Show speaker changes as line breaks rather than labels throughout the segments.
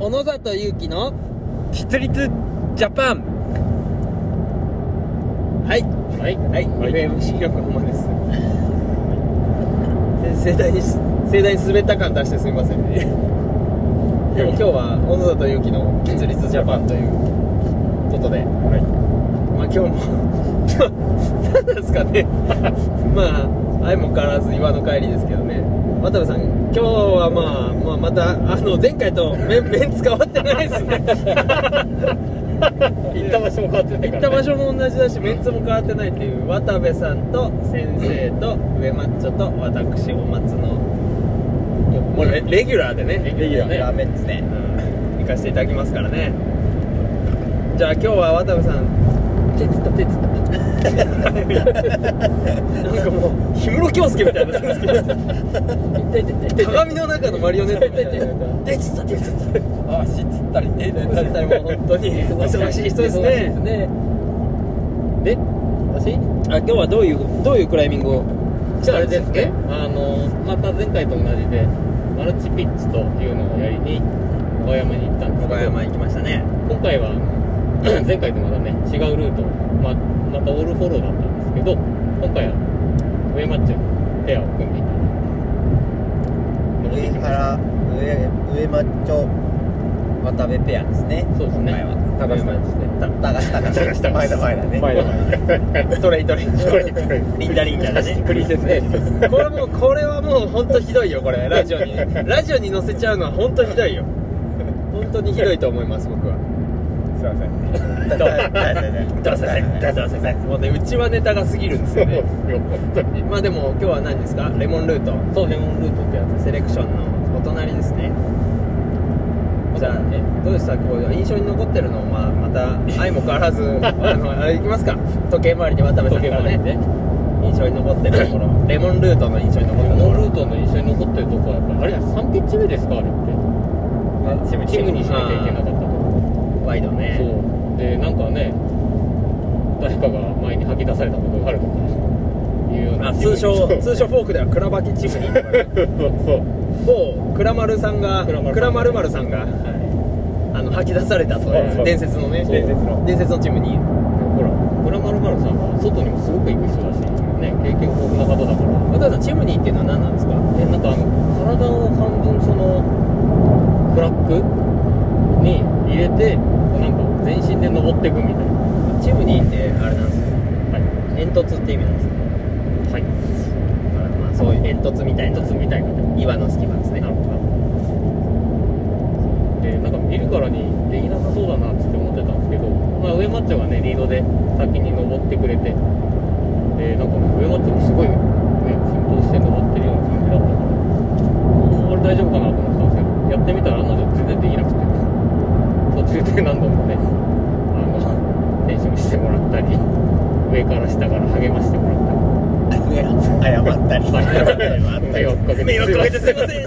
小野里ゆうきの
キツリツジャパン
はい
はい
はい、
はい
FMC 力ほんまですせ盛大に盛大に滑った感出してすみませんでも今日は小野里ゆうきの「結立ジャパン」ということで
はい
まあ今日も 何なんですかねまあ相も変わらず岩の帰りですけどね渡部さん今日はまあ、まあ、またあの前回とメンメンツ変わってないですね
行った場所も変わってな
行
いか
った
ら、ね、
場所も同じだしメンツも変わってないっていう渡部さんと先生と上マッチョと私お松のもうレレギュラーでね
レギュラーね
ラーメンですね、うん、行かせていただきますからねじゃあ今日は渡部さん鉄と鉄となんかもう氷室京介みたいになってるんですけど鏡の中のマリオネットみたいな鉄と鉄と
場所足つったり手つ
だったらもう本当に忙しい人ですねで
私
あ今日はどういうどういうクライミングを
じゃああれですねあのまた前回と同じでマルチピッチというのをやりに小川山に行ったんですけ
岡
ど
山行きましたね
今回はあの 前回とまたね違うルート、まあ、またオールフォローだったんですけど今回は上マッチョとペアを組んでいただいて
上原上上マッチョ渡部ペアですね
そうですね
今回は
高橋さんですね
高橋高
高橋高
橋
橋
前田前田ね
前田前
トレイトレイ
リンダリンダだね
プリンセスね
これもうこれはもう本当ひどいよこれラジオにラジオに載せちゃうのは本当ひどいよ本当にひどいと思います僕は
すいません
どうどうせどうせ
もうねうちはネタが過ぎるんです
そう
よね
ですよ本当に
まあでも今日は何ですかレモンルート
そうレモンルートってやつ
セレクションのお隣ですねじゃあねどうでしたこう印象に残ってるのまあまた愛も変わらずあのあれいきますか時計回りで渡部さんからね
ね
印象に残ってるところレモンルートの印象に残ってる
こ
とこ
のル
ろ
ートの印象に残ってるとこはやっぱりあれ3ピッチ目ですかあれってチームチームにしなきゃいけなかったとこ
ワイドね
そうでなんかね誰かが前に吐き出されたことがあるとかいうような
あ
チー
通
ムに
称
そう
通称フォークではクラバキチームに
そう
某クラマルさんが
クラマルさん
クラマルマルさんがあの吐き出されたとい
そうそうう
伝説のね
そう伝説
の伝説のチームに
ほらグラマルマルさんは外にもすごく行く人だしね経験豊富な方だから
渡部さんチームにっていうのは何なんですか
でなんかあの体を半分そのトラックに入れてなんか全身で登っていくみたいな
チームにってあれなんですよ
はい
煙突って意味なんですね
はい
まあそういう煙突みたいな
一つみたいなで
岩の隙間ですね
なるほどなるほどでなんか見るからにできなさそうだなっつって思ってたんですけど、まあ、上マッチョがねリードで先に登ってくれてでなんかもう上マッチョもすごいね奮闘して登ってるような感じだったからあれ大丈夫かなと思ってたんですけどやってみたら案の定全然できなくて途中で何度もねあの練習してもらったり上から下から励ましてもらっ たり。
謝ったり
迷惑かけて
迷惑かけてすいません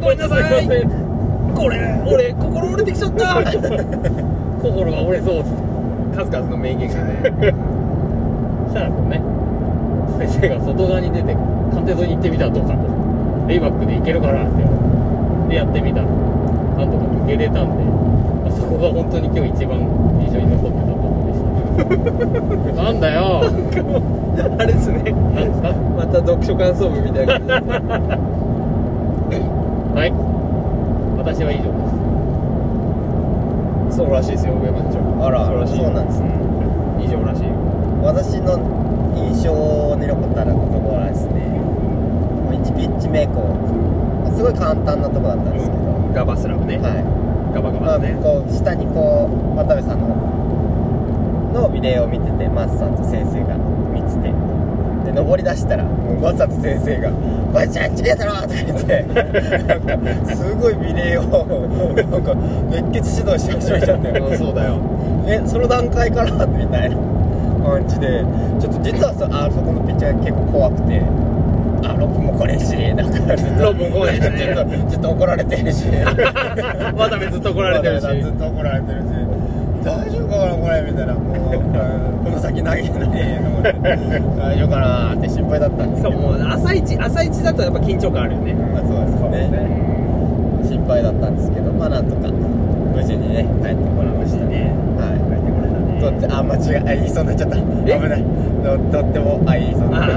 ごめんなさい
すいません
これ俺心折れてきちゃった 数
心が折れそうっつって
々の名言がね
そしたらこうね先生が外側に出て鑑定沿いに行ってみたらどうかとレイバックで行けるからってでやってみたらなんとか抜けれたんで、まあ、そこが本当に今日一番印象に残ってたことでした なんだよ
あれですね
なんですか
また読書感想文みたいな感じで
はい私は以上です
そうらしいですよ上マッチョ
あら
そうらしい
そうなんですね
以上らしい
私の印象に残ったところはですね1ピッチ目こうすごい簡単なとこだったんですけど
ガバスラブね、
はい
ガバガ
ま
バ
あ、
ね、
こう下にこう渡部さんののビデオを見てて松さんと先生が見ててで登り出したらもう松さんと先生が「ばあちゃんきれいだろ!」とか言ってなんかすごいビデオをなんか熱血指導し始めちゃって
うん そうだよ
えその段階からみたいな感じでちょっと実はそあそこのピッチャー結構怖くてあロップも来れんしなんか
ロップも来れんしね
ちょっとちょっと怒られてるし
渡部ずっと怒られてるし
ずっと怒られてるし大丈夫かなこれみたいなもううんこの先何
投げ投げと思って大丈夫かなーって心配だったんです
し
け
か
ど
ももう朝一朝一だとやっぱ緊張感あるよね
まあそうですね心配だったんですけどまあなんとか無事にね帰ってこられましたねはい
てこれたね
とってあ間違えあ言いそうになっちゃった危ないととってもあ言いそうになっちゃ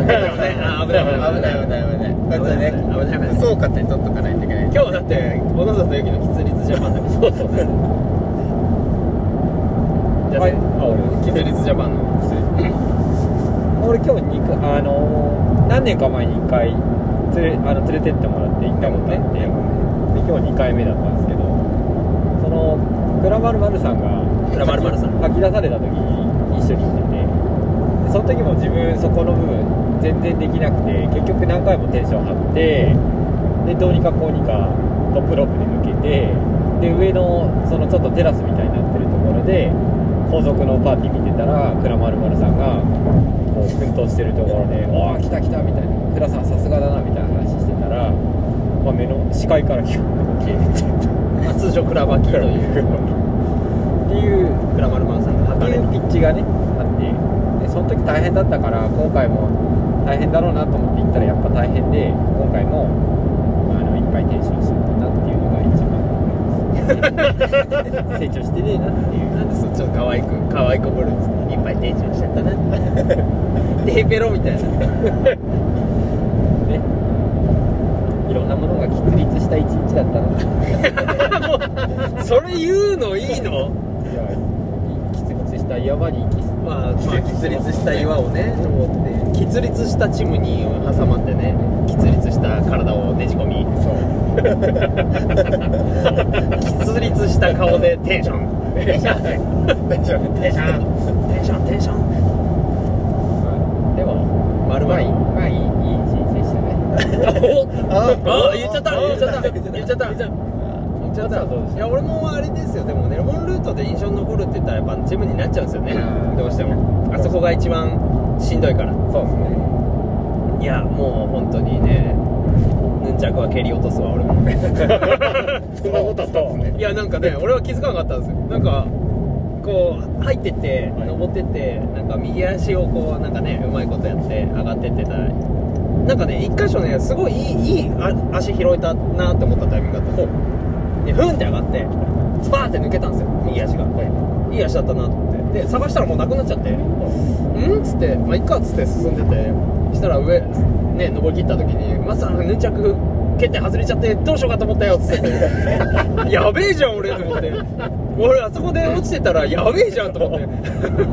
あ
っ
危ない危 ないあ危ない危ない
た危ない危ない危ないこれね
危ない危ない
そうかって取っとかないといけない
今日だって小野里由紀の「キツリツジャパン」だからそうそうそうじゃあ、
はい
あ俺キツリツジャパンの
俺今日二回あのー何年か前に1回連れあの連れてってもらって行ったことあってで今日2回目だったんですけどそのグラマルマルさんが
グラマルマルさん
吐き出された時に一緒に行っててでその時も自分そこの部分全然できなくて結局何回もテンション張ってでどうにかこうにかトップロープで抜けてで上のそのちょっとテラスみたいになってるところで後続のパーティー見てたらクラマルマルさんがこう奮闘してるところで「おお来た来た」みたいな「クラさんさすがだな」みたいな話してたら、まあ、目の視界からヒュッと消えてっちゃった
まあ通称クラバキという
っていう
クラマルマルさんが
って
働
い
いて
うピッチがねあってでその時大変だったから今回も大変だろうなと思って行ったらやっぱ大変で今回もあのいっぱいテンションしちゃったなっていうのが一番 成長してねえなっていう
なんでそっちを可愛く可愛くぶるんですかいっぱいテンションしちゃったな デーペロみたいな
ねいろんなものが喫立した一日だったので
それ言うのいいの
喫立した岩場に行き
まあ、まあ、喫立した岩をね登って喫立したチムニーを挟まってね喫立した体をねじ込み
そう
喫立した顔でテンションテンション
大
テンシ
丈夫
ョンテンションテンション
でも
丸々
まあいいまあいいいい一日でしたね
あ
あ
言っちゃった言っちゃった言っちゃった言っちゃった言っちゃっ
どうでしたた
いや俺もあれですよでもねレモンルートで印象に残るって言ったらやっぱチームになっちゃうんですよね
うん
どうしてもあそこが一番しんどいから
そうですね
いやもう本当にねヌンチャクは蹴り落とすわ俺も
そんなことあったんですね
いやなんかね俺は気づかなかったんですよなんかこう入ってって登ってってなんか右足をこうなんかねうまいことやって上がってってたらなんかね一箇所ねすごいいいいいあ足拾えたなって思ったタイミングだったんですよでふんって上がってスパーって抜けたんですよ右足が、い、い足だったなと思ってで探したらもうなくなっちゃってうんっつってまあいっかっつって進んでてしたら上ね登り切った時にまさかヌンチャク蹴って外れちゃってどうしようかと思ったよっつって やべえじゃん俺と思って俺あそこで落ちてたらやべえじゃんと思って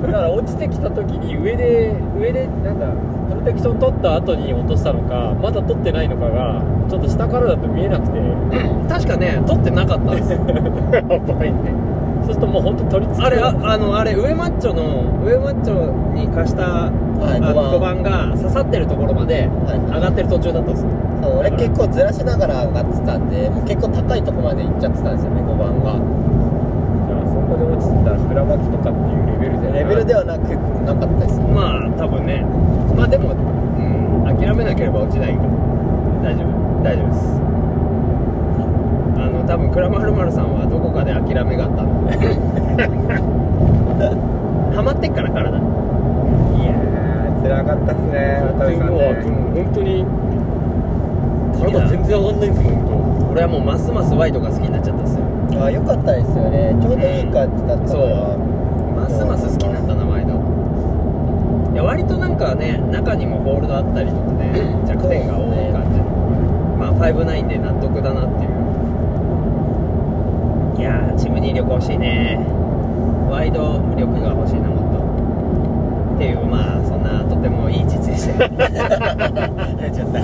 だから落ちてきた時に上で上でなんだプロテクション取った後に落としたのかまだ取ってないのかがちょっと下からだと見えなくて
確かね取ってなかったんですよ
やばいねそうするともう本当取り付
あ
け
れああのあれ上マッチョの上マッチョに貸した
はい
あ
5番
5番が刺さってるところまで
はい
上がってる途中だったんですよ
そう俺結構ずらしながら上がってたんでもう結構高いとこまで行っちゃってたんですよね5番が
じゃあそこで落ちてたらふら巻きとかっていうレベルじゃない
レベルではなくなかったですね
まあ多分ねまあでも、うん、諦めなければ落ちないから大丈夫大丈夫ですあの多分クラマルマルさんはどこかで諦めがあったん だハマってっから体
いやー辛かったっすね渡辺さんね
もう本当に体全然上がんないんですもん本当
俺はもうますますワイドが好きになっちゃったっすよ
あ良かったですよねちょうどいい感じだった
そ
か
う
ら
ますます好きになったなワイドいや割となんかね中にもホールドあったりとかね 弱点が多い感じの、まあ59で納得だなっていういやーチムニー力欲しいねワイド力が欲しいなもっとっていうまあそんなとてもいい実でした よ
出ちゃった出ちゃった
出ちゃった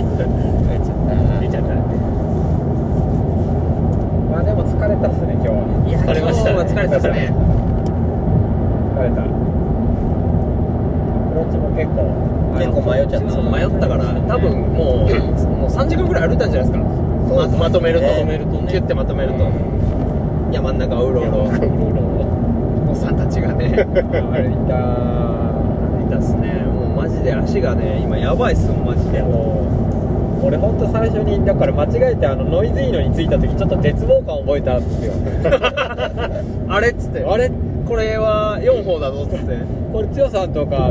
まあでも疲れたっすね今日はい
や
疲れましたね
今日は疲れたですね
疲れたアプローチも結構
結構迷っちゃった
そう迷ったから多分もうもう3時間ぐらい歩いたんじゃないですか
そうです
ま
ね
まとめると
まと
めるとね
キュッてまとめると、山ん中をうろう ろ
うろうろ
おっさんたちがね
歩いた
いたっすねもうマジで足がね今やばいっすもんマジで
でも俺本当最初にだから間違えてあのノイズいいのに着いた時ちょっと絶望感覚え たんですよ
あれっつってあれこれは4歩だぞっつって
これ強さんとか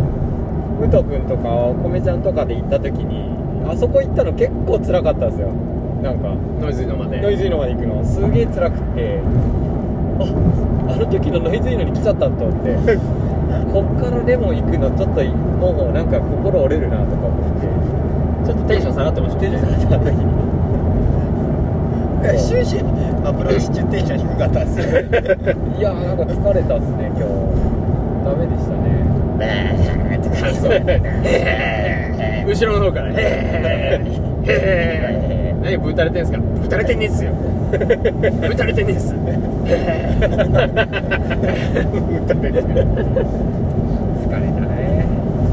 武藤君とかお米ちゃんとかで行った時にあそこ行ったの結構辛かったんですよなんか
ノイズのまで
ノイズいのまで行くのすげえ辛くってああの時のノイズいのに来ちゃったと思って こっからレモン行くのちょっともうなんか心折れるなとか思って
ちょっとテンション下がってました
テ
ね
ンション上がった時に
え終始アプローチ中テンション低かったんですよ
いやーなんか疲れたっすね今日ダメでしたね
ねえって感じで
後ろの方から「へーへーへーへー何ぶたれてんすかぶたれてんねっすよぶたれてんねっす
疲れた
歌ってる
ね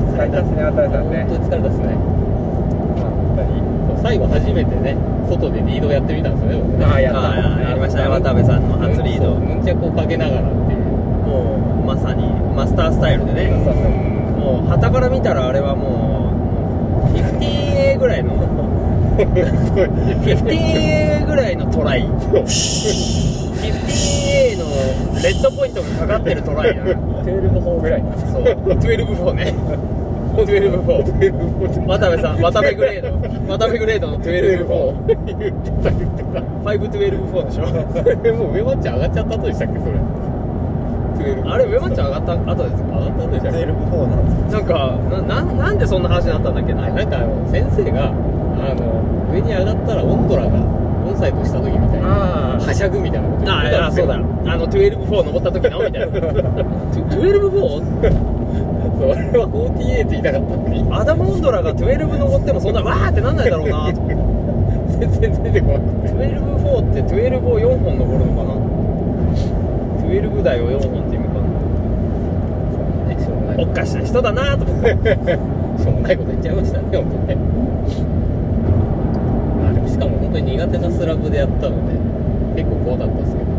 疲れたっすね渡辺さんね
本当に疲れたっすね
本当に
そう最後初めてね外でリードやってみたんですよね僕ね
ああやった
ああやりましたね渡部さんの初リード
そうヌンチャクをかけながらっていう
もうまさにマスタースタイルでね
そうそう
もう旗から見たらあれはもう 50A ぐらいの 50A ぐらいのトライ 50A のレッドポイントがかかってるトライな
12法ぐらいな
そう124ね124渡部さん渡部グレード渡部グレードの124
言ってた言ってた
5124でしょ
え もう上マッチ上がっちゃった後でしたっけそれ
あれ上マッチ上がった後です
上がった後でしたっけ
12なんですよ
なんかなななんでそんな話になったんだっけな
なんかあの先生があの上に上がったらオンドラがオンサイドした時みたいな
あ
はしゃぐみたいなこと言って
あ
たん
あ
で
そうだあ
よ
の124登った時のみた いな 124?
そう俺は48って言いたかったのに
アダム・オンドラが12登ってもそんなわーってなんないだろうなと思って
全然出てこなくて
124って12を4本登るのかな12台を4本って意味かな
しょうもな
お
い
っかしな人だなと思って
しょうもないこと言っちゃいましたね本当にねまあでもしかも本当に苦手なスラブでやったので結構怖かったですけど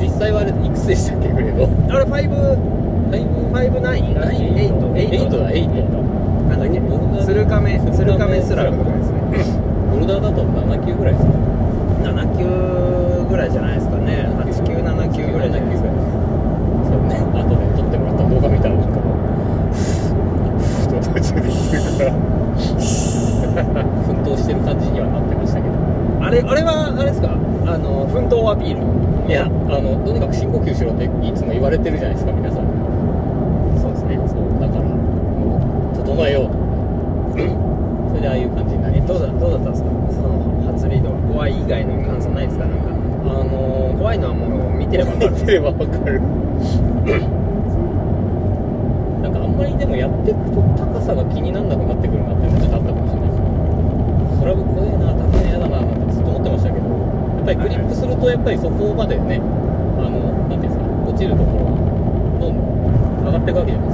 実際はあれいくつでしたっけグレー ド
あれ5 59
8
8な
だ8
んだっけ鶴亀鶴亀スラブ
ですねボルダーだと7級ぐらいですか
79ぐらいじゃないですかね8979ぐらいじゃないですか
そうね、あとね、撮ってもらった動画見たら、なんかもう、途中で聞くから、奮闘してる感じにはなってましたけど、
あれあれはあれですかあの奮闘アピール
いや、あの、とにかく深呼吸しろっていつも言われてるじゃないですか、皆さん。そうですね、そう、だから、もう、整えようとそれでああいう感じになり
どうだどうだったんですかその初リードは怖い以外の感想ないですかなんか
あの
怖いのはもう見てれば分かる
見てればわかる なんかあんまりでもやっていくと高さが気にならなくなってくるなっていうのがちょっとあったかもしれないですスラブ怖えな高いの嫌だななんてずっと思ってましたけどやっぱりグリップするとやっぱりそこまでねあのなんていうんですか落ちるところがどんどん上がっていくわけじゃな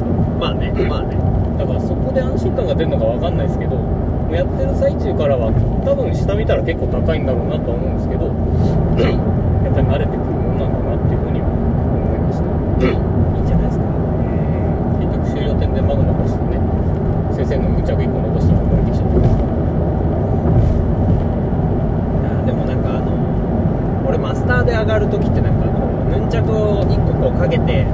いですか
まあねまあね
だからそこで安心感が出るのかわかんないですけどもうやってる最中からは多分下見たら結構高いんだろうなとは思うんですけどやっぱり慣れてくるもんなんだなっていうふうには思いました
いいんじゃないですか
結局終了点でマグマ越してね先生の無着以降残したのが森でしたけど
いやでもなんかあの俺マスターで上がる時ってなんかこうヌンチャクを1個こうかけて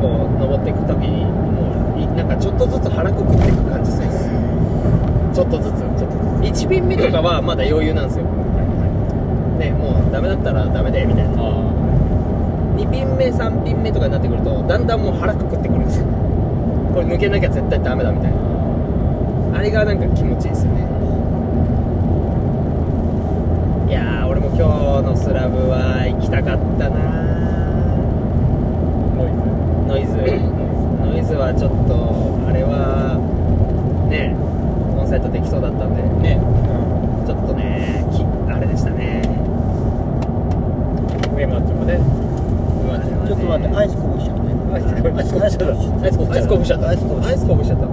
こう登っていく時にもういなんかちょっとずつ腹くくっていく感じするんですよちょっとずつちょっとずつ1便目とかはまだ余裕なんですよねもうダメだったらダメでみたいな
あ
2品目3品目とかになってくるとだんだんもう腹くくってくるんですよ これ抜けなきゃ絶対ダメだみたいなあれがなんか気持ちいいですよねいやー俺も今日のスラブは行きたかったな
あノイズ
ノイ ズノイズはちょっとあれはねオンサイトできそうだったんで
ね
ちょっとねきあれでしたね
上マッチもね
ち
ちょっと待ってアイスこぼしちゃったね
あすごい
アイスこぼしちゃった
アイスコ
アイス
ブしちゃった
アイスこぼし
アイスこぼしちゃった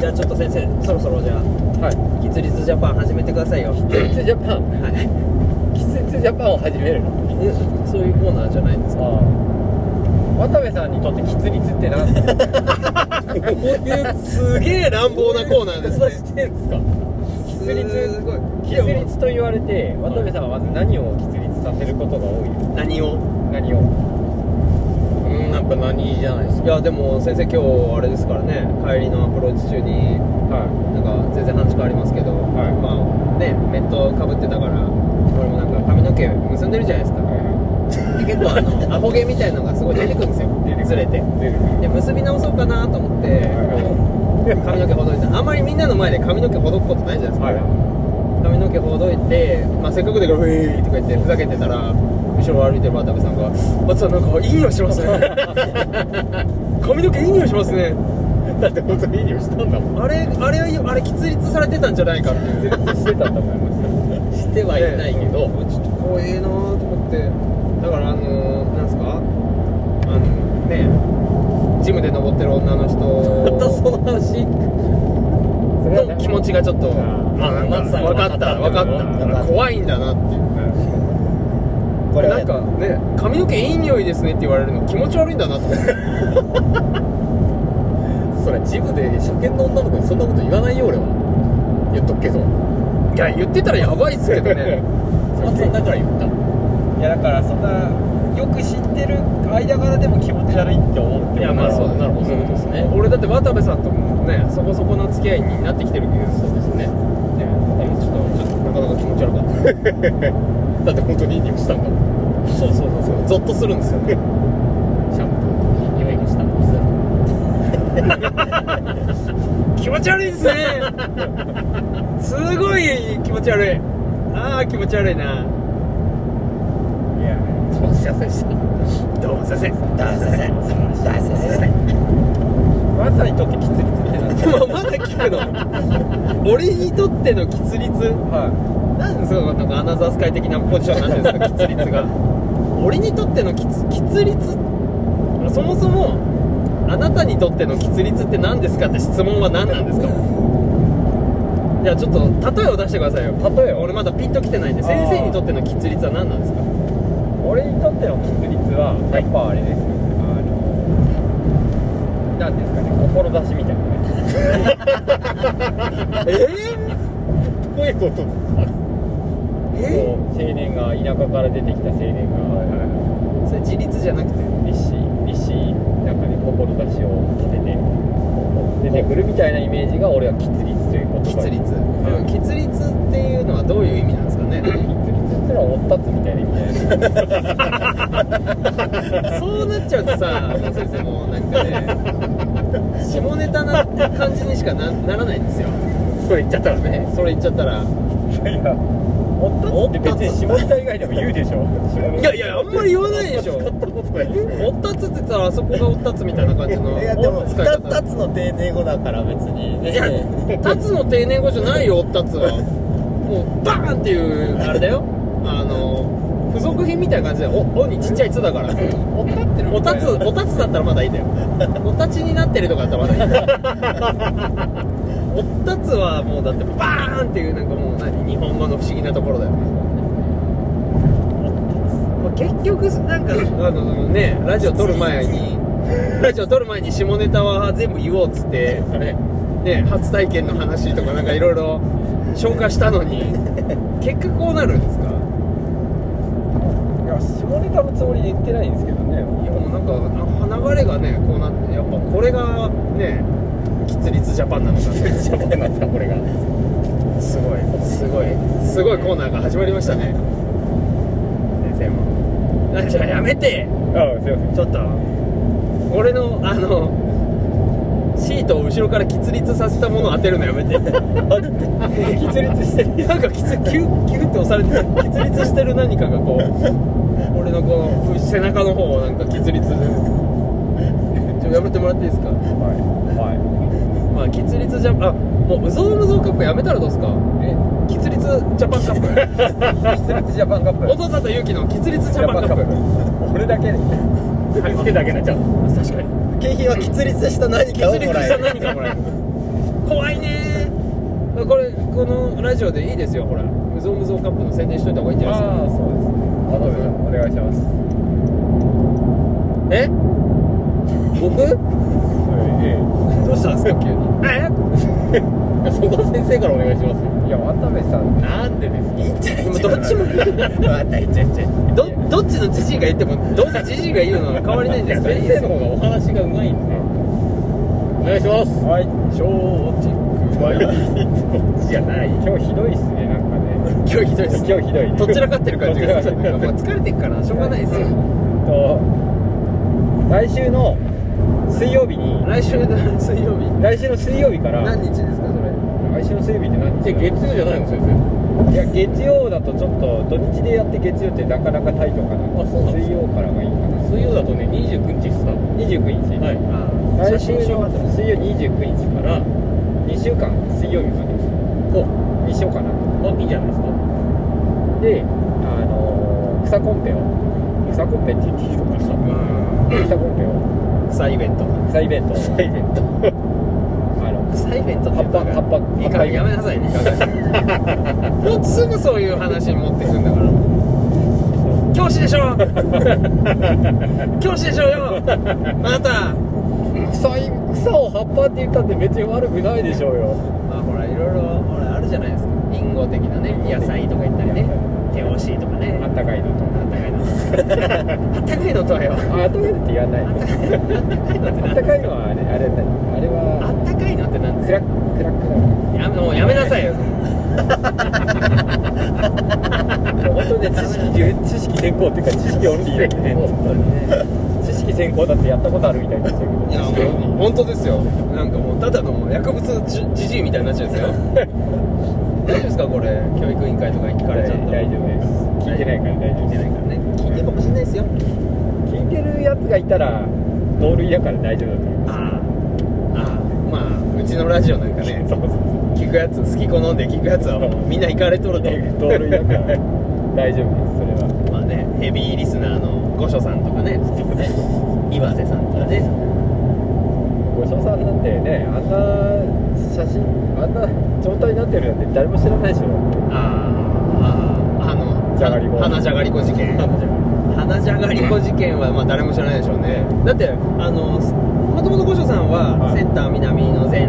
じゃあちょっと先生そろそろじゃあ
はい
キツリズジャパン始めてくださいよはい
キツジャパンキツジャパンを始めるの
えそういうコーナーじゃないん ですか
渡部さんにとってキツリツって何ですか
すげえ乱暴なコーナーです
そう
ね
してんすか
す
ツリツ
ごい
キツリツと言われて渡部さんはまず何をキツリツさせることが多いです
何を
何を
ぱ何じゃないです
いやでも先生今日あれですからね帰りのアプローチ中に
かはい
なんか全然話変わりますけど、
はい
まあねメットかぶってたから俺もなんか髪の毛結んでるじゃないですかで結構あのアホ毛みたいのがすごい出てくるんですよずれて
出る
で結び直そうかなと思って
はい
髪の毛ほどいてあんまりみんなの前で髪の毛ほどくことないじゃないですか、
はい
髪の毛ほどいて、まあ、せっかくだから「ウェーイ!」とか言ってふざけてたら後ろを歩いてる渡部さんが「松さんなんかいい匂いし ますね髪の毛いい匂いしますね
だって本当にいい匂いしたんだもん
あれあれあれ喫立されてたんじゃないか」っていう
してたと思いま
してはい
ないけど
ちょっと怖えなと思ってだからあのー、なんすかあのねジムで登ってる女の人
またその
の
話
気持ちがちょっと
まあ松さんが
分かった分かっ
分
た
かった
怖いんだなっていう
これは
な
ね
んかね髪の毛いい匂いですねって言われるの気持ち悪いん だなと思って
それジムで初見の女の子にそんなこと言わないよ俺は言っとくけど
いや言ってたらやばいっすけどね
松さんだから言った
いやだからそんなよく知ってる間柄でも気持ち悪いって思って
いやまあそう
なるほどそういうことですね
俺だって渡部さんともねそこそこの付き合いになってきてるけど
そうですね
ねでもちょっとちょっとなかなか気持ち悪かった
だって本当にいい匂いしたんだもん
そうそうそうそうゾッとするんですよね
シャンプーいい匂いがしたんです
気持ち悪いですね すごい気持ち悪いああ気持ち悪いな
どうせ痩せした
どうも先生
ダンス先生ダンス先生
まさにとってきつりつってなんで
でも まだ聞くの俺にとっての喫立
は
なんですかなんかアナザースカイ的なポジションなんですか 喫立が俺にとっての喫喫立そもそもあなたにとっての喫立って何ですかって質問は何なん ですかじゃあちょっと例えを出してくださいよ
い例え
俺
ば俺
まだピンときてないんで
あー
先生にとっての喫立は何なんです か
俺にとってのきつりつはやっぱあれですよあのなんですかね志みたいなね
え
どういうこと
え
こう青年が田舎から出てきた青年が、
それ自立じゃなくて
立志立志なんかね志を立てて出てくるみたいなイメージが俺は吉立ということ
喫立うん喫立っていうのはどういう意味なんですかね
吉立ってのはおったつみたいな意味じゃない
そうなっちゃうとさもう先生もうなんかね下ネタな感じにしかなならないんですよ
それ言っちゃったらね
ねそれ言っちゃったら
いやおったつって別に下ネタ以外でも言うでしょ
いやいやあんまり言わないでしょ
使ったことないです
おったつって言ったらあそこがおったつみたいな感じの
いやでも
使い
二
方
つの丁寧語だから別に
いや
ね
タツの定年後じゃないよタツはもうバーンっていうあれだよあの付属品みたいな感じでお「お」にちっちゃい「つ」だから
おったって
おたつおたつだったらまだいいんだよおたちになってるとかだったらまだいいんだよ おたつはもうだってバーンっていうなんかもう何日本語の不思議なところだよまあ結局なんかあのねラジオ撮る前 にラジオ撮る前に下ネタは全部言おうっつって
ね
ね、初体験の話とかなんかいろいろ消化したのに結果こうなるんですかい
いや下ネタのつもりで言ってないんですけどね
やもうなんか流れがねこうなってやっぱこれがね吉立ジャパンなのかね
じゃあこれなんですかこれが
すごいすごいすごいコーナーが始まりましたね先生もあじゃあやめて
あすいません
ちょっと俺のあのシートを後ろから吉立させたものを当てるのやめて
吉立してる
なんかきつキュッキュッって押されて喫立してる何かがこう俺のこの背中の方をなんか喫 立ちょっとやめてもらっていいですか
はい
まあ喫立ジャパンあもううぞうむぞうカップやめたらどうですか
はい
喫立ジャパンカップ
え吉立ジャパンカップ
お父さんと勇気の喫立ジャパンカッ
プ俺だ け
見つけだけになっちゃう
プ確かに
景品は喫立した何かを
喫
も
立
ら
し
え
た
る
何かもらえる怖いねーこれこのラジオでいいですよほらうぞうむぞうカップの宣伝しといた方がいいんじゃないですか
ああそうですね渡辺
え
さんお願いします
僕
ええ
どうしたんですか急に
え
そこは先生からお願いしますよ
いや渡部さん
なんでですか
いっちゃいっち
で
ゃ
もどっちも
またいっちゃいっちゃい
どどっちのじじいが言ってもどうせじじいが言うのは変わりないんですから
先生の方がお話がうまいんでお願いします
はい松竹
いじゃない
今日ひどいっすねなんかね
今日ひどいです
今日ひどいね
どちらかってる感じがするなんかもう疲れてるからしょうがないですよ
と来週の水曜日に
来週の水曜日
来週の水曜日から
何日ですかそれ
来週の水曜日って何
じ
日
ゃあ月曜じゃないの先生
いや月曜だとちょっと土日でやって月曜ってなかなかタイトかな
あそうなんです
水曜からがいいかな
水曜だとね29日スター
29日、
トは
あ
い
あ
来週の水曜29日から2週間水曜日までをにしようかな
あいいじゃないですか
であのー草コンペを草コンペって言っていいのかな草コンペを
草イベント
草イベントを
草イベント
あの
草イベントって言
葉っ
ったか
ぱ
ら
葉っぱ
いいからやめなさいね もうすぐそういう話に持ってくんだ から教師でしょ教師でしょう よあなた
草い草を葉っぱって言ったって別に悪くないでしょうよ
まあほらいろいろほらあるじゃないですかリンゴ的なね野菜とか言ったりね手押しとかね
あったかいのと
あったかいのあったかいのとはよ
ああったかいのって言わないあったかいのはあれあれだあれ
あ
は
ったかいのってなんです
ク
か
ラックラック
やめ
だから
もうやめなさいよ
本当ね知識重知識先行っていうか知識オンリーだよね
本当にね
知識先行だってやったことあるみたいに言ってる
い
け
や
ど
もう本当ですよなんかもうただの薬物じじじいみたいになっちゃうん ですよ大丈夫ですかこれ教育委員会とか聞かれちゃったら
大丈夫です聞いてないから大丈夫
聞いてないからね聞いてるかもしれないですよ
聞いてるやつがいたら同類だから大丈夫だと思う
ああああまあうちのラジオなんかね
そうそうそう
聞くやつ好き好んで聞くやつはもうみんな行かれとると
同類だから大丈夫ですそれ
ま
は
あねヘビーリスナーの御所さんとかね岩瀬さんとかね
ご所さんなんてねあんな写真あんな状態になってるなんて誰も知らないでしょ
あああああの
じゃがりこ
花じゃがりこ事件花じゃがりこ事件はまあ誰も知らないでしょうねだってあのもともと御所さんは
はい
センター南の前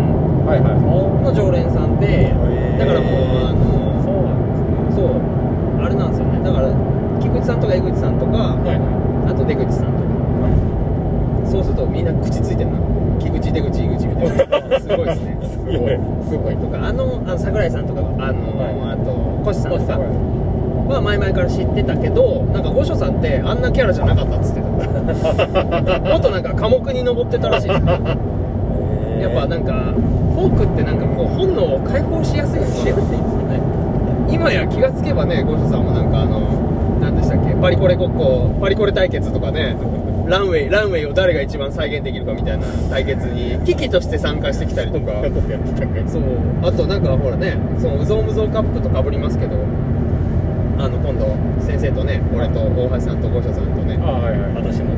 はいはい
の常連さんで
ー
だからもうあの
そうなんですね
そうあれなんですよねだから菊池さんとか江口さんとか
はい
あと出口さんとかそうするとみんな口ついてるな菊池出口井口みたいなすごいです ね
すごいすごい
とかあのあの桜井さんとかあの、
は
あとコシさんとか
はい
は前々から知ってたけどなんか五所さんってあんなキャラじゃなかったっつってたもっとなんか寡黙に登ってたらしいですねやっぱなんかフォークってなんかこう本能を解放しやすいしやすいですよね今や気がつけばね五所さんもなんかあの何でしたっけパリコレごっこパリコレ対決とかねランウェイランウェイを誰が一番再現できるかみたいな対決に危機として参加してきたりとかそうあとなんかほらねそのうぞうむぞうカップとかぶりますけどあの今度先生とね俺と大橋さんと五所さんとね
あはいはい
私も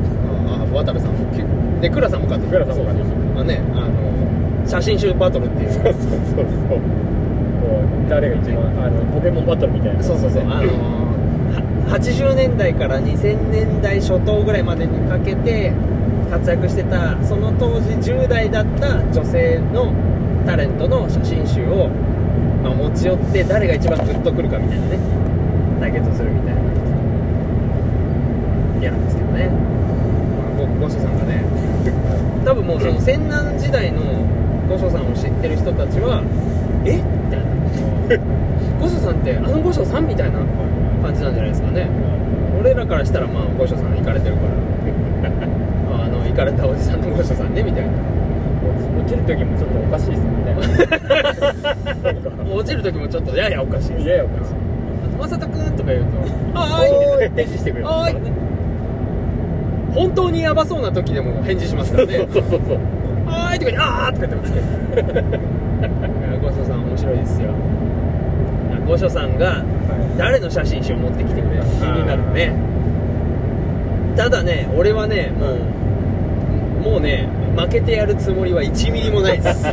ああ渡部さんもきで倉さんも勝って
倉さんも勝って
そうそうまあねあの写真集バトルっていう
そうそうそうそうこう誰が一番あのポケモンバトルみたいな
そうそうそうあのは80年代から2000年代初頭ぐらいまでにかけて活躍してたその当時10代だった女性のタレントの写真集を、まあ、持ち寄って誰が一番グッとくるかみたいなね対決をするみたいなやるんですけどねまあごご所さんがね多分もうその戦南時代のご所さんを知ってる人たちはえみたいな五所さんってあの五所さんみたいな感じなんじゃないですかね俺らからしたらまあ五所さん行かれてる からあの行かれたおじさんの五所さんねみたいな
落ちる時もちょっとおかしいですよねなんか
落ちる時もちょっとややおかしいです
いやいやおかしい
あと正人君とか言う と「はー
おー
い」
い返事してくれます
は
から
ー
ね
い本当にヤバそうな時でも返事しますから ね
そうそうそう
「はーい」とか言って「あー」とか言ってますけ ど五所さん面白いですよ五所さんが誰の写真集を持ってきてくれるか気になるねただね俺はねもうもうね負けてやるつもりは1ミリもないです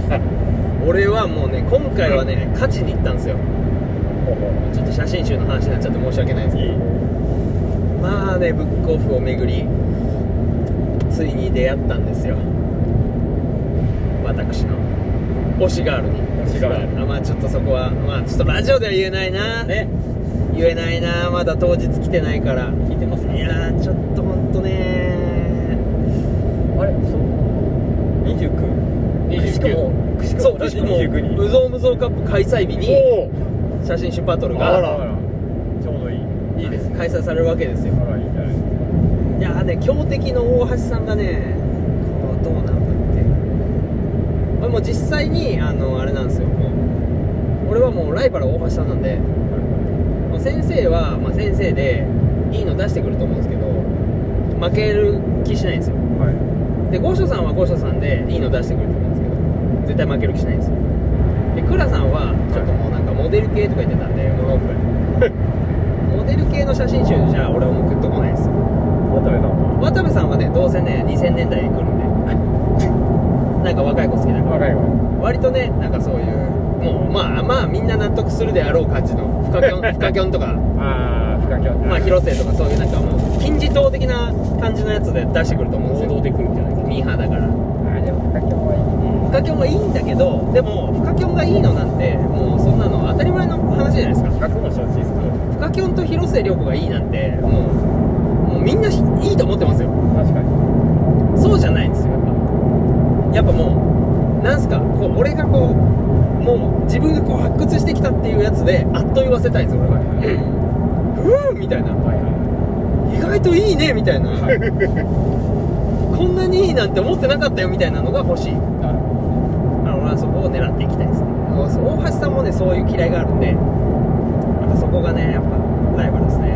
俺はもうね今回はね勝ちに行ったんですよちょっと写真集の話になっちゃって申し訳ないですけ
いい
どまあねブックオフを巡りついに出会ったんですよ私の推しガールに
推しガール
あまあちょっとそこはまあちょっとラジオでは言えないな、
ね
言えないなまだ当日来てないから
聞いてますか
いやーちょっとほんとね
あれそう29
29
しかも
くしくも
そうくしくも
29に
無造無造カップ開催日に
お
写真集バトル
あ
が
らちょうどいい
いいですね
開催されるわけですよ
あらいいんじゃない
いやーね強敵の大橋さんがねこのどうなんだってまあもう実際にあのあれなんですよもう俺はもうライバルは大橋さんなんで、まあ、先生は、まあ、先生でいいの出してくると思うんですけど負ける気しないんですよ
はい
で五所さんは五所さんでいいの出してくると思うんですけど絶対負ける気しないんですよで倉さんはちょっともうなんかモデル系とか言ってたんでもう モデル系の写真集じゃ俺はもうグッとこないです
渡部さんは
渡部さんはねどうせね2000年代に来るんで なんか若い子好きだから
若いわ
割とねなんかそういうもうまあまあみんな納得するであろう感じのフカ キョンフカキョンとか
ああ深きょ
まあ広瀬とかそういうなんかもう金字塔的な感じのやつで出してくると思うんです
王道
よ
で来るんじゃないか
ミーハーだから
あでも深きょはい
フカキョンもいいんだけどでもフカキョンがいいのなんてもうそんなの当たり前の話じゃないですか
いね100も承知ですか
フカキョンと広瀬涼子がいいなんてもうもうみんなひいいと思ってますよ
確かに
そうじゃないんですよやっぱやっぱもうなんすかこう俺がこうもう自分がこう発掘してきたっていうやつであっと言わせたいんですよ俺はうーんみたいな
はいは
意外といいねみたいな、
い
こんなにいいなんて思ってなかったよみたいなのが欲しいあ
いなるほ
の俺はそこを狙っていきたいですねもうそう大橋さんもねそういう嫌いがあるんでやっぱそこがねやっぱライバルですね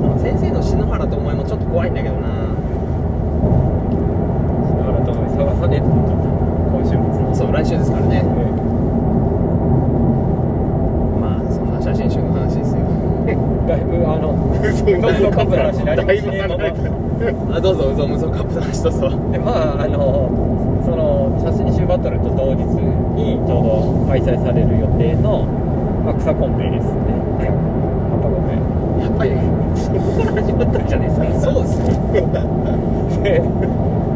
その先生の篠原とお前もちょっと怖いんだけどな
どだからともに探さねえと思っちゃった今週末
そう来週ですからねまあそんな写真集の話ですよ
だいぶあの
そう
どんどんカップの話何も
だい
し
ぶ
ねえま
離れてる
ま
あどうぞうぞうむぞカップの話どうぞ
でまああのその写真集バトルと同日にちょうど開催される予定の、まあ、草コンペですね葉っぱコンペ
やっぱり
始まったんじゃないですか
そうですね
で、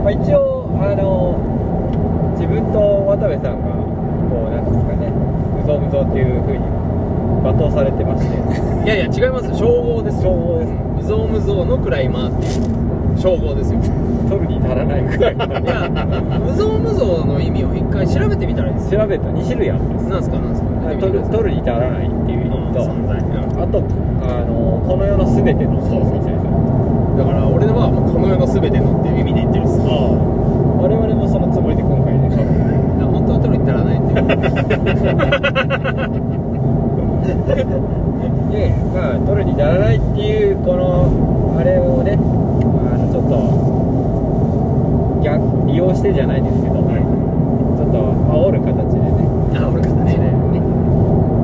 まあ、一応あの自分と渡部さんがこうなんですかね無造無造っていうふうに罵倒されてまして
いやいや違います称号です
称号です
無造無造のクライマーっていう称号ですよ
取るに足らないくらいの
いや無造無造の意味を一回調べてみたらいいですよ
調べた2種類あるんです
なんすかなんすか
取る取るに足らないっていう意
うん
味と、
存在だ
あとあのこの世の全ての
そうそう
みたいな
から俺はもうこの世の全てのっていう意味で言ってるっすだか
我々もそのつもりで今回ね多分
ら本当は取るに足らないっていう
でまあ取るにならないっていうこのあれをねあのちょっと逆利用してじゃないですけど、ちょっと煽る形でね
あ俺かったね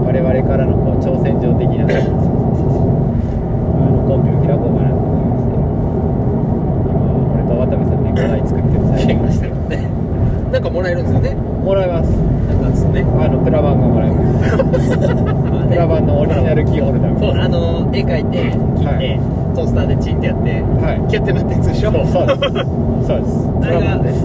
我々からのこう挑戦状的 なあのコンビを開こうかなと思いまして今俺と渡部さんで課題作ってる最中でした
なんかもらえるんですよね
もらいます
なんかですよね
あのプラ版がもらえます
まあ
プ
ね
ラ版のオリジナルキーホルダー
そうあの絵描いて切って、
はい
トースターでチンってやって
はい
キュッてなったやつでしょ
そうですそう
あ
ですプ
れ
ラ版
が
です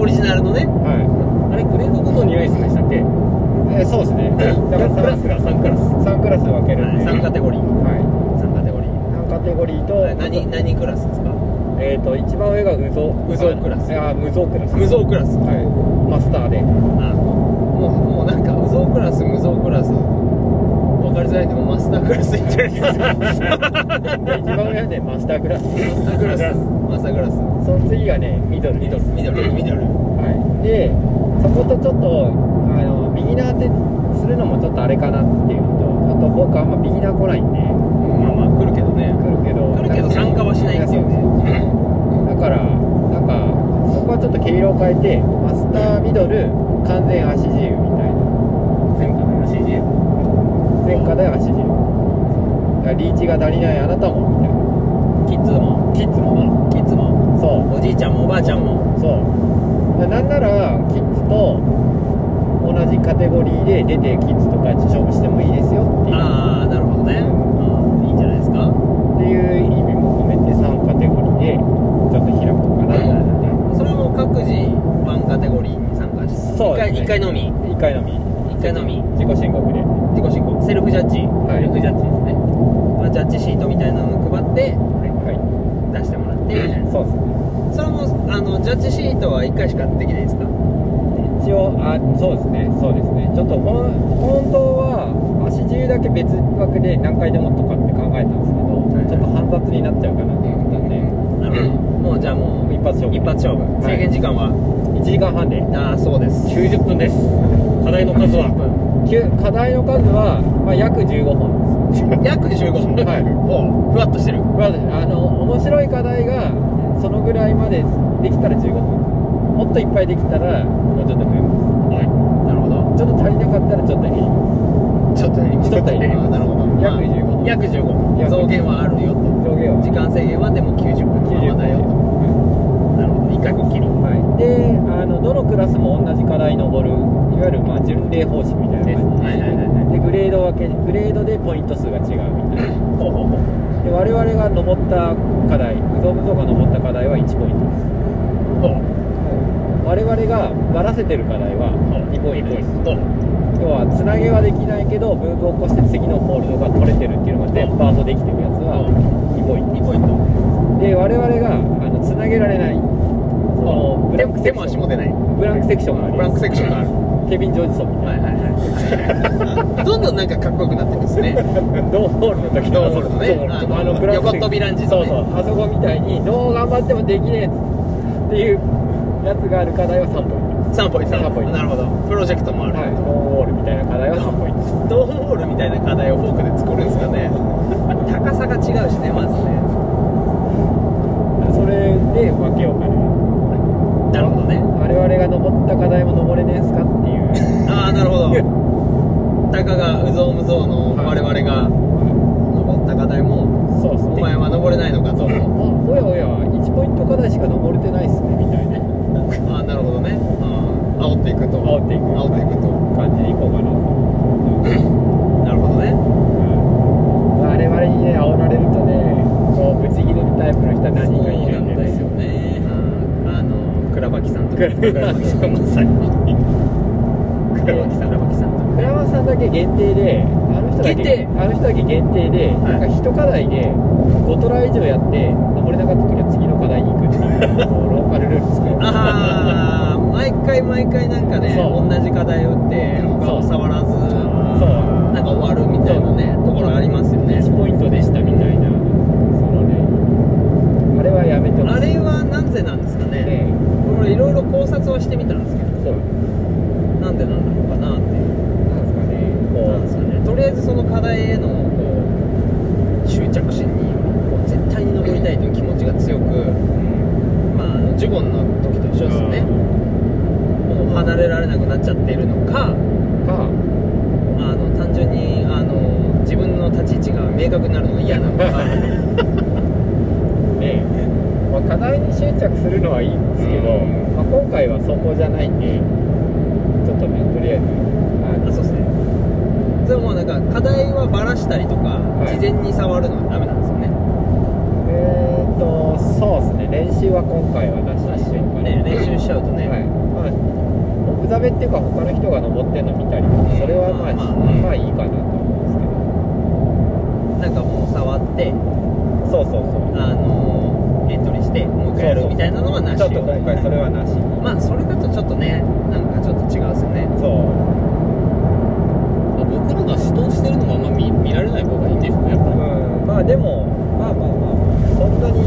オリジナルのね
はいあれグレードごとに用意してましたっけえーそうですねだから
クラス
3
が3クラ
クラス
ス
分けるんで
3カテゴリー
は
3カテゴリー
い三カテゴリー
あれ
と
何何クラスですか
えっと一番上が無造
無造クラス
いや無造クラス
無造クラス
はいマスターで
あもうもうなんか無造クラス無造クラス分かりづらいんでもうマスタークラスいいんじゃないですか
で一番上はねマスタークラス
マスタークラスマスタークラス
その次がねミドル
ミ
で
ド
す
ルミドルミドル
はいでそことちょっとあのビギナーってするのもちょっとあれかなっていうのとあと僕はあんまビギナー来ないんで
まあまあ来るけどね
来るけど
来るけど参加はしないんですよね
だからなんかそこはちょっと毛色を変えてマスターミドル完全足自由みたいな
前回の CG
全課題足自由だからリーチが足りないあなたも
キ
みたいな
ッズもキッズもキッズも
そ
おじいちゃんもおばあちゃんも
うそうだからなんならキッズと同じカテゴリーで出てキッズとか勝負してもいいですよっていう
ああなるほどねあーいいんじゃないですか
っていう意味も込めて3カテゴリーでちょっと開こうかなと思って
それはもう各自ワン回一回のみ
1回のみ
一回のみ
自己申告で
自己申告セルフジャッジ、
い
セルフジャッジですね、まあ、ジャッジシートみたいなのを配って
はい
出してもらってみたいな
そうですね
それもあのジャッジシートは1回しかできないですか
一応あそうですねそうですねちょっとほん本当は足自由だけ別枠で何回でもとかって考えたんですけど、
いはい
ちょっと煩雑になっちゃうかなっていうことで、
なるほどもうじゃあもう
一発勝負
一発勝負
は
制
い
限時間は、
1時間半で
ああそうです
90分です課題の数は
きゅ課題の数は、まあ、約15本です
約15分
はい
おうふわっとしてる
まあ、あの面白い課題がそのぐらいまでできたら15分もっといっぱいできたらもうちょっと増えま
な
は
るほど
すちょっと足りなかったらちょっと減ります
ちょっと減ります
ちょっと減り
あー
ます
なるほど
約
まあ
15分
約15分
約
増減はあるよと
上限は
時間制限はでも90分のままだよとなるほど一回こっきり
はい、であのどのクラスも同じ課題に登るいわゆるまあ巡礼方式みたいな感じで,、
はいはいはいはい
グレード分けグレードでポイント数が違うみたいな
ほうほうほう
で我々が登った課題不動無造が登った課題は1ポイントです
ほう
我々がばらせてる課題は2ポイントです
ほう
要はつなげはできないけどムーブを起こして次のホールドが取れてるっていうのが全パートできてるやつは2ポイント
2ポイント
で我々があのつなげられないそのブランクセ
手
ク
も足
ショ
も
ン
出ない
ブランクセクションがあり
ブラン
ま
ク
す
セクションがある
ケビン・ジョージソンみたい
は
な
いはいはいどんどんなんかかっこよくなってますね
ドーホールの時の
ドーホールのね
そう
あの
ブラック
横飛びランジの
そう
ね
そうあそこみたいにどう頑張ってもできねえっていうやつがある課題は3ポ
3ポイ
イン
ント
三ポイント
なるほどプロジェクトもあ
ト
る、
はいドーンウォールみたいな課題は3ポイント
ドーンボールみたいな課題をフォークで作るんですかね高さが違うしねまずね
それで分けようかな
なるほどね
我々が登った課題も登れねえんすかっていう
ああなるほどたかがうぞうむぞうの我々が登った課題も
そうですね
お前は登れないのかと
あおやおや1ポイント課題しか登れてないっすねみたいな
ああなるほどねああ煽っていくと
煽っていく
煽っていくと
感じでいこうかな
なるほどね
うん我々にね煽られるとねこうブチギレるタイプの人は何人かいるんで
よ
ね
ねあの倉脇さんとか
倉脇さん
まさに倉脇さん倉脇さんとか
倉山さんだけ限定であの人だけ
限定
あの人だけ限定で、
はい
なんか一課題で5トライ以上やって登れなかった時は次の課題に行くっ ていうこうローカルルール作る
ああ毎回毎回なんかね
そ
同じ課題を打って他を触らず
そう
なんか終わるみたいなねところありますよね
1ポイントでしたみたいなそのねあれはやめてほしい
あれはなぜなんですかね
ね
俺いろいろ考察はしてみたんですけど
そう
なんでなんだろうかなっていう
なんですかね
なんです
こ
かねとりあえずその課題へのこう執着心にこう絶対に登りたいという気持ちが強くまああのジュゴンの時と一緒ですねもう離れられなくなっちゃっているのか
うか
あの単純にあの自分の立ち位置が明確になるのが嫌な のか
ねまあ、課題に執着するのはいいんですけど、
うん
まあ、今回はそこじゃないんでちょっとねとりあえずあ
あそうですねでもなんか課題はばらしたりとか、
い
事前に触るのはダメなんですよね
えー、とそうですね練習は今回は出しましょうか
ね練習しちゃうとね、
はいまあオフザベっていうか他の人が登ってるの見たりとかそれはまあ、
ま
ま
あ
あ
まあね
いいかなと思
なんかもう触って
うんですけどそうそうそう
あのエントリーしてもう一回やるみたいなのはなし
ちょっと今回それはなしに
まあそれだとちょっとねなんかちょっと違うですよね
そう、
い僕らが指導してるのもあんま見見られない方がいいんですねやっぱり
うん、まあでもまあまあまあそんなに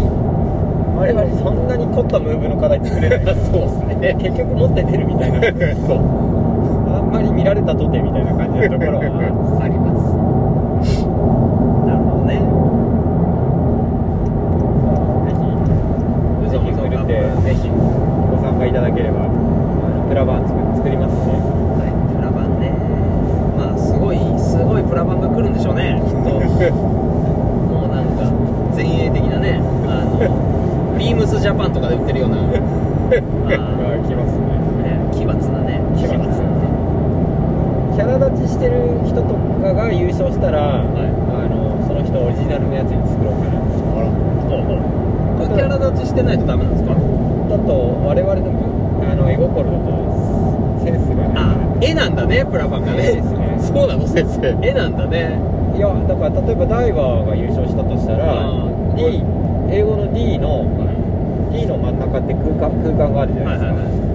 我々そんなに凝ったムーブの課題作れないそうですね 結局持って出るみたいな そうあんまり見られたとてみたいな感じのところ は
ありますなるほどね
ぜひぜひ振るってぜひご参加いただければあのプラバン作作りますね
はいプラバンねまあすごいすごいプラバンが来るんでしょうねきっ ともうなんか前衛的なねあのビームスジャパンとかで売ってるよ うなあー
来ますね
ね奇抜なね
奇抜なね
ね
キャラ立ちしてる人とかが優勝したら、
い
あのその人オリジナルのやつに作ろうかな
これキャラ立ちしてないとダメなんですか
だと我々のあの絵心だとセンスが
あ
ね
絵なんだねプラファンが
いいで
ね
すね
そうなの先生
絵なんだね
いやだから例えばダイバーが優勝したとしたら
あー
D 英語の D の D の真ん中って空間空間があるじゃない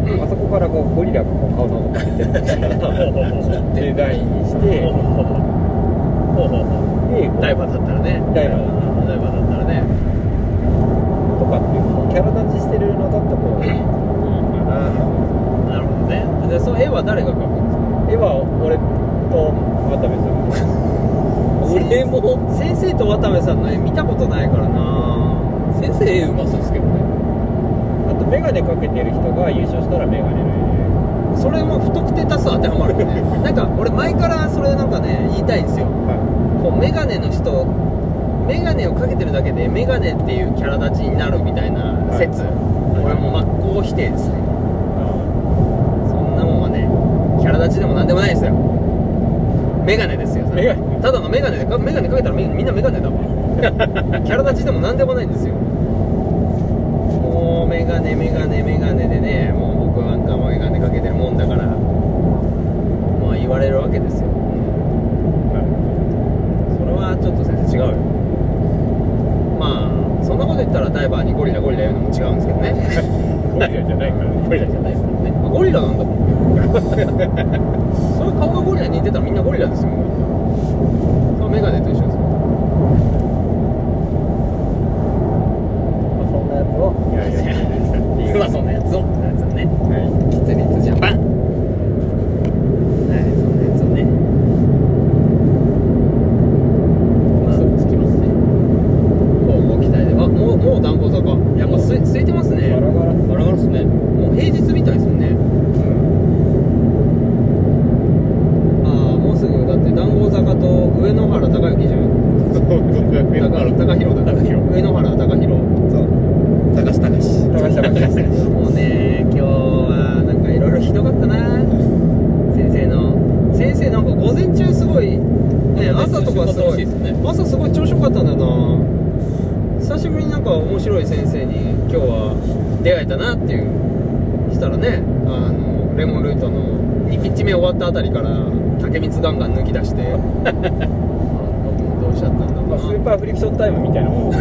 ですか、あそこからこうゴリラがこう顔の中に出てるデザインにしてでこう
ダイバーだったらね
ダイバー
ダイバーだったらね
とかっていうこうキャラ立ちしてるのだとこういいかなと思います
なるほどねでその絵は誰が描くんですか
絵は俺と渡部さん
俺も
先生と渡部さんの絵見たことないからな
先生絵うまそうですけどね
あと眼鏡かけてる人が優勝したら眼鏡の
それも不特定多数当てはまるよねなんか俺前からそれなんかね言いたいんですよ
絵は
こうメガネの人メガネをかけてるだけでメガネっていうキャラ立ちになるみたいな説、俺も真っ向否定ですね
い
そんなもんはねキャラ立ちでもなんでもないですよメガネですよそれ
メガネ
ただのメガネでかメガネかけたらみみんなメガネ だわキャラ立ちでもなんでもないんですよもうメガネメガネメガネでねもう僕なんかもメガネかけてるもんだからまあ言われるわけですよそれはちょっと先生違うよまあそんなこと言ったらダイバーにゴリラゴリラ言うのも違うんですけど ね
ゴリラじゃないからね
これじゃないですもんね
あゴリラなんだもんそれ顔がゴリラに似てたらみんなゴリラですよそれメガネと一緒ですよ
まあそんなやつをやるやつ
うまそうなやつを
やつね
はい
キツネツジャパンはいそんなやつをねまあ
つきますね
こうご期待であもうもう断交坂やっぱすい空いてますね
ガラガラ
ガラガラっすね
もう平日みたいですもんねああもうすぐだって談合坂と上野原高行じゃん
だ
高
から
高広だ高広上野原高広
そう高橋高志
高橋高橋
もうね今日はなんかいろいろひどかったな先生の先生なんか午前中すごいね朝とかすごい
調子良かったらしいですね
朝すごい調子良かったんだよな久しぶりになんか面白い先生に今日は出会えたなっていうしたらねあのレモンルートの2ピッチ目終わったあたりから竹光ガンガン抜き出 してあのどうしちゃったんだろうな
まあスーパーフリクションタイムみたいなもんそ
ス
う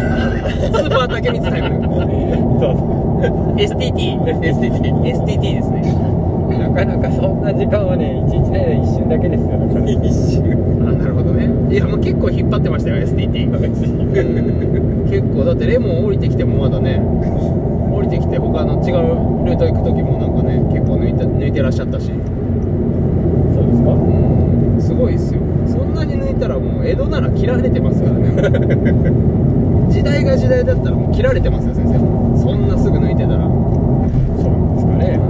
ーパー竹光タイム
そ
STT STT STT ですね
うなかなかそんな時間はね一日で一瞬だけですよだから一瞬
あなるほどねいやもう結構引っ張ってましたよ STT うん結構だってレモン降りてきてもまだね降りてきて他の違うルート行く時もなんかね結構抜いて抜いてらっしゃったし
そうですか
うんすごいっすよそんなに抜いたらもう江戸なら切られてますから ね時代が時代だったらもう切られてますよ先生そんなすぐ抜いてたら
そうなんですか ね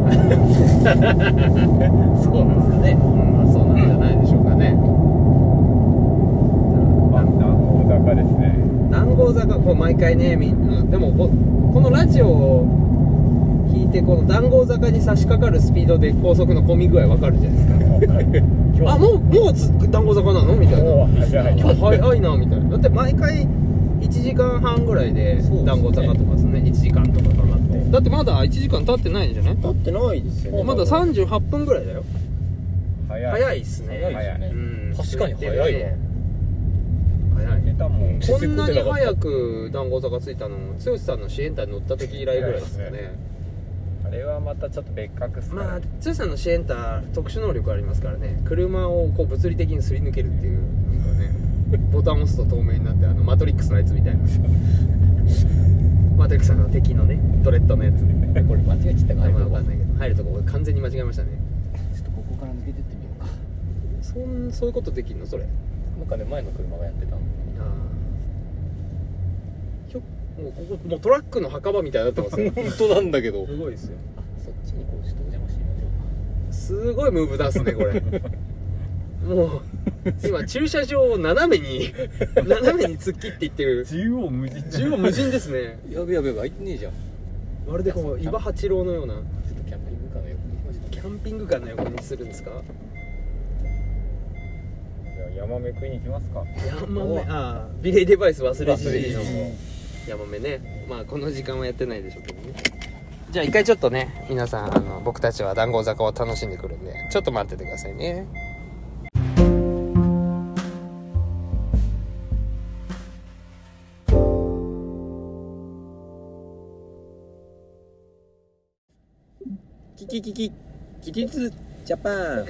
そうなんですかね、うんまあ、そうなんじゃないでしょうかね
あんな大坂ですね
談合坂こう毎回ねみんなでもここのラジオを聞いてこの談合坂に差し掛かるスピードで高速の混み具合わかるじゃないですかあもうもうつ談合坂なのみたいな
もう早い
今日早いなみたいなだって毎回1時間半ぐらいで
そうですね
談合坂とかですね1時間とかかかってだってまだ1時間経ってないんじゃない
だってないです よね
まだ38分ぐらいだよ
早
早いっすね
早いですね
うん
確かに早いわ
早い
ネタも
こんなに早く団子坂着いたの剛さんの支援隊に乗った時以来ぐらいですよね
あれはまたちょっと別格っすね
まあ剛さんの支援隊特殊能力ありますからね車をこう物理的にすり抜けるっていう なんかねボタンを押すと透明になってあのマトリックスのやつみたいなマトリックスさんの敵のねドレッドのやつ
これ間違えちゃった
あんま分かんないけど入るとこ俺完全に間違えましたね
ちょっとここから抜けてってみようか
そんそういうことできんのそれ
なんかね前の車がやってたの
あーひょもうここもうトラックの墓場みたいになってますよ
当なんだけど
すごいですよ
そっちにこうしてお邪魔してみましょ
すごいムーブ出すねこれもう今駐車場を斜めに斜めに突っ切っていってる
縦横無尽
縦横無尽ですね
うかやべやべやべ開いてねえじゃん
まるでこう伊庭八郎のような
ちょっとキャンピングカーの横に行きました
キャンピングカーの横にするんですか
ヤマメ食いに行きますか
ヤマメああビレイデバイス忘れじじいの
忘れじじい
ヤマメねまあこの時間はやってないでしょうけどねじゃあ一回ちょっとね皆さんあの僕たちは談合坂を楽しんでくるんでちょっと待っててくださいね
キキキキキキツジャパン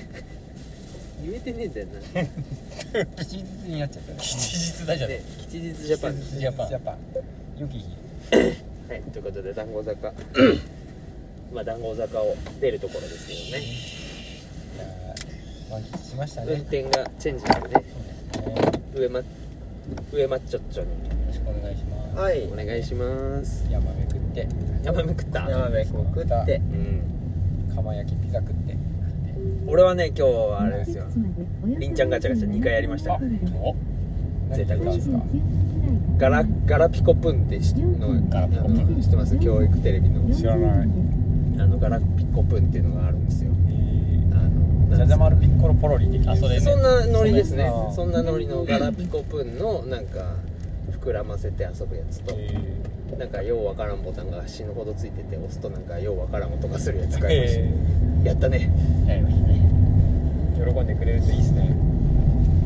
言えてねえんだよな
吉日になっちゃったね
吉日だじゃね
吉日ジャパン
吉日ジャパン
ジャパン良き日
はい、ということで談合坂まあ談合坂を出るところですけどね
いやー満喫しました
運
ね
転がチェンジなんでね
そうですねよ
上ま上マッチョッチョに
ろしくお願いします
はい
お願いします
山めくって
山めくった
山辺こう食って
うん
釜焼きピザ食って
俺はね今日はあ
あれ
れ
で
で
すす
よ
よりんちゃんガチャガチャ2回やりました
あお
贅沢
何ですか
ガ
ガ
ラ
ラ
ガラピコプンってしの
ガ
ラピコ
あの知ってます教育テレビの
知らない
あのガラピコプンっていうのがあるんですよ
えー
あの
じゃじゃ丸ピッコロポロリ的な
あそれね
そんなノリですね
そんな
そんなノリのガラピコプンのなんか膨らませて遊ぶやつと
え
なんかようわからんボタンが死ぬほどついてて押すとなんかようわからん音がするやつ
ー
買いました、
え
やったね
ーやりましたね喜んでくれるといいですね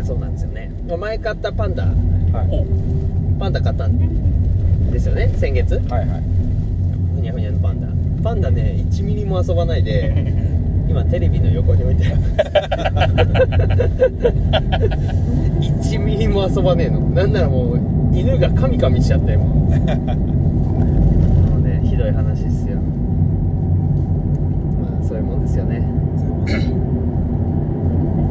そうなんですよね前買ったパンダ
はい
パンダ買ったんですよね先月
はいはい
ふにゃふにゃのパンダパンダね1ミリも遊ばない で今テレビの横に置いてある1ミリも遊ばねえのなんならもう犬がカミカミしちゃってもうもうねひどい話っすよまあそういうもんですよね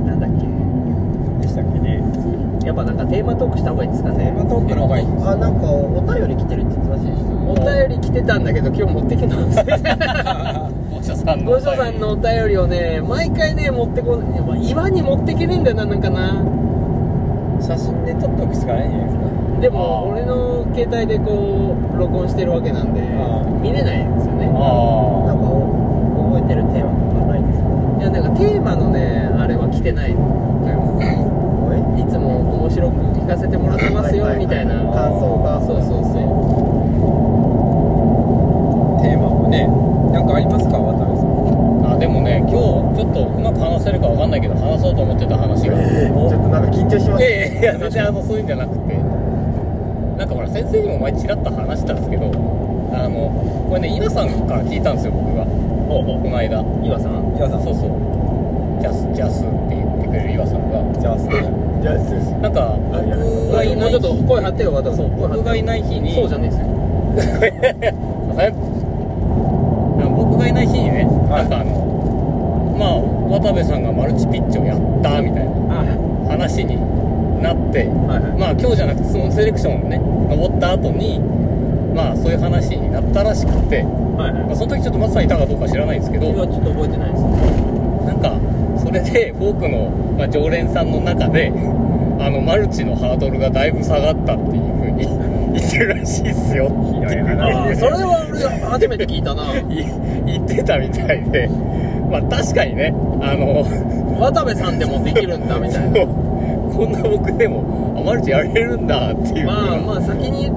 なんだっ
でしたっけね
けやっぱなんかテーマトークした方がいいんですかね
トークの方がいいです
あなんかお便り来てるって言ってませんでした
お便り来てたんだけど今日持ってきなかった
ご所さん
ご所さんのお便りをね毎回ね持ってこない岩に持ってけねえんだよななんかな
写真で撮っておくしかないんじゃないですか
で
あ
も
ー
俺の携帯でこう録音してるわけなんで
あー
見れないんですよね
なん
あ
かお覚えてるテーマとかないですか
いやなんかテーマのねあれは来てないのよ
おい
いつも面白く聞かせてもらってますよ
はいはいはい
みたいな
感想が
そうそうそ
テーマもねなんかありますか渡辺さん
ああでもね今日ちょっとうまく話せるかわかんないけど話そうと思ってた 話が
ちょっとなんか緊張しま
い
す
やいやいや全然あのそういうんじゃなくてなんかほら先生にも前ちらっと話したんですけどあのこれね稲さんから聞いたんですよ僕がこの間
う岩さん
岩さん
そうそうジャスジャスって言ってくれる岩さんが
じゃあす
じゃあす
なんか
あいや
僕
も
がいうない
ちょっと声張ってよ渡辺さ
そうん
声張
僕が
って
いない日に
そうじゃねえっすよ
すいません僕がいない日にね、
はい
なんかあのまあ渡部さんがマルチピッチをやったみたいな
あ
話になって
はいはい
まあ今日じゃなくてそのセレクションをね登った後にまあそういう話になったらしくて、ま
はいはい
あ、その時ちょっと松さんいたかどうか知らないんですけど
僕はちょっと覚えてないですね
なんかそれでフォークの、まあ、常連さんの中で あのマルチのハードルがだいぶ下がったっていうふうに 言ってるらしいっすよっていう
あーそれは俺初めて聞いたな
い言ってたみたいでまあ確かにねあの
渡部さんでもできるんだみたいな
そう こんな僕でもあマルチやれるんだっていう
まあまあ先に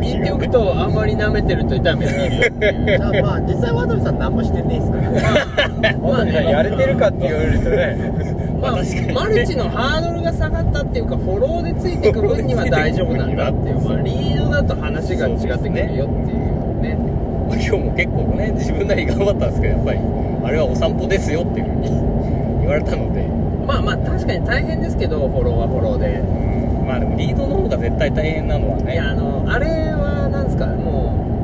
言っておくとあんまり舐めてると痛めにいるよっていう
まあ まあ実際渡辺さん何もしてねえですからね
まあね
やれてるかって言われるとね
まあ
まあ確かにね
マルチのハードルが下がったっていうかフォローでついてく分には大丈夫なんだっていうまあリードだと話が違ってくるよっていうね
まあ今日も結構ね自分なりに頑張ったんですけどやっぱりあれはお散歩ですよっていうふうに 言われたので、
まあまあ確かに大変ですけどフォローはフォローで
うん、まあでもリードの方が絶対大変なのはいね
やあのあれはなんですかも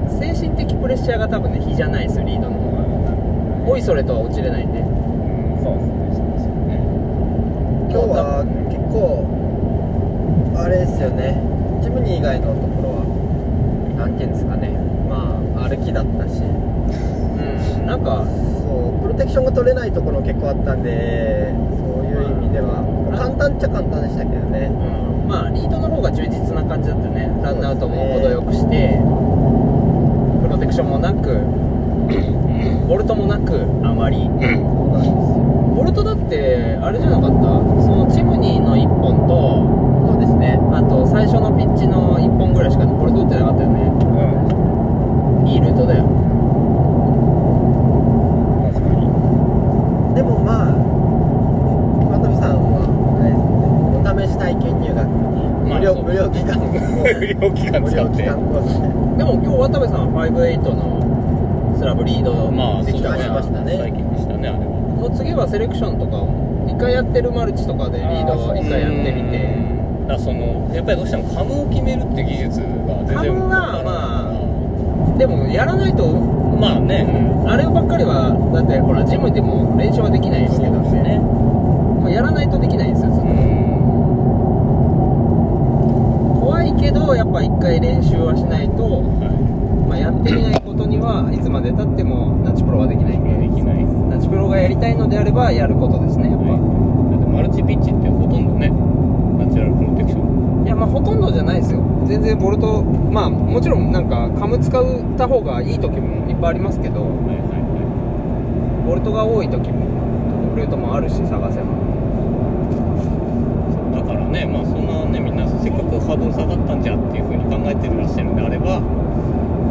う精神的プレッシャーが多分ね比じゃないですよリードの方がおいそれとは落ちれないんで
うん
そうですね
今日は結構あれですよねジムニー以外のところはなんていうんですかねまあ歩きだったし
うんなんか
そうプロテクションが取れないところ結構あったんでそういう意味では簡単っちゃ簡単でしたけどね
うんまあリードの方が充実な感じだったねランアウトも程よくしてプロテクションもな くボルトもなくあまり
そうなんですよ
ボルトだってあれじゃなかったそのチムニーの1本
そうですね
とあと最初のピッチの1本ぐらいしかボルト打ってなかったよね
うん
いいルートだよで
料期間使って
無料期間コースで
も今日渡部さんは58のスラブリード
まあ
で
そ
き
う
た
だ
か
ね
ら、
ましたね
最近でしたねあれは
その次はセレクションとかを一回やってるマルチとかでリードを一回やってみて
うんだからそのやっぱりどうしてもカムを決めるっていう技術が
カム
全然
はまでもやらないと
あまあね、
あればっかりはだってほらジムでも練習はできないわけ
そ
だ
う
か
です
ら
ね
もうやらないとできないんですよその
うん
怖いけどやっぱ一回練習はしないと、
は
まあ、やってみないことにはいつまでたってもナチプロはできないい
これできないです
ナチプロがやりたいのであればやることですねやっぱ、
はい、だってマルチピッチってほとんどねナチュラルプロテクション
い、やまあほとんどじゃないですよ全然ボルトまあもちろんなんかカム使った方がいい時もいっぱいありますけど
はいは
ボルトが多い時もルートもあるし探せば
いはいだからねまあそんなねみんなせっかくハードル下がったんじゃっていうふうに考えてるらっしゃるんであれば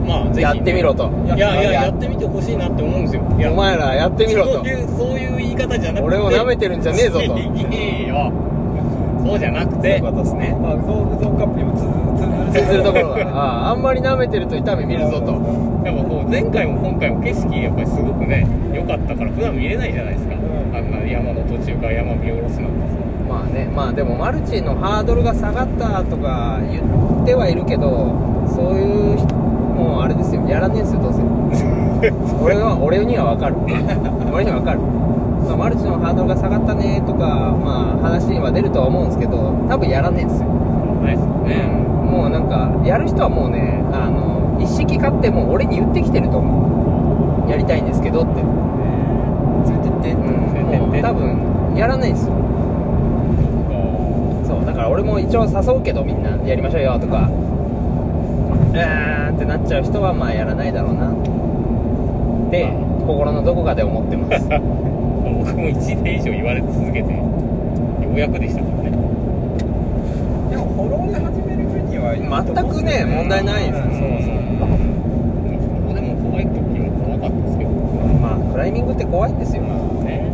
まあぜひね、
やってみろと
いやいややってみてほしいなって思うんですよいや
お前らやってみろ
そう
と
いうそういう言い方じゃなくて
俺を舐めてるんじゃねえぞと
いいよそうじゃなくて
そういうことですね
まあ、ゾウゾウカップにも通ず
通
る
ずるところがあああんまり舐めてると痛み見るぞと
やっぱこう前回も今回も景色やっぱりすごくね良かったから普段見れないじゃないですか、
ん
あんな山の途中から山見下ろすなんて さ
まあねまあでもマルチのハードルが下がったとか言ってはいるけどそういう人もうあれですよやらねえですよどうせ俺は俺には分かる俺には分かる、まあ、マルチのハードルが下がったねとかまあ話には出るとは思うんですけど多分やらねえですよ
ないですよね
もうなんかやる人はもうねあの一式買ってもう俺に言ってきてると思うやりたいんですけどって
連れてっ
うん
て
もう多分やらないんですよそうだから俺も一応誘うけどみんなやりましょうよとかうーんってなっちゃう人はまあやらないだろうなって心のどこかで思ってます
僕も1年以上言われ続けてようやくでしたからね
でもフォローで始める分にはいいと
全
思う
く
んです
ね
よ
問題ないです
そうそうここでも怖い時は怖かったですけど
まあクライミングって怖いんですよ
まあね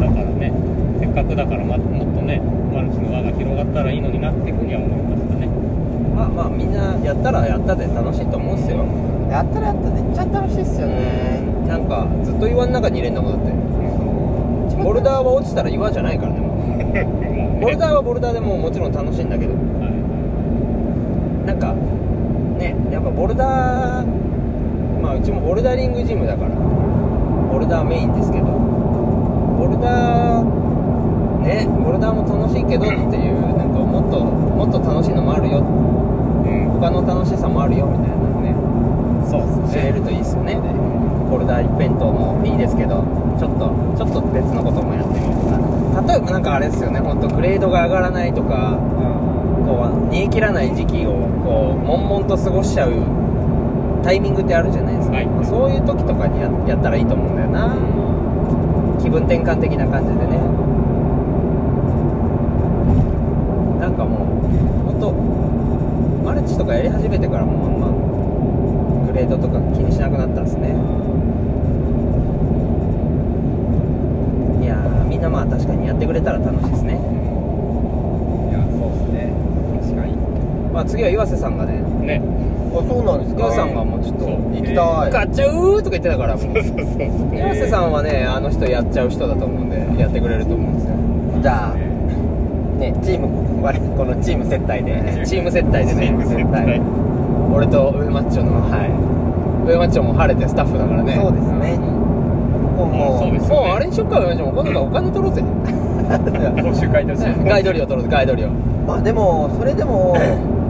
だからねせっかくだから、ま、もっとねマルチの輪が広がったらいいのになっていうふうには思いましたね
まあまあみんなやったらやったで楽しいと思うんですよ
やったらやったでめっちゃ楽しいですよね
なんかずっと岩の中に入れんだもんだってボルダーは落ちたら岩じゃないからねも うボルダーはボルダーでももちろん楽しいんだけどなんかねやっぱボルダーまあうちもボルダリングジムだからボルダーメインですけどボルダーねボルダーも楽しいけどっていうなんかもっともっと楽しいのもあるよ
うん
他の楽しさもあるよみたいなのね
そう
知れるといいですよねボルダー一辺倒もいいですけどちょっとちょっと別のこともやってみるとか例えばなんかあれですよね本当グレードが上がらないとかこう煮え切らない時期をこう悶々と過ごしちゃうタイミングってあるじゃないですか、
はい
まあそういう時とかにややったらいいと思うんだよな気分転換的な感じでねなんかもう本当マルチとかやり始めてからもうあんまグレードとか気にしなくなったんですねいやーみんなまあ確かにやってくれたら楽しいですね
いやそうですね確かに
まあ次は岩瀬さんがね
ね
あそうなんですか
岩瀬さんがもうちょっと
そう
行きたい
買っちゃうとか言ってたからもう
そうそうそう
岩瀬さんはねあの人やっちゃう人だと思うんでやってくれると思うんですよ
じゃあねチーム我々このチーム接待で
チーム接待でね
接
はい
俺と上マッチョのはい上マッチョも晴れてスタッフだからね
そうですねもう
あそう
も
で
う
す
もうあれにしよっか上マッチョも今度からお金取ろうぜ
講習会として
ガイド料取ろうぜガイド料
まあでもそれでも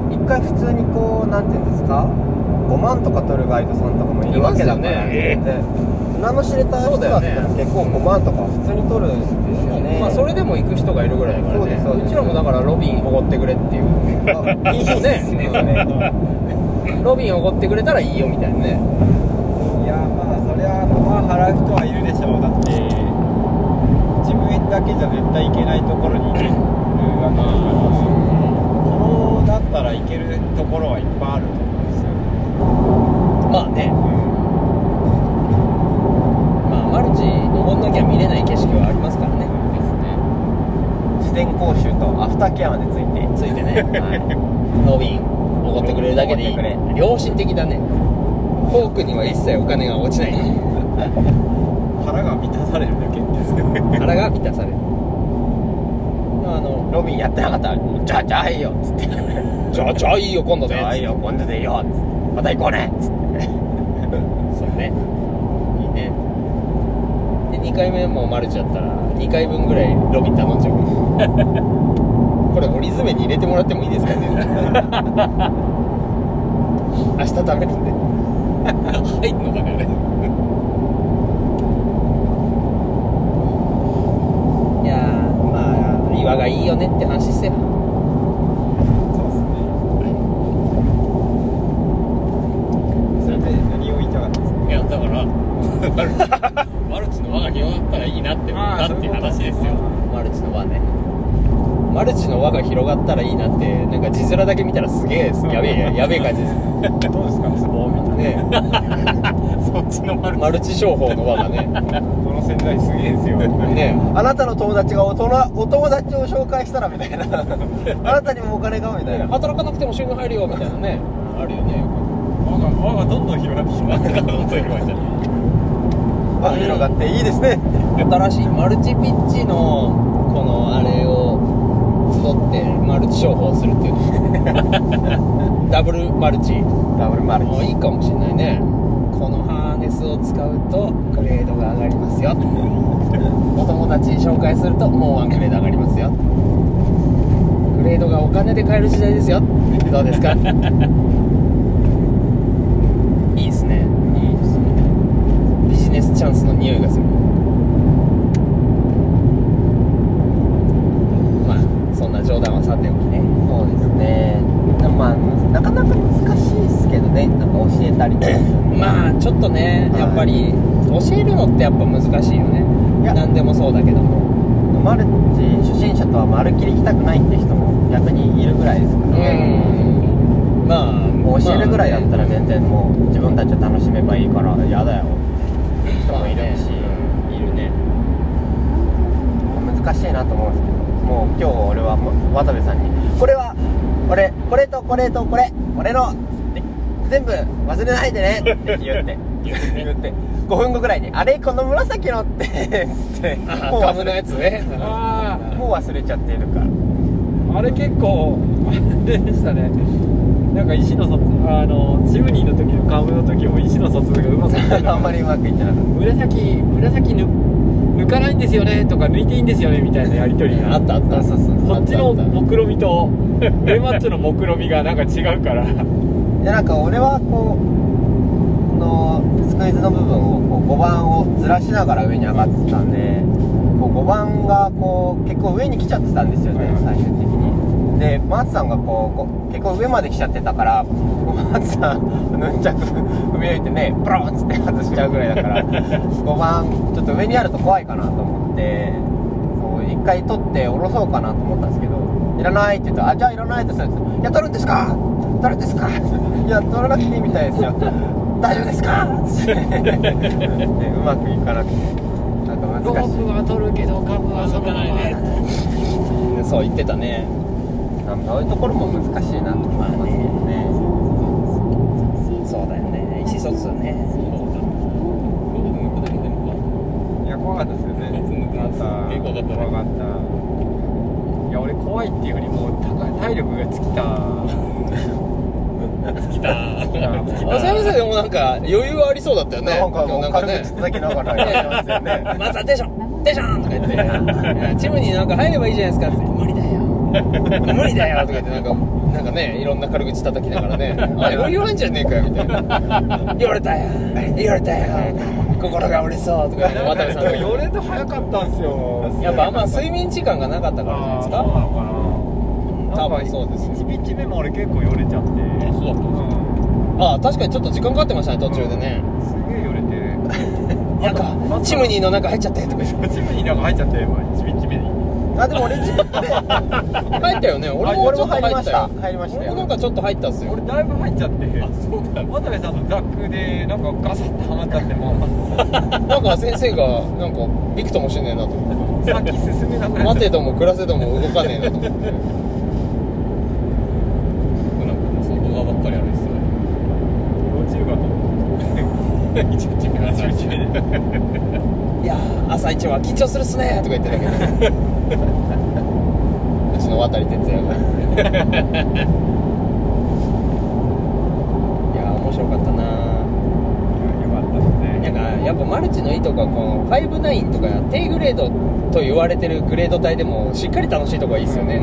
一回普通にこうなんていうんですか5万とか取るガイドさんとかもいるわけだから
います
よね
で名の知れた人だった
そ
ら
うだよね
結構5万とか普通に取るんですよね
まあそれでも行く人がいるぐらいだから
そうで
ね
すそうです
うちらもだからロビンおごってくれっていう
あいいですね
ねロビンおごってくれたらいいよみたいなね
いやまあそりゃまあ払う人はいるでしょうだって自分だけじゃ絶対行けないところに行けるわけだからそうだったら行けるところはいっぱいあると思うんですよ
まあねまあマルチ登んなきゃ見れない景色はありますからね
事前講習とアフターケアまでついて
ついてねはいノビンおごってくれるだけでいい
おごってく
良心的だねフォークには一切お金が落ちない
腹が満たされるだけですけど
腹が満たされるあの
ロビンやってなかったら「じゃあじゃあいいよ」っつって
「じゃあじゃあいいよ今
「
度
じ
で」
ゃあいいよ今度でいいよ」っつって「また行こうね」っつって
そうねいいねで2回目もマルチだったら2回分ぐらいロビン頼ん じゃうこれ折り詰めに入れてもらってもいいですか ね明日食べるんで
入んのかねあれ
いやーまあ岩がいいよねって話して
そうですねそれで何を言いたかったんですか
いやだから マルチマルチの輪が広がったらいいなって思ったっていう話ですよ
マルチの輪ねマルチの輪が広がったらいいなってなんか字面だけ見たらすげえですやべえややべえ感じです
どうですかツボみたいな
ね
そっちのマルチ
マルチ商法の輪が ね
この仙台すげえですよ
ね
あなたの友達がおとらお友達を紹介したらみたい なあなたにもお金がみたいな
働かなくても収入入るよみたいなねあるよね
輪が輪がどんどん広がってきま
なんかそういうわけじゃない
あ広がっていいですね
新しいマルチピッチのこのあれを集ってマルチ商法するっ ていうダブルマルチ
ダブルマルチ
もういいかもしれないねこのハーネスを使うとグレードが上がります よお友達に紹介するともうワングレード上がりますよグレードがお金で買える時代ですよどうです かいいですねいいですねビジネスチャンスの匂いがするまあそんな冗談はさておきね
そうですねでもまあなかなか難しいですけどねなんか教えたりとかするの
まあちょっとね
はい
やっぱり教えるのってやっぱ難しいよね
いや
何でもそうだけども
マルチ初心者とはまるっきり行きたくないって人も逆にいるぐらいですからね、
んまあ
もう教えるぐらいだった
ら
ら全然もう自分たちを楽しめばいいから嫌だよって人もいるし、
いるね
難しいなと思うんですけどもう今日俺はもう渡部さんに「これは俺これとこれとこれ俺の」って全部忘れないでねって 言って言って5分後ぐらいに「あれこの紫の」ってつって
あ
もう
ガム
忘
のや
れ
つね
あ
もう忘れちゃっているから。
ああれ結構あれでしたねなんか石の卒あのチムニーの時の株の時も石の卒がうまくいった
あんまりうまくいってなかっ
紫紫ぬ抜かないんですよねとか抜いていいんですよねみたいなやり取りが
あったあったそうそう
こっちの目論みとレマッチョの目論みがなんか違うから
たでなんか俺はこうこのスクイズの部分をこう5番をずらしながら上に上がってたんでこう5番がこう結構上に来ちゃってたんですよね最終的にで松さんがこうこう結構上まで来ちゃってたからこう松さん ヌンチャク踏み抜いてねプロンっつって外しちゃうぐらいだから5番ちょっと上にあると怖いかなと思ってそう一回取って下ろそうかなと思ったんですけど「いらない」って言ったら「あじゃあいらないです」って言ったらいや取るんですか取るんですか?」いや取らなくていいみたいですよ」「大丈夫ですか?」ってねうまくいかなくてなんか難しい
は取るけど株は取らないね
そう言ってたね
なんかそういうところも難しいなと思いますけどね
そうだよね意思疎通ね
いや怖かったですよね
怖かった
結構怖かった
怖か
いや俺怖いっていうよりも高体力が尽きた
来たー来た
浅見
ー
さんでもなんか余裕ありそうだったよね
なんかも
な
うん
か
軽
ね
口叩きながらやってますよね
「まずはテンションテンション!」とか言っていや「チームになんか入ればいいじゃないですか」って「無理だよ無理だよ」とか言ってなんかなんかねいろんな軽口叩きながらね「あれ余裕あんじゃねえかよ」みたいな「言われたよ言われたよ心が折れそう」とか言って渡部さん
4
が
年度早かったんですよ
やっぱあんま
そう
睡眠時間がなかったからじゃないですか
のかな
多分そうですよ
1ピッチ目も俺結構よれちゃって
あそうだったんです
ああ確かにちょっと時間かかってましたね途中でね
うんすげえよれ
「
て
なんかチムニーの中入っちゃって」とか言って
チムニーなんか入っちゃって1ピッチ目に
あでも 俺自分で
入ったよね俺も
俺
ちょ
も
っと
入り
入
ま
っ
したた
よ
入りました
俺
よ
もなんかちょっと入ったっすよ
俺だいぶ入っちゃって
あそうだ
渡部さんのザックでなんかガサッてはまっちゃってもう
なんか先生がなんかびくともしねえな と思って
先進めなくなっちゃっ
待てども暮らせども動かねえなと思って
1
1日目
日目で
いやー朝一は緊張するっすね
とか言ってる だけでうちの渡哲也
い
が
やー面白かったな
よかったです
な
ね
んかやっぱマルチのいいとこはこの59とか低グレードと言われてるグレード帯でもしっかり楽しいとこがいいですよね、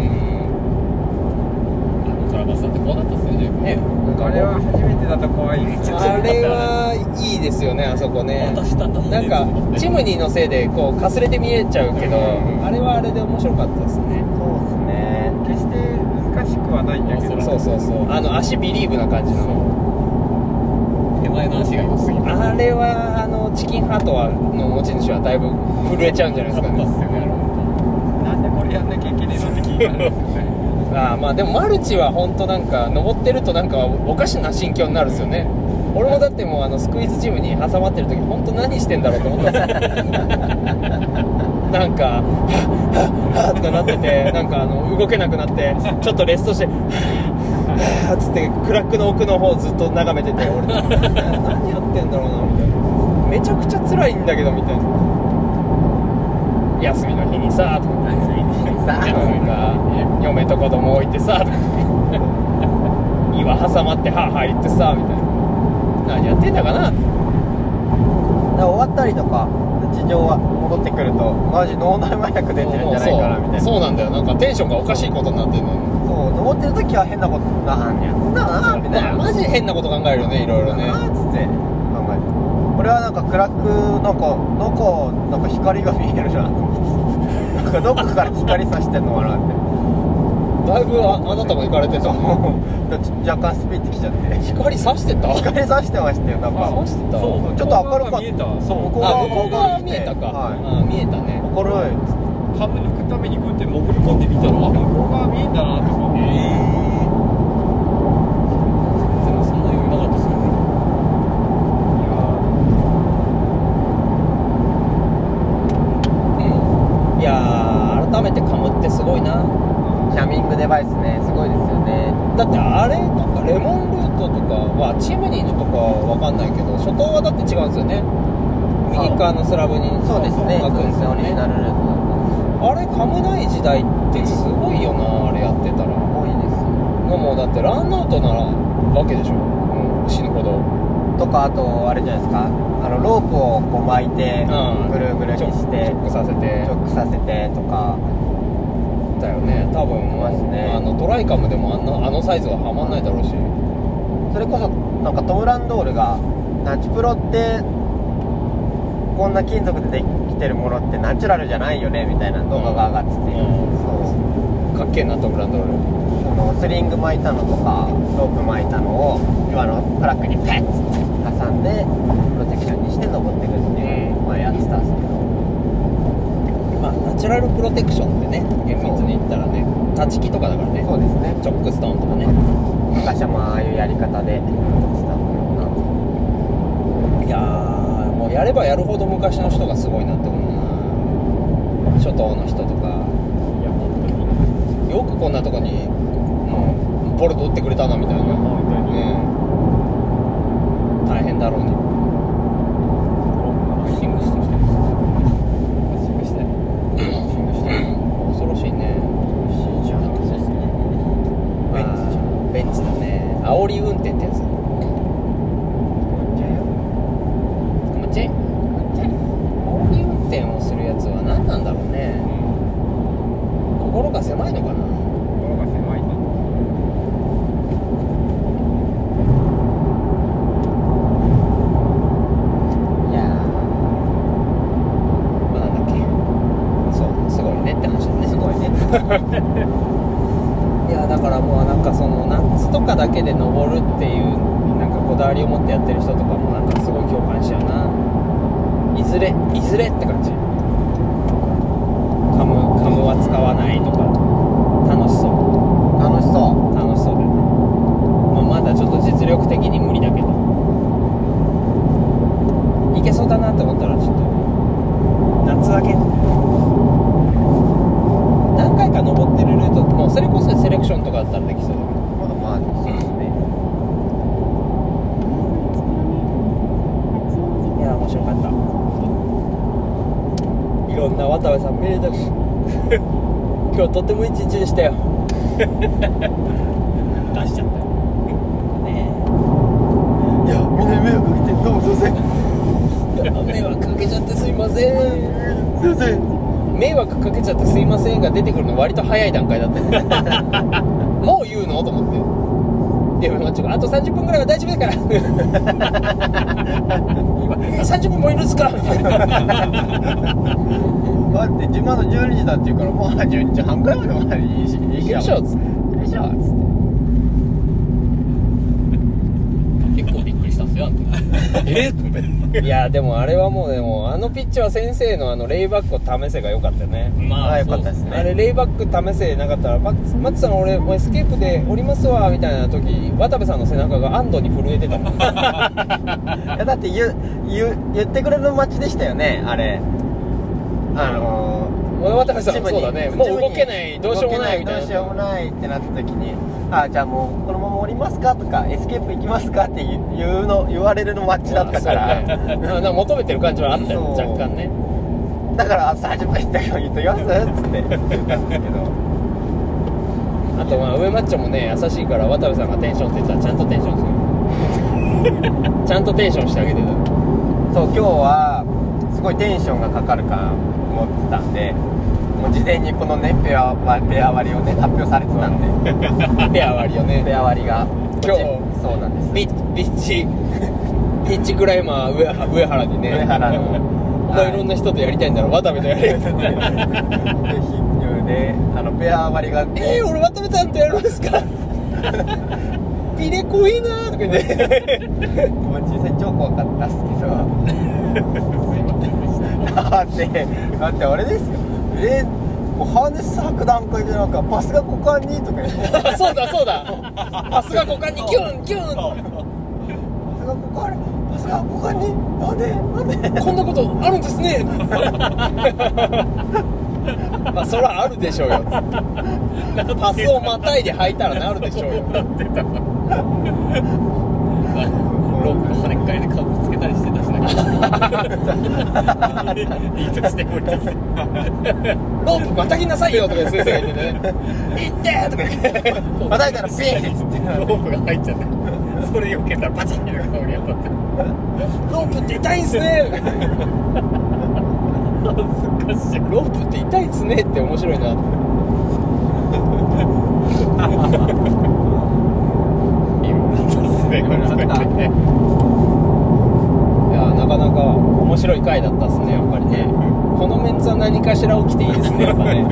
あのトラバスだってこうなったっすね十分
ねなんか
あれは初めてだと怖いです
あれはいいですよねあそこね
渡したんだもん
なんかチムニーのせいでこうかすれて見えちゃうけど、
うん
あれはあれで面白かったですね
そうで
決
すね
して難しくはないんだけど
そうそうそうあの足ビリーブな感じの
手前の足が良すぎて
あれはあのチキンハートはの持ち主はだいぶ震えちゃうんじゃないです
勝
か
ったっ
ね
すよねあれ
な
本
んでこれやんなきゃいけねえのって聞いたんですよね
ああまあでもマルチは本当なんか登ってるとなんかおかしな心境になるんですよね俺もだってもうあのスクイーズジムに挟まってる時本当何してんだろうと思ったん ですよなんか「はっはっはっ」とかなっててなんかあの動けなくなってちょっとレストして「はっはっ」つってクラックの奥の方ずっと眺めてて俺何やってんだろうなみたいなめちゃくちゃ辛いんだけどみたいな休みの日にさとか
さあ
なんか嫁と子供置いてさ 岩挟まって歯入ってさみたいな何やってんだかな
終わったりとか地上は戻ってくるとマジ脳内麻薬出てるんじゃないかなみたいなそ
そうそ
う
うなんだよなんかテンションがおかしいことになってんのよ
登ってる時は変なことなんやつだなみたいな
マジ変なこと考えるよねいろいろね
あーっつって考えて俺はなんか暗くなんかどこなんか光が見えるなと思ってなんかどこから光さしてんのかなって
だいぶああなたも行かれてたもん
もうちょっと若干スピってきちゃ って
光さしてた
光さしてましたよなんか
さしてた
そう
ちょっと明るかった
見えたそう
向こう
あ
側
向こう側見えたか、
はい
あ見えたね
明るい
ハブ抜くためにこうやって潜り込んでみたらあ向こう側見えんだなとかね
当でもそんな余裕なかったっすよね
いや
いやー改めてカムってすごいな
キャミングデバイスねすごいですよね
だってあれとかレモンルートとかはチムニーのとかは分かんないけど初頭はだって違うんですよね右側のスラブに
そうですね
書
そう
くん
で
です
すね
よ
オリジ
ね
ナルルート
あれ噛むない時代ってすごいよなあれやってたらも
多いですよ
うだってランアウトならわけでしょ、うん、死ぬほど
とかあとあれじゃないですかあのロープをこう巻いて
うん
ぐるぐるにして
チョックさせて
チョックさせてとか
だよね多分
そうですね
あのトライカムでもあんなあのサイズははまんないだろうし
それこそなんかトムランドールがナチプロってこんな金属でできてるものってナチュラルじゃないよねみたいな動画が上がってて、
うん
そう
かっけえなトムランドール
そのスリング巻いたのとかロープ巻いたのを今のトラックにペッつって挟んでプロテクションにして登ってくっていうのを前やってたんですけど
まあナチュラルプロテクションってね厳密に言ったらね立ち木とかだからね
そうですね
チョックストーンとかね
昔はまあああいうやり方でやってたの
いやーもうやればやるほど昔の人がすごいなって思うな初頭の人とか
ーいや本当に
よくこんなとこにもうボルト打ってくれたなみたいな、ね
本当
え、
に
大変だろうね
パッシングしてきてます
パッシングして
パッシングして
恐ろしいねベ
な
ンツじゃんベンツだね煽り運転ってやつ捕まっちゃえ煽り運転をするやつは何なんだろうね心が狭いのかな
心が狭いな
うんいやー
まあ、なんだっけそうすごいねって話だねすごいね いやだからもうなんかその夏とかだけで登るっていうなんかこだわりを持ってやってる人とかもなんかすごい共感しちゃうないずれいずれって感じカムカムは使わないとか楽しそう
楽しそ
楽しそうだよね、まあ、まだちょっと実力的に無理だけどいけそうだなって思ったらちょっと夏だけ何回か登ってるルートもうそれこそセレクションとかだったらできそうだけ
うまだまあそうですね
1キロメートル先八王
ろんな渡部さん見れたし 今日とってもいい一日で したよ
出し ちゃったよ
いやみんなに迷惑かけてどうもすいません
迷惑かけちゃってすいません
すいません
迷惑かけちゃってすいませんが出てくるの割と早い段階だったよもう言うのと思ってでもちょっとあと30分ぐらいは大丈夫だから今30分もいるんですか
だって自慢の12時だって言うからまあ12時半くらいまでまだいいしいい
いるでしょっつって
いいでしょっつって
結構びっくりしたっすよあんたえっと思って
いやでもあれはもうでもあのピッチは先生のあのレイバックを試せが良かったよね
ま
あ
あ
よかったです
あれ
ね
レイバック試せなかったら「マッツマッツさん俺もうエスケープで降りますわ」みたいな時渡部さんの背中が安堵に震えてた もん
いやだって言う言う言ってくれる街でしたよねあれあのー
俺渡部さん
ジム
も
に
そうだねもう動けないどうしようもないみたいな
動けどうしようもないってなった時にあじゃあもうこのまま降りますかとかエスケープ行きますかって言う言うの言われるのマッチだったから、
そうね うんなんか求めてる感じはあったよ
そう
若干ね
だからあ30分行ったから言っときますっつって言ったんですけど
あとまあ上マッチョもね優しいから渡部さんがテンションって言ったらちゃんとテンション するちゃんとテンションしてあげてた
そう今日はすごいテンションがかかるか思ってたんでもう事前にこのねペアペア割りをね発表されてたんで
ペア割りよね
ペア割りが
今日
そうなんです
ビッビッチビッチクライマー上原上原にね
上原の
お前いろんな人とやりたいんだろ渡部とやりたいんだろ
でひであのペア割りが
えー、俺渡部さんとやるんです かピレコいいなーとか言って
もう実際超怖かったっすけどだってだってあれですよえもうハーネス履く段階でなんかパスが股間にとか言ってパ
あ そうだそうだパスが股間にキュンキュン
スが股間にパスが股間になんでなんで
こんなことあるんですね まあそらあるでしょうよパスをまたいで履いたらなるでしょうよ
ロープの跳ねっ返りでかぶつけたりしてたしなリートして降りてきて
ロープまたぎなさいよとか先生が言ってね 行ってとか言って
またいたらピーンっつって
ロープが入っちゃってそれ避けたらパチンって顔に当たって
ロープって痛いんすね
おかしい
ロープって痛いっすねって面白いな
ですねこれ使ってね
いやなかなか面白い回だったっすねやっぱりねこのメンツは何かしら起きていいですねやっぱ ね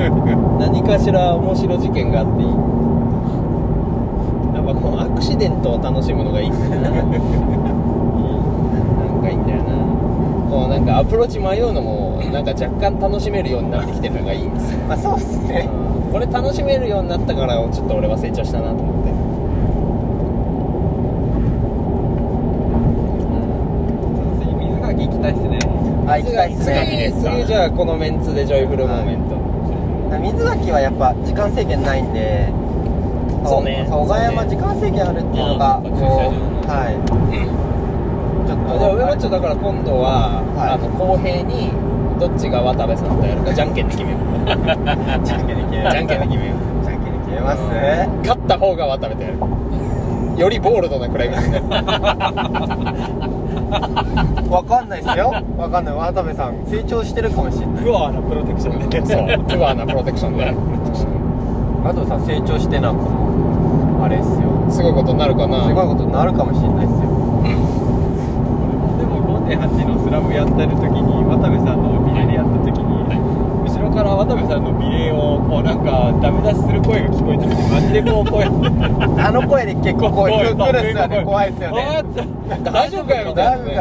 何かしら面白事件があっていいやっぱこのアクシデントを楽しむのがいいっす ねなんかいいんだよなこうなんかアプローチ迷うのもなんか若干楽しめるようになってきてるのがいいんですよ
まあそうっすね
これ楽しめるようになったからちょっと俺は成長したなと思って
水が激たいっすね
あ行きたいっすね
次次じゃあこのメンツでジョイフルモーメント、
水垣はやっぱ時間制限ないんで
そうね
小川山時間制限あるっていうのが
あー
こ
そうっか
はい ちょっ
あ
と
じゃあ上マッチョだから今度は、
はい
あの公平にどっちが渡部さんとやるかじゃんけんで決めよう
じゃんけんで決め
じゃんけんで決めよう
じゃんけんで決めます
勝った方が渡部とやるよりボールドなくらいですね
わかんないですよわかんない渡部さん成長してるかもしれない
不アなプロテクションで
そうプアなプロテクションで
渡部さん成長してなんかもうあれっすよ
すごいことになるかな
すごいことになるかもしれないっすよ
でも5.8のスラムやってる時に渡部さんのビレでやった時に、後ろから渡部さんのビレをこうなんかダメ出しする声が聞こえてきてマジでこうこうやって
あの声で結構こう来るっすよね怖いっすよ
あ
ね
ーって
大丈夫かよみたい
だ
な
いぶ
ね、
か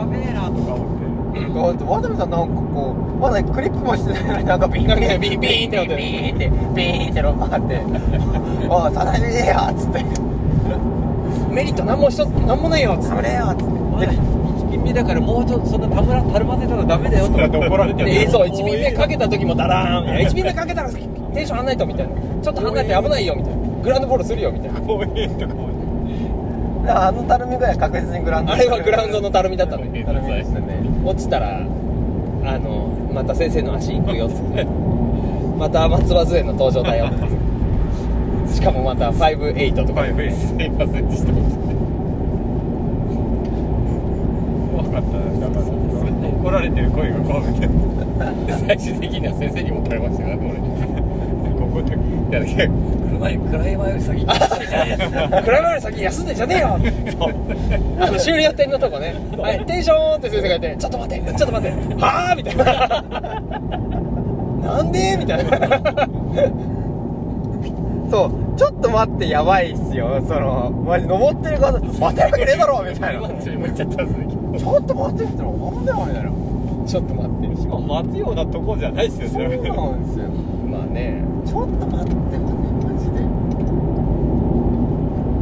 やべえなとか思って
こう渡部さんなんかこうまだクリップもしてないのになんかビン
なんか
ビ
ね
ン
ビンビンってなってる
ビーンってビーンってロッパーって「おい正しいよ」っつって
メリット何もしと何もないよ
「
つっ
サムれよ」っつって
まだ1ピン目だからもうちょっとそんなたむらたるませたらダメだよとかって怒られ
て
て
でそう1ピン目かけた時もダラーンいや1ピン目かけたらテンション上がんないとみたいなちょっと離れて危ないよみたいなグラウンドボールするよみたいな
怖えとか思っ
だからあのたるみぐらいは確実にグラウンド
あれはグラウンドのたるみだったね
ごめん
た
な
る
さ
みで
い
したね
落ちたらあのまた先生の足行くよってまた松葉杖の登場だよってしかもまた58とか
はい、すいませんでした。怖かったな、だから、怒られてる声が怖くて。最終的には先生に怒られましたから、これ。ここだけ、だけ、車に、暗い前より先に。
暗がり先に休んでんじゃねえよあの修理屋店のとこね「はい、テンション!」って先生が言って「ちょっと待ってちょっと待ってはあ?」みたいな「なんで?」みたいな
そうちょっと待ってやばいっすよそのマジ登ってる方待てるわけねえだろみた いな
ちょっちゃったんですね。
ちょっと待ってみたらなんだよみたいな
ちょっと待って
しかも待つようなとこじゃないですよ、
そうなんですよ
まあね
ちょっと待って待ってマジで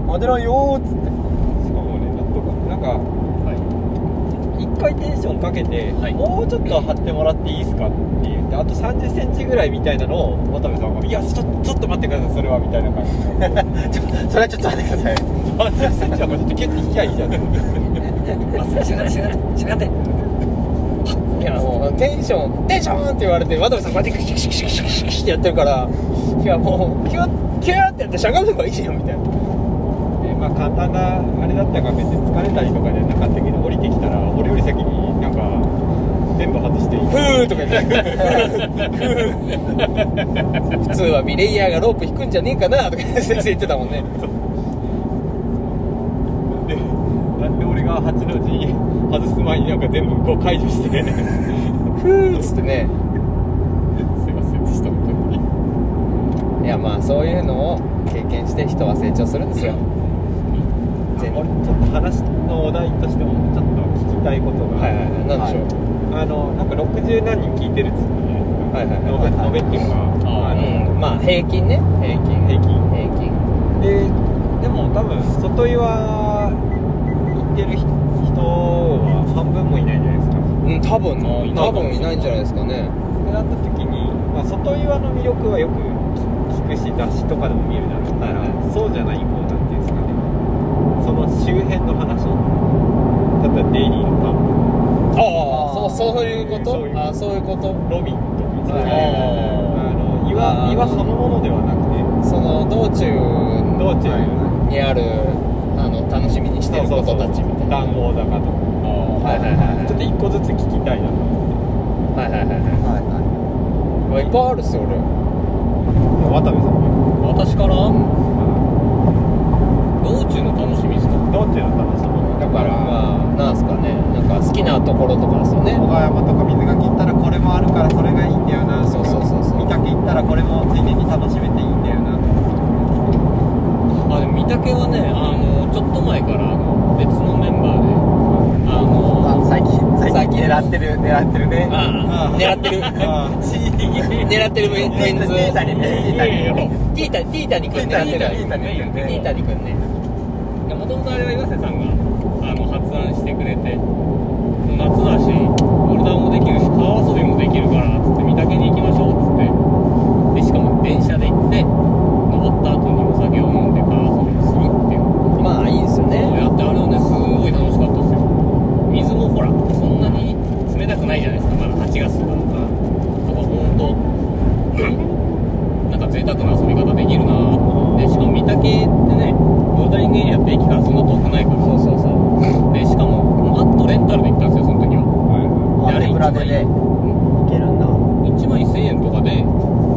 待てないよーっつって
しかもねなんとかなんか一回テンションかけて、
はい
もうちょっと張ってもらっていいですかって言ってあと3 0センチぐらいみたいなのを渡部さんが「いやちょちょっと待ってくださいそれは」みたいな感じで
それはちょっと待ってください
3 0センチはもうちょっとキュッて引きゃいいじゃん
しゃがれ、しゃがれ、しゃがれ。
いやもうテンションテンションって言われて渡部さんこうやってクシクシクシクシクシクシってやってるからいやもうキュッキュッってやってしゃがめばいいじゃんみたいな
でまあ簡単なあれだったから別に疲れたりとかじゃなかったけど降りてきたら俺より先になんか全部外していい
「ふー」とか言って「ふー」普通はビレイヤーがロープ引くんじゃねえかなとか先生言ってたもんね
でなんで俺が8のうちに外す前になんか全部こう解除してすい
「ふー」っつってね
ませんでした本当に
いやまあそういうのを経験して人は成長するんですよ全
俺ちょっと話のお題としてもちょっと聞きたいことが、
はいはいはい何でしょう
あのなんか60何人聞いてるっつってたじゃないですか
はいはいはい
ノベノベっていうか
あ
あの
うんまあ平均ね平均
平均
平均
ででも多分外岩行ってる人は半分もいないじゃないですか
うん多分
あいない
多分いないんじゃないですかね
ってなった時に、まあ、外岩の魅力はよく聞くし雑誌とかでも見るだろうから、
はいは
そうじゃない方なんていうんですかねその周辺の話例えばデイリーと
あ
か
あそうそういうこ
そう
と
いう
あそういうこと
ロビンとかそう
はいいうはいはい
あ
あ
の岩
ー
岩そのものではなくて
その道中
道中
にあるあの楽しみにしてることたちみたいな
談合坂とか
はいはいはいはい
ちょっと一個ずつ聞きたいなと
はいはいはいはい
はいはい
いっぱいあるっすよ俺
渡部さんも
私から。道中の楽しみですか。
道中の楽しみ
だからまあなんすかねなんか好きなところとかですよね
小川山とか水が切ったらこれもあるからそれがいいんだよな
そうそうそうそう
三宅行ったらこれもついでに楽しめていいんだよな
あでも御嶽はねあのちょっと前からあの別のメンバーであの
最近
最近
狙ってる狙ってるね
あ
狙ってる 狙ってるメン
テ
ズ
ータにねテータに
ティータティータにく
テ
んね
ータ
ティ
に
ータティータに
テータに
くんね
もともとあれは岩瀬さんがあの発案してくれて夏だしボルダーもできるし川遊びもできるからつって御嶽に行きましょうっつってでしかも電車で行って登った後にお酒を飲んで川遊びをするっていう
まあいいですよね
やってあれはねすごい楽しかったですよ水もほらそんなに冷たくないじゃないですかまだ8月とかだからだからほんとなんか贅沢な遊び方できるなぁでしかも御嶽ってねボルダリングエリアって駅からそんな遠くないからそうそうそうでしかもマットレンタルで行ったんですよその時はあれ
手ぶらでねいけるんだ
1枚1000円とかで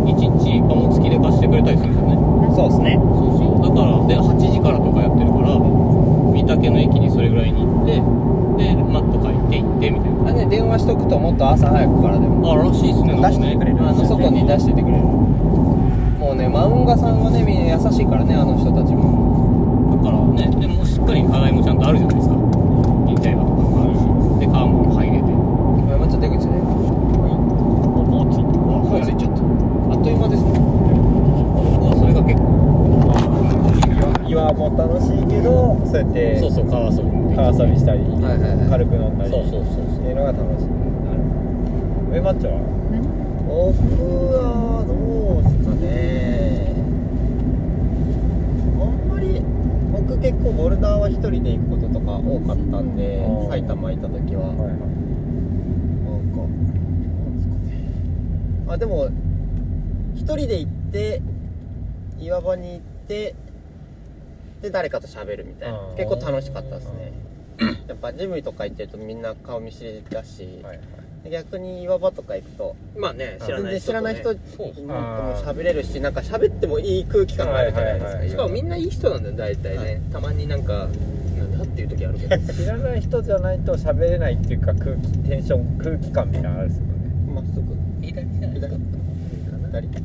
1日パン付きで貸してくれたりするんですよね
そうですね
そうそうだからで8時からとかやってるから御嶽の駅にそれぐらいに行ってでマット借りて行ってみたいな
あれね電話しとくともっと朝早くからでも
あらしいっすねなんか
出して
ね
くれる
あの外に出しててくれるもうねマウンガさんはねみんな優しいからねあの人たちも
だからねでもしっかり課題もちゃんとあるじゃないですか忍者岩とかもあるしで川も入れて
まあちょっと出口ね
もうちょっと
もう着いちゃったあっという間ですね
僕はそれが結構
岩も楽しいけどそうやって
そうそう川遊びもできて
川遊びしたり、
はいはいはい
軽く飲んだり
そうそうそう
っ
そう
ていうのが楽しい上マッチョは
僕はどうですかねあんまり僕結構ボルダーは一人で行くこととか多かったんで
うん
埼玉行った時はなんかまあでも一人で行って岩場に行ってで誰かと喋るみたいな
うん
結構楽しかったですねやっぱジムとか行ってるとみんな顔見知りだし、
はいはい
で逆に岩場とか行くと
まあね知ら
全
ない
然
人
知らない人
と
と
ね
も
ね
喋れるしなんか喋ってもいい空気感があるじゃないで
は
す
い
か
はいはい
しかもみんないい人なんだよ大体ね、
はい
たまになんかなんだっていう時あるけど
知らない人じゃないと喋れないっていうか空気テンション空気感みたいなのあるんですよね
まっすぐ
左じゃない
左左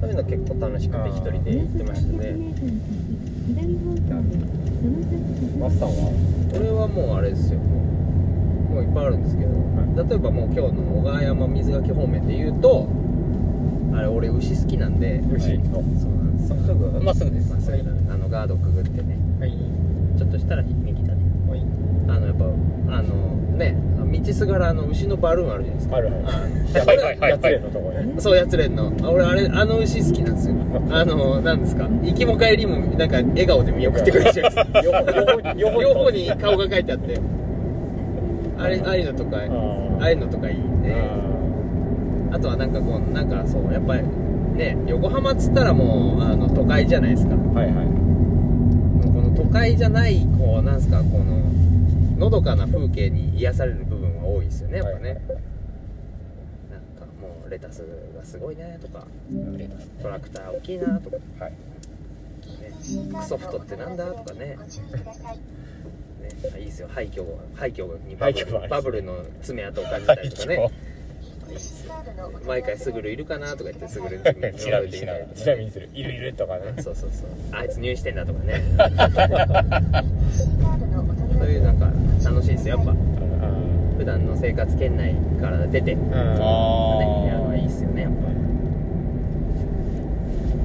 そういうの結構楽しくて一人で行ってましたね
マスさんは
これはもうあれですよもういっぱいあるんですけど、例えばもう今日の小川山水垣方面で言うとあれ俺牛好きなんで
牛の
そうなんです
すぐ
まっすぐです
まあそういうのあのガードくぐってね
はい
ちょっとしたら右だね
はい
あのやっぱあのね道すがらの牛のバルーンあるじゃないですか
あるあ
あの
る
はいはいはいはい
やつれのところに
そうやつれんのあ俺あれあの牛好きなんですよあのなんですか行きも帰りもなんか笑顔で見送ってくれるじゃないですか
両方両方
両方に顔が書いてあってあれああいうのとかああいうのとかいいねあとはなんかこうなんかそうやっぱりね横浜っつったらもうあの都会じゃないですかも
はいはいう
この都会じゃないこうなんですかこののどかな風景に癒される部分は多いですよねやっぱね、なんかもうレタスがすごいねとかトラクター大きいなとか、ね、
はい
クソ太ってなんだとかねねいいですよ廃墟廃墟にバブ
廃墟は
ル
あり
バブルの爪痕を感じたりとか
はい
ね毎回スグルいるかなとか言ってスグル
今日
に
チラ見
て
し
み
な
た
が
りと
らチ
か
ラ
ね
見するいるいるとかね
そうそうそうあいつ入院してんだとかねそういうなんか楽しいですよやっぱ
うん
普段の生活圏内から出てねやるのはいいっすよねやっ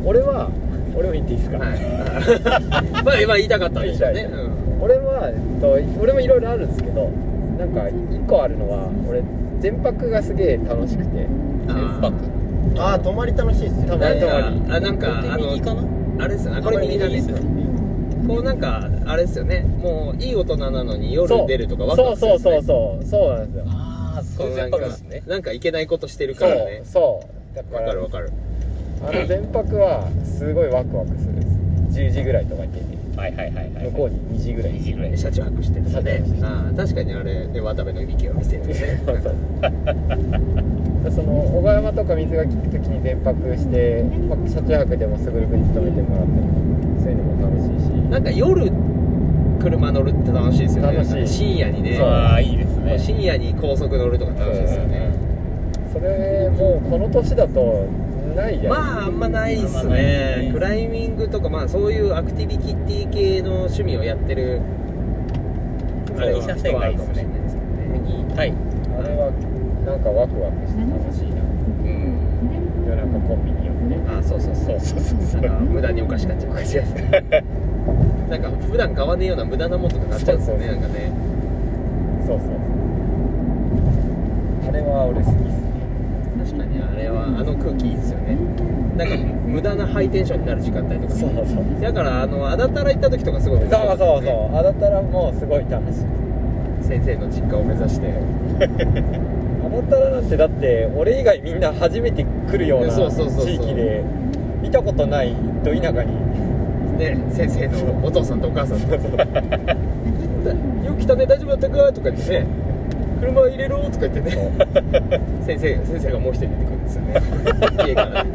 俺は俺も言っていいです
ぱ
か、
はいまあ今言いたかったんでしょうね
言いたい
うん
俺は、えっと、俺もいろいろあるんですけどなんか一個あるのは俺全泊がすげえ楽しくて
あ
バッ
ー
ク
ああ泊まり楽しいっすよ
泊まり
ね
泊まり
あなんかあの
右かな
あれですよねこれ右なんですよこうなんかあれですよねもういい大人なのに夜出るとかワク
そ
ワ
う
クする
そうそう
う
そうそうなんですよ
ああそうい
な
う全
ん
泊
か
ですね
なんかいけないことしてる
そ
から
う
ね
そうだか
わからるわかる
あの全泊はすごいワクワクするんです10時ぐらいとかに出て
はいはいはい
向
は
こうに2時 ぐらい
右ぐらい
車中泊してる
車中
ね
泊してる
あー確かにあれで渡部の響きを見せるね
そうそうその小川山とか水がきく時に全泊して、まあ、車中泊でもすぐるぶに勤めてもらったりそういうのも楽しいし
なんか夜車乗るって楽しいですよね
楽しい
深夜にね
そう
ああいいですね
深夜に高速乗るとか楽しいですよね
それもうこの年だとないじゃない
まああんまないっ
あ
す
んまない
ね
ね
クライミングとかまあそういうアクティビティ系の趣味をやってる
あれ二車線がいいっすね
人はあるかもしれないですけどね
はい
あれはなんかワクワクして楽しいな
うん
夜中コンビニ寄ってね
あそうそうそう
そうそう
なんか無駄におかしかっちゃう感じですねなんか普段買わねえような無駄なもんとか買っちゃうんですよね
そ
な
うん
かね
そうそうあれは俺好きっす
確
ね
かにあれはあの空気いいですよねなんか無駄なハイテンションになる時間帯とか
そう
ね
そうそう
だからあのあだたら行った時とかすごい面白かった
そう
ですね
そうあだたらもうすごい楽しい
先生の実家を目指して
あだたらなんてだって俺以外みんな初めて来るような
そうそうそうそう
地域で見たことないど田舎に
ね先生のお父さんとお母さんと 「よく来たね大丈夫だったか?」とか言ってね「車入れろ」とか言ってね先生先生がもう一人出てくるんですよね家から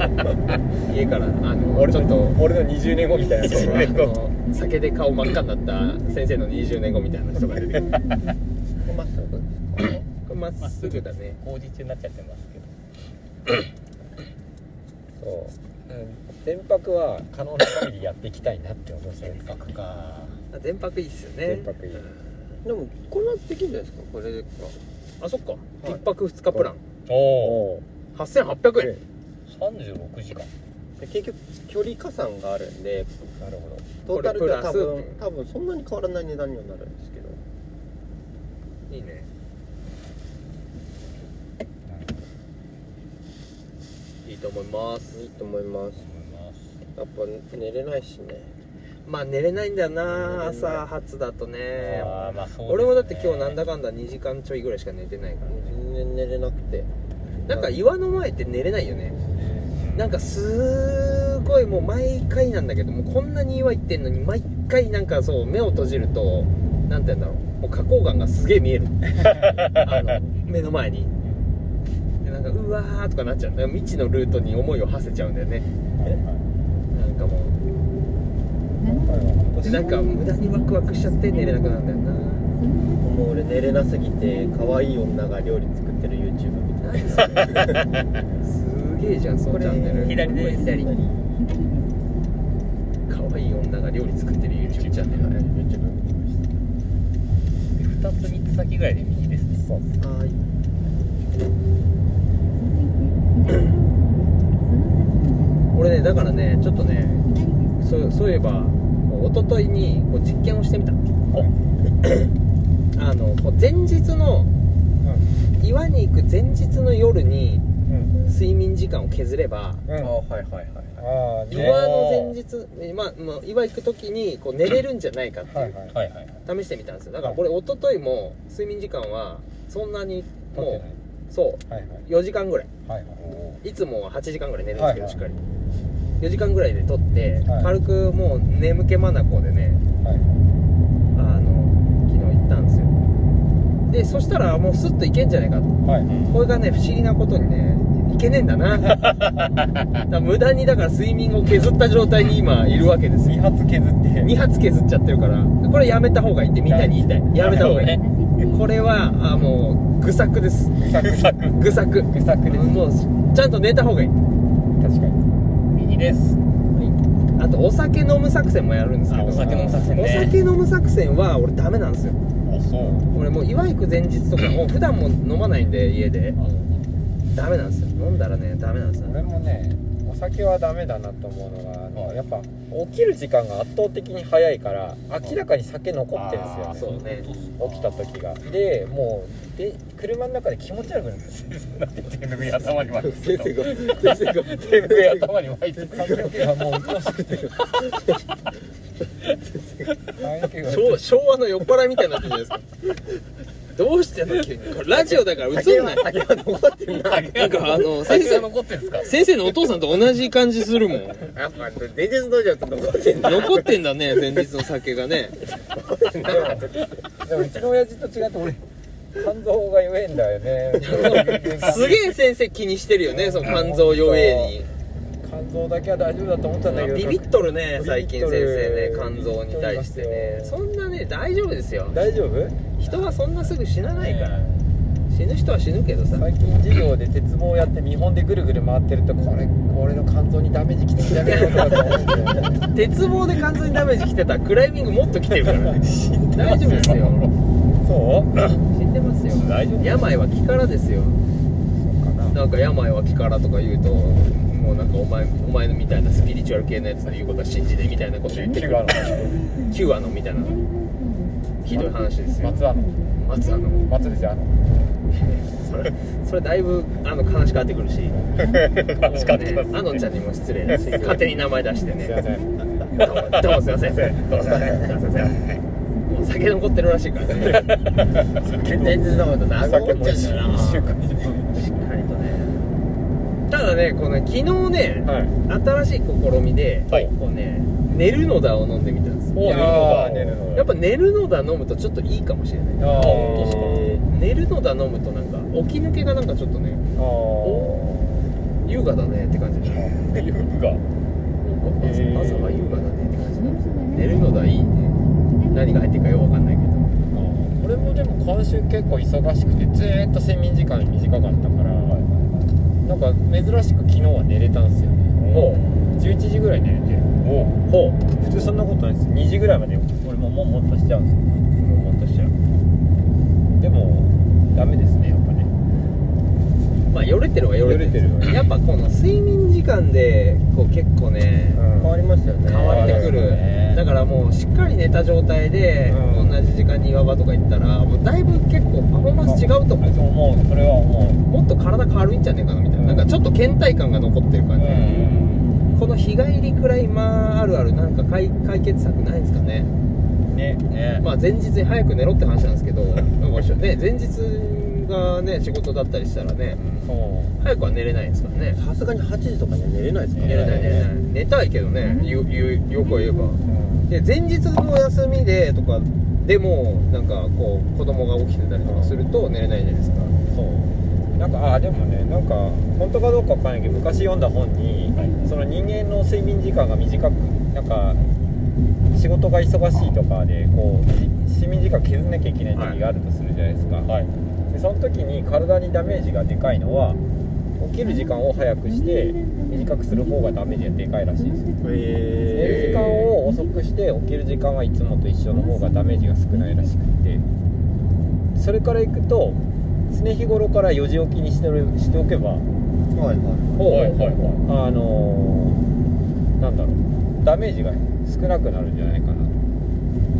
家からあの
俺
ちょっと
の俺の20年後みたいな人
そう
が
あの酒で顔真っ赤になった先生の20年後みたいな人が出てくる
まっすぐ
これまっすぐだね
工事中になっちゃってますけど
そう、うん、全泊は可能な限りやっていきたいなって思ってる
バカか
あ全泊いいっすよね
全泊いい
でもこれできるんじゃないですかこれでか
あそっか一泊二日プラン
おお
お
8800円
36時間
で結局距離加算があるんで
なるほど
トータルでは多
これ
分
プラス
多分そんなに変わらない値段にはなるんですけど
いいねいいと思います
いいと思いますやっぱ寝れないしね
まあ寝れないんだよな
寝れない
朝発だとね
ああまあそうですね
俺もだって今日なんだかんだ2時間ちょいぐらいしか寝てないから
全然寝れなくて
なんか岩の前って寝れないよねなんかすごいもう毎回なんだけどもうこんなに岩行ってんのに毎回なんかそう目を閉じるとなんて言うんだろうもう花崗岩がすげえ 見えるあの目の前にでなんかうわーとかなっちゃうだから未知のルートに思いを馳せちゃうんだよねなんかもうでなんか無駄にワクワクしちゃって寝れなくなるんだよな
もう俺寝れなすぎて可愛い女が料理作ってる YouTube みたいな
すげえじゃんそのチャンネル
左です
左可愛い女が料理作ってる YouTube チャンネルだね
YouTube 見てまし
2つ3つ先ぐらいで右ですね
たそう
はーい俺ねだからねちょっとねそうそういえばこう一昨日にこう実験をしてみたあのこう前日の岩に行く前日の夜に
うん
睡眠時間を削れば
うん
あはいはいはい
あ
は
あね
岩の前日えまあまあ岩行く時にこう寝れるんじゃないかって
はいいうはい
いはいはい
試してみたんですよだからこれ一昨日も睡眠時間はそんなに
撮って
も
ないう
そう
はい
4時間ぐらい
はいはいはい
いつもは8時間ぐらい寝るんですけど、
はいはい
しっかり4時間ぐらいで撮って、
はい
軽くもう眠気まなこでね
はい
あの昨日行ったんですよでそしたらもうスッといけんじゃないかと
はい
これがね不思議なことにねいけねえんだ なだから無駄にだから睡眠を削った状態に今いるわけですよ
2発削って
2発削っちゃってるからこれやめた方がいいってみんなに言いたいやめた方がいい、これはあもう愚策です
作作
愚策
愚策です
もうちゃんと寝た方がいい
確かに
右です
あとお酒飲む作戦もやるんですけど
あお酒飲む作戦ね
お酒飲む作戦は俺ダメなんですよ
あそう
俺もう岩行く前日とかもう普段も飲まないんで家 でダメなんですよ飲んだらねダメなんですよ
俺もねお酒はダメだなと思うのがあのやっぱ起きる時間が圧倒的に早いから明らかに酒残ってるんですよね
そうね
起きた時がでもうで車の中で気持ち悪くなるんですよ
手拭い頭に巻い
生
て
が先生が
手拭い頭に巻いて
酒がもう鬱陶しくて 酒が
昭昭和の酔っ払いみたいになってるじゃないですかどうしてんの急にこれラジオだから映んない
酒は残ってるな
なんかあの先生
酒が残ってるんですか
先生のお父さんと同じ感じするもん
やっぱ前日道場って残ってんな
残ってんだね前日の酒がね
でもうちの親父と違って俺肝臓が弱えんだよね
すげえ先生気にしてるよねその肝臓弱えに
肝臓だけは大丈夫だと思ってたんだけど
ビビっとるね最近先生ね肝臓に対してね
ビビっとります
そ
よ
んなね大丈夫ですよ
大丈夫
人はそんなすぐ死なないから死ぬ人は死ぬけどさ
最近授業で鉄棒やって見本でぐるぐる回ってるとこれ俺の肝臓にダメージきてんじゃねえのかと思って
鉄棒で完全にダメージきてたらクライミングもっときてるからね 大丈夫ですよ
そう
死んでますよ
大丈夫
病は気からですよ
かな
なんか病は気からとか言うともうなんかお前お前のみたいなスピリチュアル系のやつの言うことは信じてみたいなこと言ってくるキュアノみたいなひどい話ですよ
松は
松あの
松ですよあの
それそれだいぶあの悲しくなって くるし
悲しかったです
あのちゃんにも失礼だ し勝手に名前出してね
すいません
どうもどうもすいませんどうもすいませんどうもすいませんもう酒残ってるらしいからね
前日道場と長くなっちゃうんだよな
一週間
しっかりとねただねこの昨日ね、
はい
新しい試みで、
はい
こうね寝るのだを飲んでみたんですよ
お
い
寝るの
や
が
ー寝るの
やっぱ寝るのだ飲むとちょっといいかもしれない
あー
寝るのだ飲むとなんか起き抜けがなんかちょっとね
あ ー
優雅だねって感じでなんか
遊具が
朝
へー
朝が優雅だねって感じで寝るのだいいね何が入ってるかよくわかんないけど
俺もでも今週結構忙しくてずーっと睡眠時間短かったからなんか珍しく昨日は寝れたんですよね
おう
11時ぐらい寝れて
ほう
普通そんなことないです2時ぐらいまで俺ももうもっとしちゃうんですよもうもっとしちゃうでもダメですねやっぱね
まあよれてるはよれてる
よれてるよ
やっぱこの睡眠時間でこう結構ね、
変
変わりましたよね
変わってくる、
ね
だからもうしっかり寝た状態で、
うん
同じ時間に岩場とか行ったらもうだいぶ結構パフォーマンス違うと思う
そう思うそれは思
もっと体軽いんじゃねえかなみたいな,、
うん
なんかちょっと倦怠感が残ってる
う
感じ、この日帰りクライマーあるあるなんか解解決策ないんですかね
ねね
まあ前日に早く寝ろって話なんですけどなんか一緒ね前日がね仕事だったりしたらね
そう
早くは寝れないですからね
さすがに8時とかには寝れないですか
寝
ら
れない寝れない
い
寝たいけどねよよよくは言えばで前日の休みでとかでもなんかこう子供が起きてたりとかすると寝れないじゃないですか
そうなんかあでもねなんか本当かどうかわかんないけど昔読んだ本に、その人間の睡眠時間が短くなんか仕事が忙しいとかでこうじ睡眠時間削んなきゃいけない時があるとするじゃないですか、でその時に体にダメージがでかいのは起きる時間を早くして短くする方がダメージがでかいらしいです寝る時間を遅くして起きる時間はいつもと一緒の方がダメージが少ないらしくてそれからいくと常日頃から4時起きにしてるしておけば
はいはい
はいはいはい
あのーなんだろうダメージが少なくなるんじゃないかな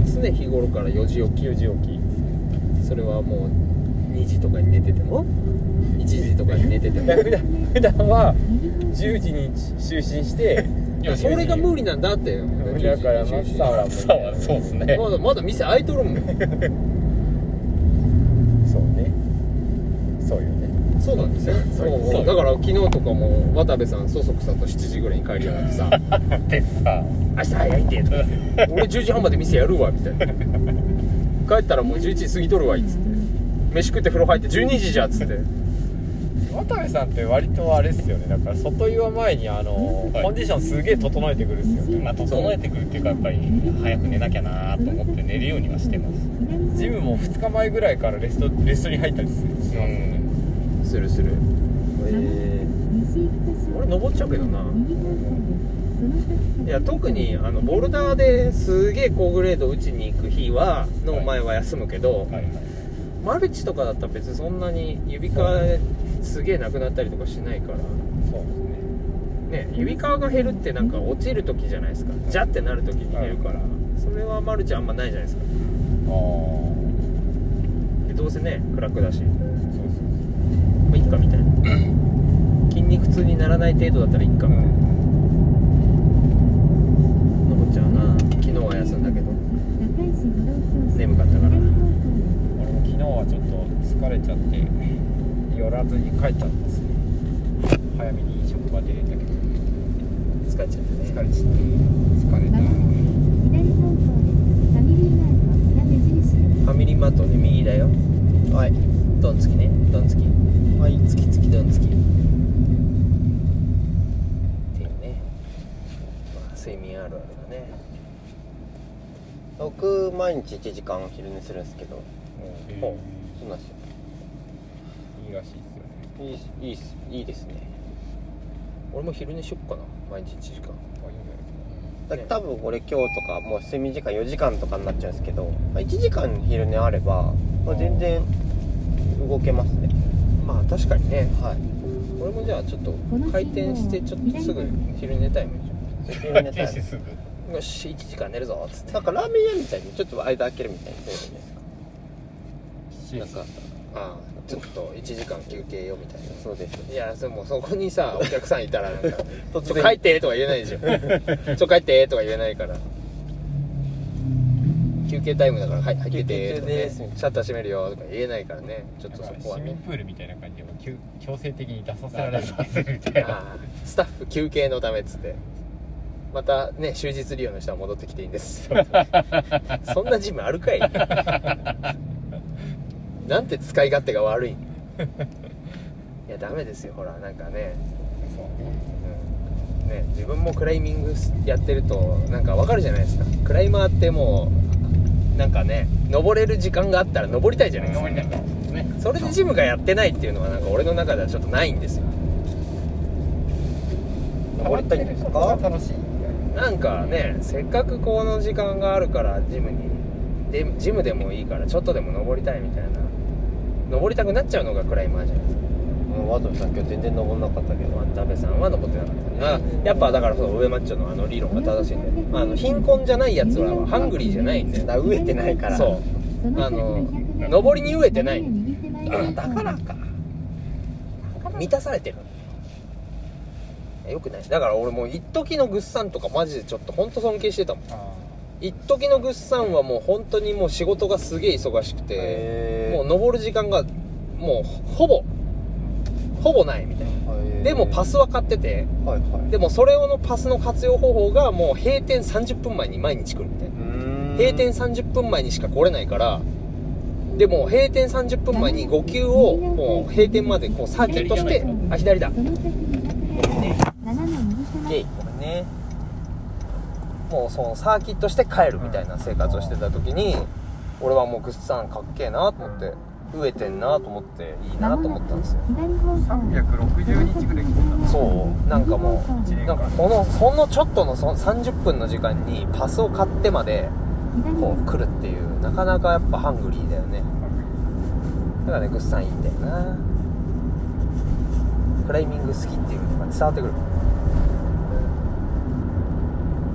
常日頃から4時起
4時起
きそれはもう2時とかに寝てても1時とかに寝てて
き
も
だ普段普段は10時に就寝して
いや
それが無
理
理なんだって
だからマッサーは無理
さはそうですね
まだまだ店開いとるもん
そうねそうよね
そうなんですよそう
そう
だから昨日とかも渡部さんそそくさと7時ぐらいに帰るようになってさ
でさ
明日早いってとか言って俺10時半まで店やるわみたいな帰ったらもう11時過ぎとるわいっつって飯食って風呂入って12時じゃっつって
渡部さんって割とあれっすよねだから外岩前にあのー
はい
コンディションすげえ整えてくるっすよね
まあ整えてくるっていうかやっぱり早く寝なきゃなと思って寝るようにはしてます
ジムも2日前ぐらいからレストレストに入ったりするしますよね
するする
え
俺登っちゃうけどないい
や
や
特
特
に
に
あ
あ
の
の
ボ
ボ
ル
ル
ダ
ダ
ー
ー
で
ですげえ高グレード打ちに行く日はの前は休むけど、
はいはい
マルチとかだったら別にそんなに指輪すげえなくなったりとかしないから
そうですね
ね指輪が減るってなんか落ちる時じゃないですかジャってなる時に減るからそれはマルチあんまないじゃないですか
ああ
でどうせね暗くだし
そうそう
まあいっかみたいな筋肉痛にならない程度だったらいっかみたいな登っちゃうな昨日は休んだけど
眠
眠
かっ
かったた
か
からら
俺も昨日はちょっと疲れちゃって寄らずに帰ったんですね早めに職場出れたけど
疲れちゃってね
疲れちゃって疲れた
ファミリーマートね右だよ
ー、はい
ドンつきねドンつき
はい
つきつきどんつきっていうねまあ睡眠あるあるだね
僕毎日1時間昼寝するんですけど
ほ
そうなんですよ
いいらしいですよね
いいっすいいっすいいですね
俺も昼寝しよっかな毎日1時間
あいいんじゃないですか
だから多分これ今日とかもう睡眠時間4時間とかになっちゃうんですけどまあ1時間昼寝あれば、まあ、全然動けますね
まあ確かにね
はい
俺もじゃあちょっと回転してちょっとすぐ昼寝タイムにしよ
昼寝タ
停
イ
止すぐ
うよし1時間寝るぞっつって
ムなんかラーメン屋みたいにちょっと間開けるみたいにそうじゃないですか
なんかああちょっと1時間休憩よみたいな
そうです
いやでもそこにさお客さんいたらなんか「ちょ
突
帰っ
然
て」とか言えないでしょ 「ちょ帰って」とか言えないから休憩タイムだから「はい入ってて」とか、
休憩
ね
中です
「シャッター閉めるよ」とか言えないからねちょっとそこは
市民
ね
プールみたいな感じでも強強制的に出させられるみたいな
あースタッフ休憩のためっつってまたね終日利用の人は戻ってきていいんです そんなジムあるかいなんて使い勝手が悪いいやダメですよほらなんかねうんね自分もクライミングやってるとなんかわかるじゃないですかクライマーってもうなんかね登れる時間があったら登りたいじゃないですか
登りたかったですね
それでジムがやってないっていうのはなんか俺の中ではちょっとないんですよ
登りたいんですか
楽しい
なんかねせっかくこの時間があるからジムにでジムでもいいからちょっとでも登りたいみたいな登りたくなっちゃうのがクライマーじゃないですか
もうわざわざ今日全然登んなかったけど
渡部さんは登ってなかったねあやっぱだからその上マッチョのあの理論が正しいんで、まあ、あの貧困じゃないやつらはハングリーじゃないんだよ
だ飢えてないから
そう
あの
登
登
り
り
に
に
飢
飢
え
え
て
て
な
ないい
だからか
満たされてるよくないだから俺もう一時のぐっさんとかマジでちょっと本当尊敬してたもん一時のぐっさんはもう本当にもう仕事がすげえ忙しくて
へー
もう登る時間がもうほぼほぼないみたいなでもパ
ス
スは買ってて
はいはい
でもそれをのパスの活用方法がもう閉店30分前に毎日来るみたいな閉店30分前にしか来れないからでも閉店30分前に5球をもう閉店までこうサーキットしてあ左だ
その先に斜め右手前
イェイ
ごめんね
もうそのサーキットして帰るみたいな生活をしてた時に俺は木質さんかっけえなと思って飢えてんなと思っていいなと思ったんですよ
左方向
360日ぐらい来てた
そうなんかもう
1年
なん
間
かこのほんのちょっとのその30分の時間にパスを買ってまで
左
こう来るっていうなかなかやっぱハングリーだよねだからねグッさんいいんだよなクライミング好きっていうのが伝わってくる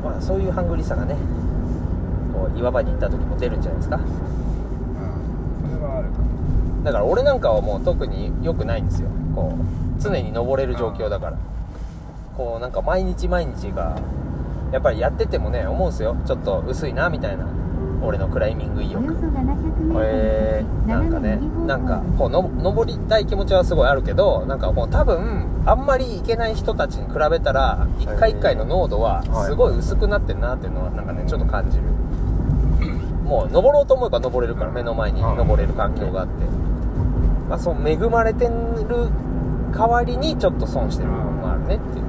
まあそういうハングリーさがねこう岩場に行った時も出るんじゃないですか
それはあるか
だから俺なんかはもう特に良くないんですよこう常に登れる状況だからこうなんか毎日毎日がやっぱりやっててもね思うんですよちょっと薄いなみたいな俺のクライミング意
およ
欲
そ 700m
えー、なんかねなんかこうの登りたい気持ちはすごいあるけどなんかもう多分あんまり行けない人たちに比べたら一回一回の濃度は
はい
すごい薄くなってんなっていうのはなんかねちょっと感 じるもう登ろうと思えば登れるから目の前に登れる環境があって、まあ、そう恵まれてる代わりにちょっと損してる部分もあるねっていう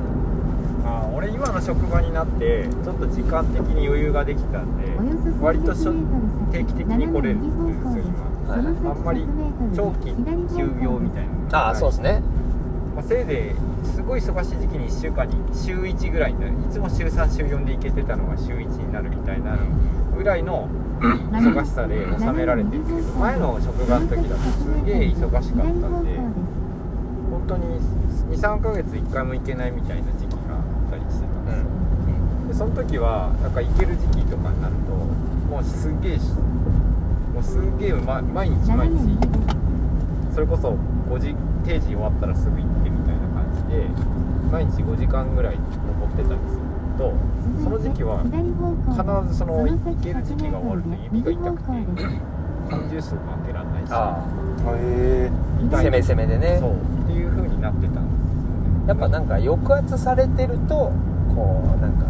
あー俺今の職場になってちょっと時間的に余裕ができたんで割としょ定期的に来れるんですよ今
はい
あんまり長期休業みたいなのが
ああそうですね
まあ、せいぜいすごい忙しい時期に1週間に週1ぐらいになるいつも週3週4で行けてたのが週1になるみたいなぐらいの忙しさで収められてるけど前の職場の時だとすげえ忙しかったんで本当に23ヶ月1回も行けないみたいな時期があったりしてたんですよ、でその時はなんか行ける時期とかになるともうすげえしもうすげえ、ま、毎日毎日それこそ5時定時終わったらすぐ行ってみたいな感じで毎日5時間ぐらい登ってたりするとその時期は必ずその行ける時期が終わると指が痛くて缶ジュースも開けられないし
あ
へえ
あ攻め攻めでね
そうっていう風になってたんですよね
やっぱなんか抑圧されてるとこうなんか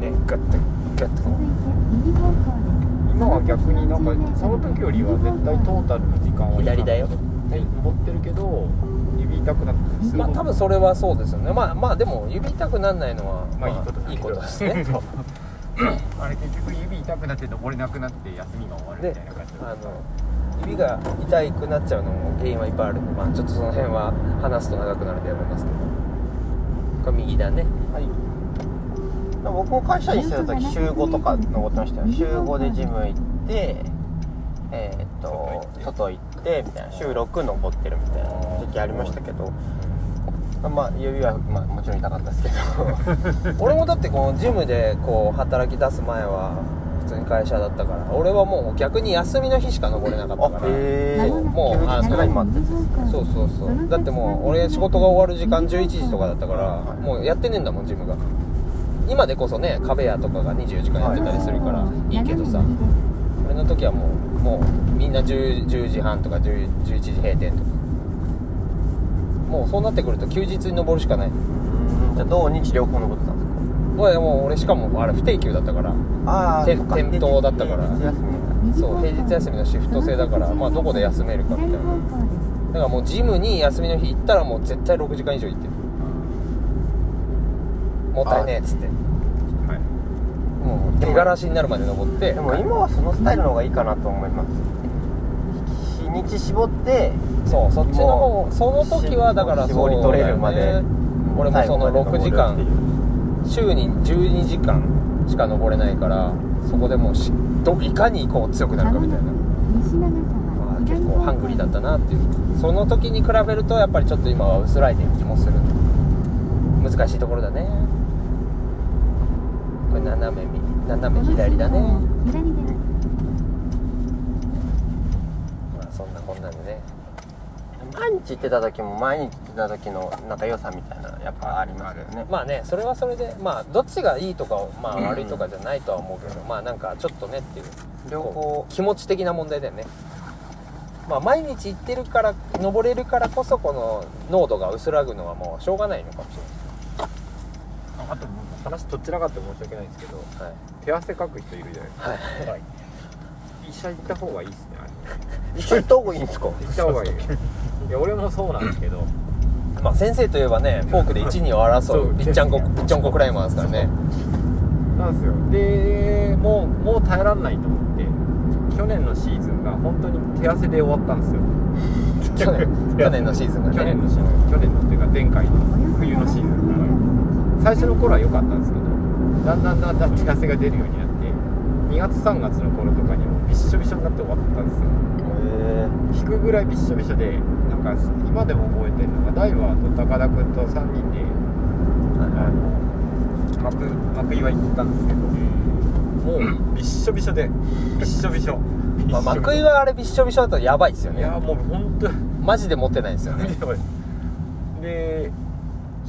ねガッとガッとこう
今は逆になんかその時よりは絶対トータルの時間は
左だよ
持ってるけど指痛くなって
まあ多分それはそうですよねまあまあでも指痛くなんないのは
まあいいことだ
い
け
い
ど
ことです ね
あれ結局指痛くなって登れなくなって休みが終わるみ
で
たいな感じ
あの指が痛くなっちゃうのも原因はいっぱいあるんでまあちょっとその辺は話すと長くなるんでやめますけどこれ右だね
僕も会社員してた時週5とか登ってましたよ週5でジム行ってえーっと外行ってみたいな週6登ってるみたいな時期ありましたけどまあ指は、まあ、もちろん痛かったですけ ど
俺もだってこのジムでこう働き出す前は普通に会社だったから俺はもう逆に休みの日しか登れなかったから
あへえ
もうあの
少ないもあって
そうそうそうだってもう俺仕事が終わる時間11時とかだったからもうやってねえんだもんジムが今でこそね壁屋とかが24時間やってたりするからいいけどさ俺の時はもうもうみんな 10, 10時半とか10 11時閉店とかもうそうなってくると休日に登るしかないう
ーんじゃあ土日両方登ってたんですか
俺もう俺しかもあれ不定休だったから
あ
て転倒だったから
夏休みだ
そう平日休みのシフト制だからまあどこで休めるかみたいなだからもうジムに休みの日行ったらもう絶対6時間以上行ってるもったいねえっつって
はい
もう手がらしになるまで登って
でも今はそのスタイルの方がいいかなと思います日にち絞って
そうそっちの方その時はだから
絞り
そう
取れるまで
だよね俺もその6時間週に12時間しか登れないからそこでもうしどいかにこう強くなるかみたいなまあ結構ハングリーだったなっていうその時に比べるとやっぱりちょっと今は薄らいでる気もする難しいところだねこれ斜め右斜め左だね
左です
まあそんなこんなんでね
毎日行ってた時も毎日行ってた時のなんか良さみたいなやっぱありますよね
まあねそれはそれでまあどっちがいいとかまあ悪いとかじゃないとは思うけどまあなんかちょっとねっていう
両方
気持ち的な問題だよねまあ、毎日行ってるから登れるからこそこの濃度が薄らぐのはもうしょうがないのかもし
あと話どちらかって申し訳ないんですけど
れない、は
手汗かく人いるじゃないですか
はい
はい医者行った方がいいですねあれ
い、一緒に行った方がいいんですか
行った方がいいいや俺もそうなんですけど
まあ先生といえばねフォークで1、2を争
そう
うピッチャンコピッチャンコクライマーですからね
なんですよでもうもう耐えられないと思って去年のシーズンが本当に手汗で終わったんですよ
去年去年のシーズンがね
去年のシーズン去年のっていうか前回の冬
冬
の
の
シ
シ
ー
ー
ズ
ズ
ンから
ン
最初の頃は良かったんですけどだんだんだんだん手汗が出るようになって2月3月の頃とかにもびっしょびしょになって終わったんで
へ
すよ引くぐらいびっしょびしょでなんか今でも覚えてるのがダイバーと高田君と3人であの幕幕岩行ったんですけどもうびっしょびしょでびっしょびしょ
えまあ幕井はあれびっしょびしょだとやばいですよ
い
ね
やもう本当に
マジで持ってないですよ ね
で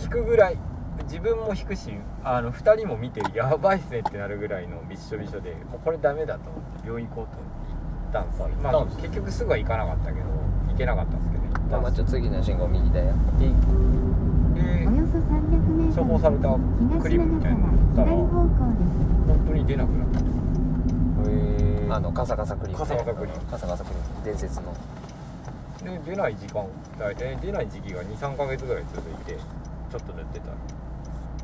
引くぐらい自分も引くしあの2人も見てやばいっすねってなるぐらいのびっしょびしょでもうこれダメだと思って病院行こうと行ったんですよまあ
行ったんです
結局すぐは行かなかったけど行けなかったんですけど行った
まあ
ん
まあ
です
ちょっと次の信号右だよ
で
よそ300メ
処方されたクリームみたいなの塗ったら本
向です。
当に出なくなった
あのカサカサクリーム
カサカサクリーム
カサカサクリーム伝説の
で出ない時間大体出ない時期が23ヶ月ぐらい続いてちょっと塗ってた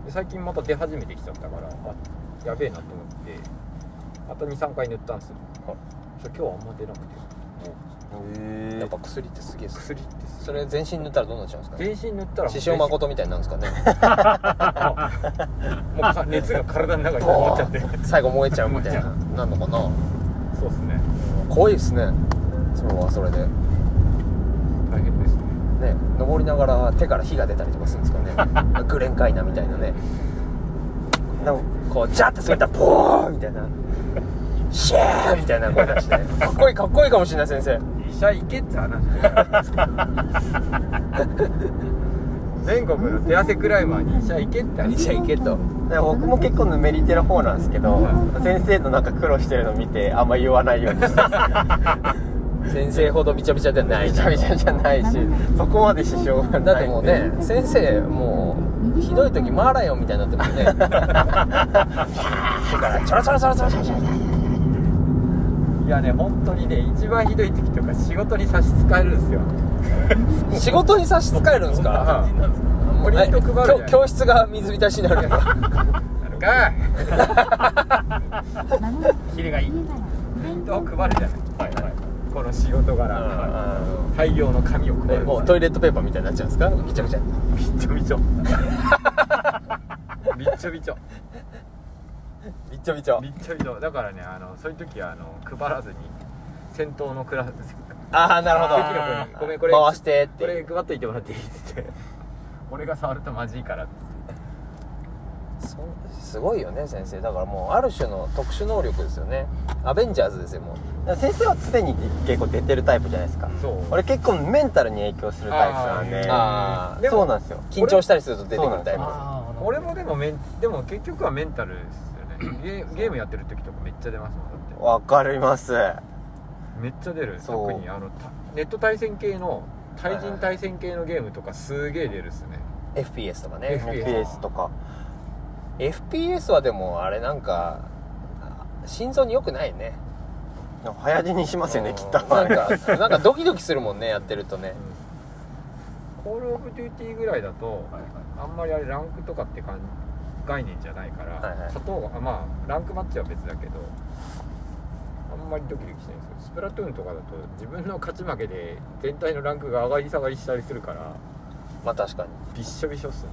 で最近また出始めてきちゃったからあやべえなと思ってまた23回塗ったんですよ、それ今日はあんま出なくて
やっぱ薬ってすげえっす
薬ってす
それ全身塗ったらどうなっちゃうんですかね
全身塗ったら
師匠誠みたいになるんですかね
もうか熱が体の中にこもっちゃ って
最後燃えちゃうみたいな
燃
なんのかな
そうですね
怖いですねそれはそれでね
大変ですね
登りながら手から火が出たりとかするんですかね グレンカイナみたいなねなんかこうジャッて滑ったらポーンみたいなシャーみたいな声出して かっこいいかっこいいかもしれない先生
医者行けって話全国の手汗クライマーに医者行けって話
医者行けと僕も結構ぬめり手の方なんですけど先生のなんか苦労してるの見てあんま言わないようにしてます
先生ほどびちゃびちゃじゃない
めちゃめちゃじゃない しそこまで支障が
だっ
な
て
い
も
ん
う
で
ね先生もうひどい時マーライオンみたいになってるもんね
ちょろちょろちょろちょろちょろ
いやね本当にね一番ひどい時とか仕事に差し支えるんですよ
仕事に差し支えるんですか
あポリント配るじゃない
教教室が水浸しになるやん か
なるか
まもなく
キレがいい
家から全
と
国
配るじゃない、はいはい、この仕事柄大量の紙を配
え
る
もうトイレットペーパーみたいになっちゃうんですかびちゃびちゃ
びっちょび ちょびっちょびちょ
びっちょびちょ
びっちょびちょだからねあのそういう時はあの配らずに先頭のクラス
ああなる
適当
ほど
にごめんこれ
回してっ
これ
て
配っといてもらっていいっつって俺が触るとまずいからって
そ すごいよね先生だからもうある種の特殊能力ですよねアベンジャーズですよもう先生は常に結構出てるタイプじゃないですか
そう
俺結構メンタルに影響する
タイプなんで
あーあー
でも
そうなんですよ緊張したりすると出てくるタイプ
俺もでもメンでも結局はメンタルですよねゲーゲームやってる時とかめっちゃ出ますもんだって
わかります
めっちゃ出る
そう
特にあのたネット対戦系の対人対戦系のゲームとかすげえ出るっすね
FPS とかね
FPS
FPS とか FPS はでもあれなんか心臓に良くないね
早死にしますよねきっと
なんかなんかドキドキするもんねやってるとね
コールオブデューティーぐらいだとあんまりあれランクとかって感概念じゃないから、
はいはい
砂糖があまあランクマッチは別だけどあんまりドキドキしないんですよスプラトゥーンとかだと自分の勝ち負けで全体のランクが上がり下がりしたりするから
まあ確かに
びっしょびしょっすね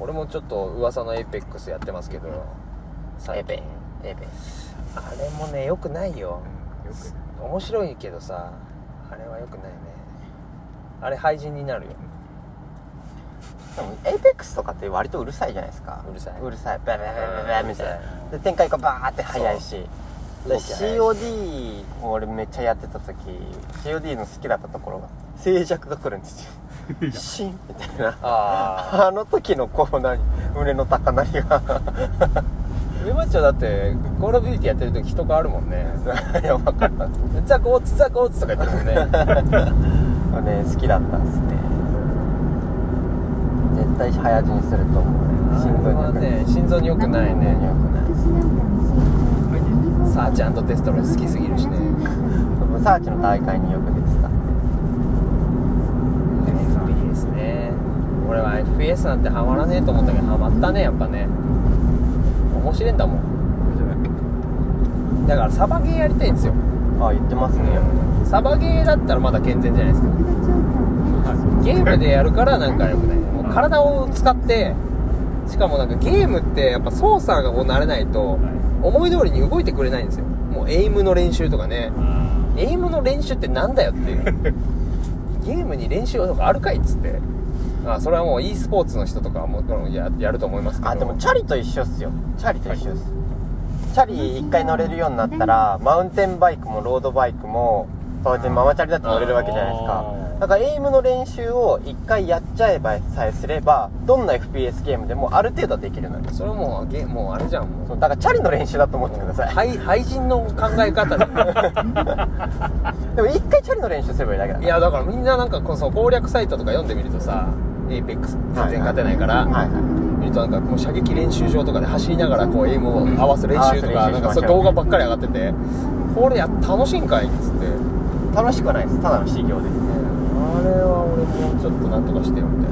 俺もちょっと噂のエイペックスやってますけどエペエペあれもね良くないよ
よく
面白いけどさあれは良くないねあれ廃人になるよ
でもエイペックスとかって割とうるさいじゃないですか
うるさいう
るさいバーバーバーバーバーみたいな
うる
で展開がバーって早いし
そう動
で
き早いし
COD を俺めっちゃやってた時 COD の好きだったところが静寂が来るんですよシーンみたいな
あ
あの時のこう何胸の高鳴りが
上マッチョだってコールオブデューティーやってる時人変わるもんねやばかったザコーツザコーツとか言ってるもんね
あね好きだったんですね絶対早死にすると思うね心臓に
あ
良
れは
くない
ね心臓に良くないね
良くない
さ
さ
あ
あ
ち
ち
ゃ
ゃ
ん
ん
と
と
テ
テ
ス
ス
ト
ト
俺
俺
好
好
き
き
す
す
ぎ
ぎ
る
る
し
し
ね
ね
サーチの大会によく出てた
FPS ね俺は FPS なんてハマらねえと思ったけどハマったねやっぱね面白いんだもんだからサバゲーやりたいんですよ
あ言ってますね
サバゲーだったらまだ健全じゃないですかゲームでやるからなんかよくないもう体を使ってしかもなんかゲームってやっぱ操作がこう慣れないと思い通りに動いてくれないんですよもうエイムの練習とかねエイムの練習ってなんだよっていうゲームに練習とかあるかいっつってあそれはもう e スポーツの人とかはもちろんややると思いますけど
あでもチャリと一緒っすよチャリと一緒っす、チャリ一回乗れるようになったらマウンテンバイクもロードバイクも当然ママチャリだって乗れるわけじゃないですか
あ
だからエイムの練習を一回やっちゃえばさえすればどんな FPS ゲームでもある程度はできるのよ
それはもうゲもうあれじゃんもう
そうだからチャリの練習だと思ってください
廃廃人の考え方だ
でも一回チャリの練習すればいいだけだ
い
から
やだからみんななんかこうそう攻略サイトとか読んでみるとさ APEX 全然勝てないから、
はいはい
見るとなんかもう射撃練習場とかで走りながらこうエイムを合わす練習と
合わ
か
せ練
な
習
んか
しまし
そう
ょう
動画ばっかり上がっててこれや楽しいんかいっつって
楽しくはないですただの修行です
あれは俺もうちょっとなんとかしてよみた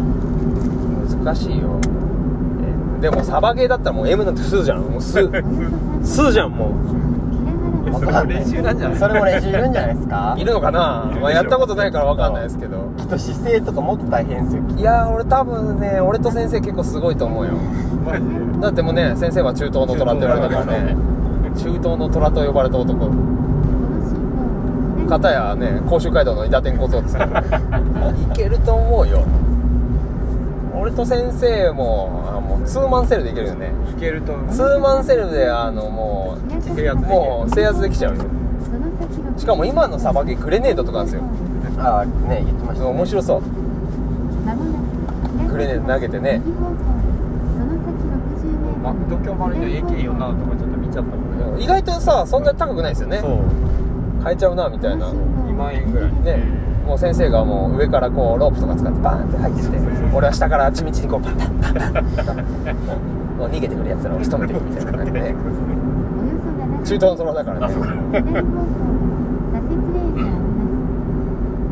いな難しいよ、えーでもサバゲーだったらもう M なんて数じゃんもう数数じゃんもう
いやそれも練習なんじゃない
それも練習いるんじゃないです か
いるのかな、まあ、やったことないからわかんないですけど
きっと姿勢とかもっと大変ですよ
いやー俺多分ね俺と先生結構すごいと思うよ
マジで
だってもうね先生は中東の虎って言われたからね中東の虎と呼ばれた男
片
片やね甲州街道の伊達天小僧ですけどいけると思うよ俺と先生もあもうツーマンセルでいけるよね
いけると思う
ツーマンセルであのも
制圧
う
できる
もう制圧できちゃうよし
し
か
か
も
も
今
今
の
の
さ
さ
ば
ば
き
き
グ
グ
レ
レ
ネー
ネー
ド
ド
とか
とか
な
なん
で
ん
よ
ですすよ
ああね言ってましたね
面白そう
グレネード投げてね
マクドキョバレの AK47 とかちょっと見ちゃったもんね
意外とさそんなに高くないですよね
そう
変えちゃうなみたいな
2万円ぐらい
ねもう先生がもう上からこうロープとか使ってバーンって入ってきて俺は下から地道にこうパンパンパンパンパンもう逃げてくるやつらを仕留めていくみたいな感じでね中
中
東
東
の虎だからね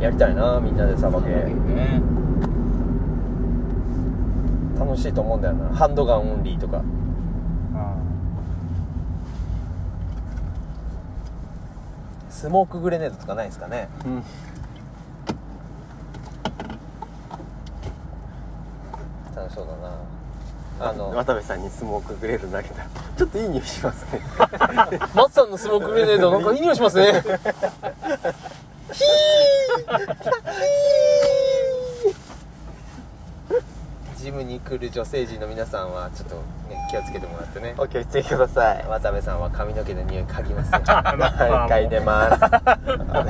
やりたいなみんなでさばけ
ね
楽しいと思うんだよなハンドガンオンリーとか
あ
スモークグレネードとかないですかね楽しそうだなあの
渡部さんにスモークグレード投げたちょっといい匂いしますね
松さんのスモークグレネ ードなんかいい匂いしますねジムに来る女性陣の皆さんはちょっと、ね、気をつけてもらってね
お気をつけください
渡部さんは髪の毛の匂い嗅ぎ ますよ
何回出ます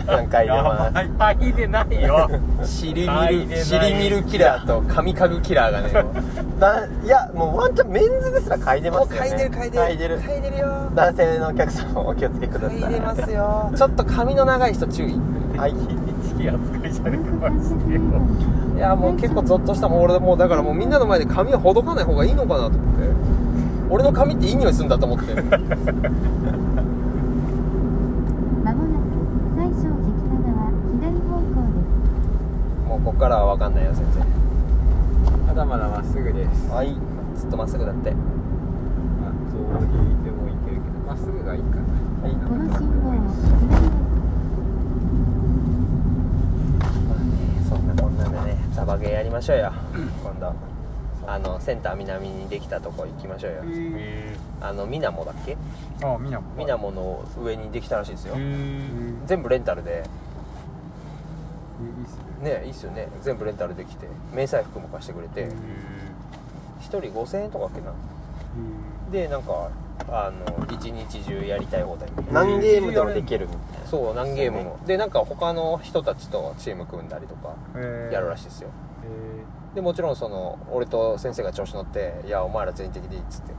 何回出
や
ま
ばい入でないよ
シリ
嗅
ミ
いでな
ル
い
シリミルキラーと髪かぐキラーが ねもう
すないやもうワンチャンメンズですら嗅いで
も
ま
う
すよね
嗅いでる嗅いでる
嗅いでる
嗅いでるよ
男性のお客様お気をつけください
嗅いでますよちょっと髪の長い人注意い
はい
一気扱いじゃねえかマジで
やもう結構ゾッとしたもん俺もうだからもうみんなの前で髪をほどかない方がいいのかなと思って俺の髪っていい匂いするんだと思ってもうこっからは分かんないよ先生
まだまだまっすぐです
はいずっとまっすぐだって
あそう引いてもいけるけどまっすぐがいいかなはいなんか
まあねそんなこんなでねサバゲーやりましょうよ今度あのセンター南にできたとこ行きましょうよあのミナモだっけ
ああみなも
ミナモの上にできたらしいですよ
うん
全部レンタルで
いいっすね
ねいいっすよね全部レンタルできて迷彩服も貸してくれて1人5000円とかっけなでなんかあの一日中やりたい放題
何ゲームでもできるみ
そう何ゲームもでなんか他の人たちとチーム組んだりとか
えー
やるらしいですよ
え
でもちろんその俺と先生が調子乗って「いやお前ら全員的でいい」っつって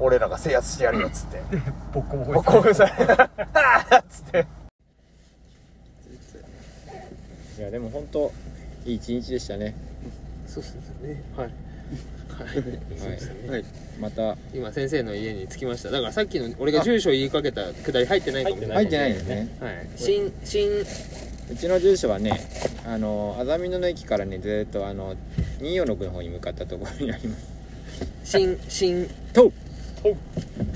俺らが制圧してやるよっ つって
ボッコボコ
もう興奮されあーっつって
いやでも本当いい一日でしたね
そうですねはいはい、
はいまた
今先生の家に着きましただからさっきの俺が住所言いかけたくだり入ってないかも
入ってないですね
はい新新
うちの住所はねあの安曇野の駅からねずーっとあの246の方に向かったところにあります
新新
と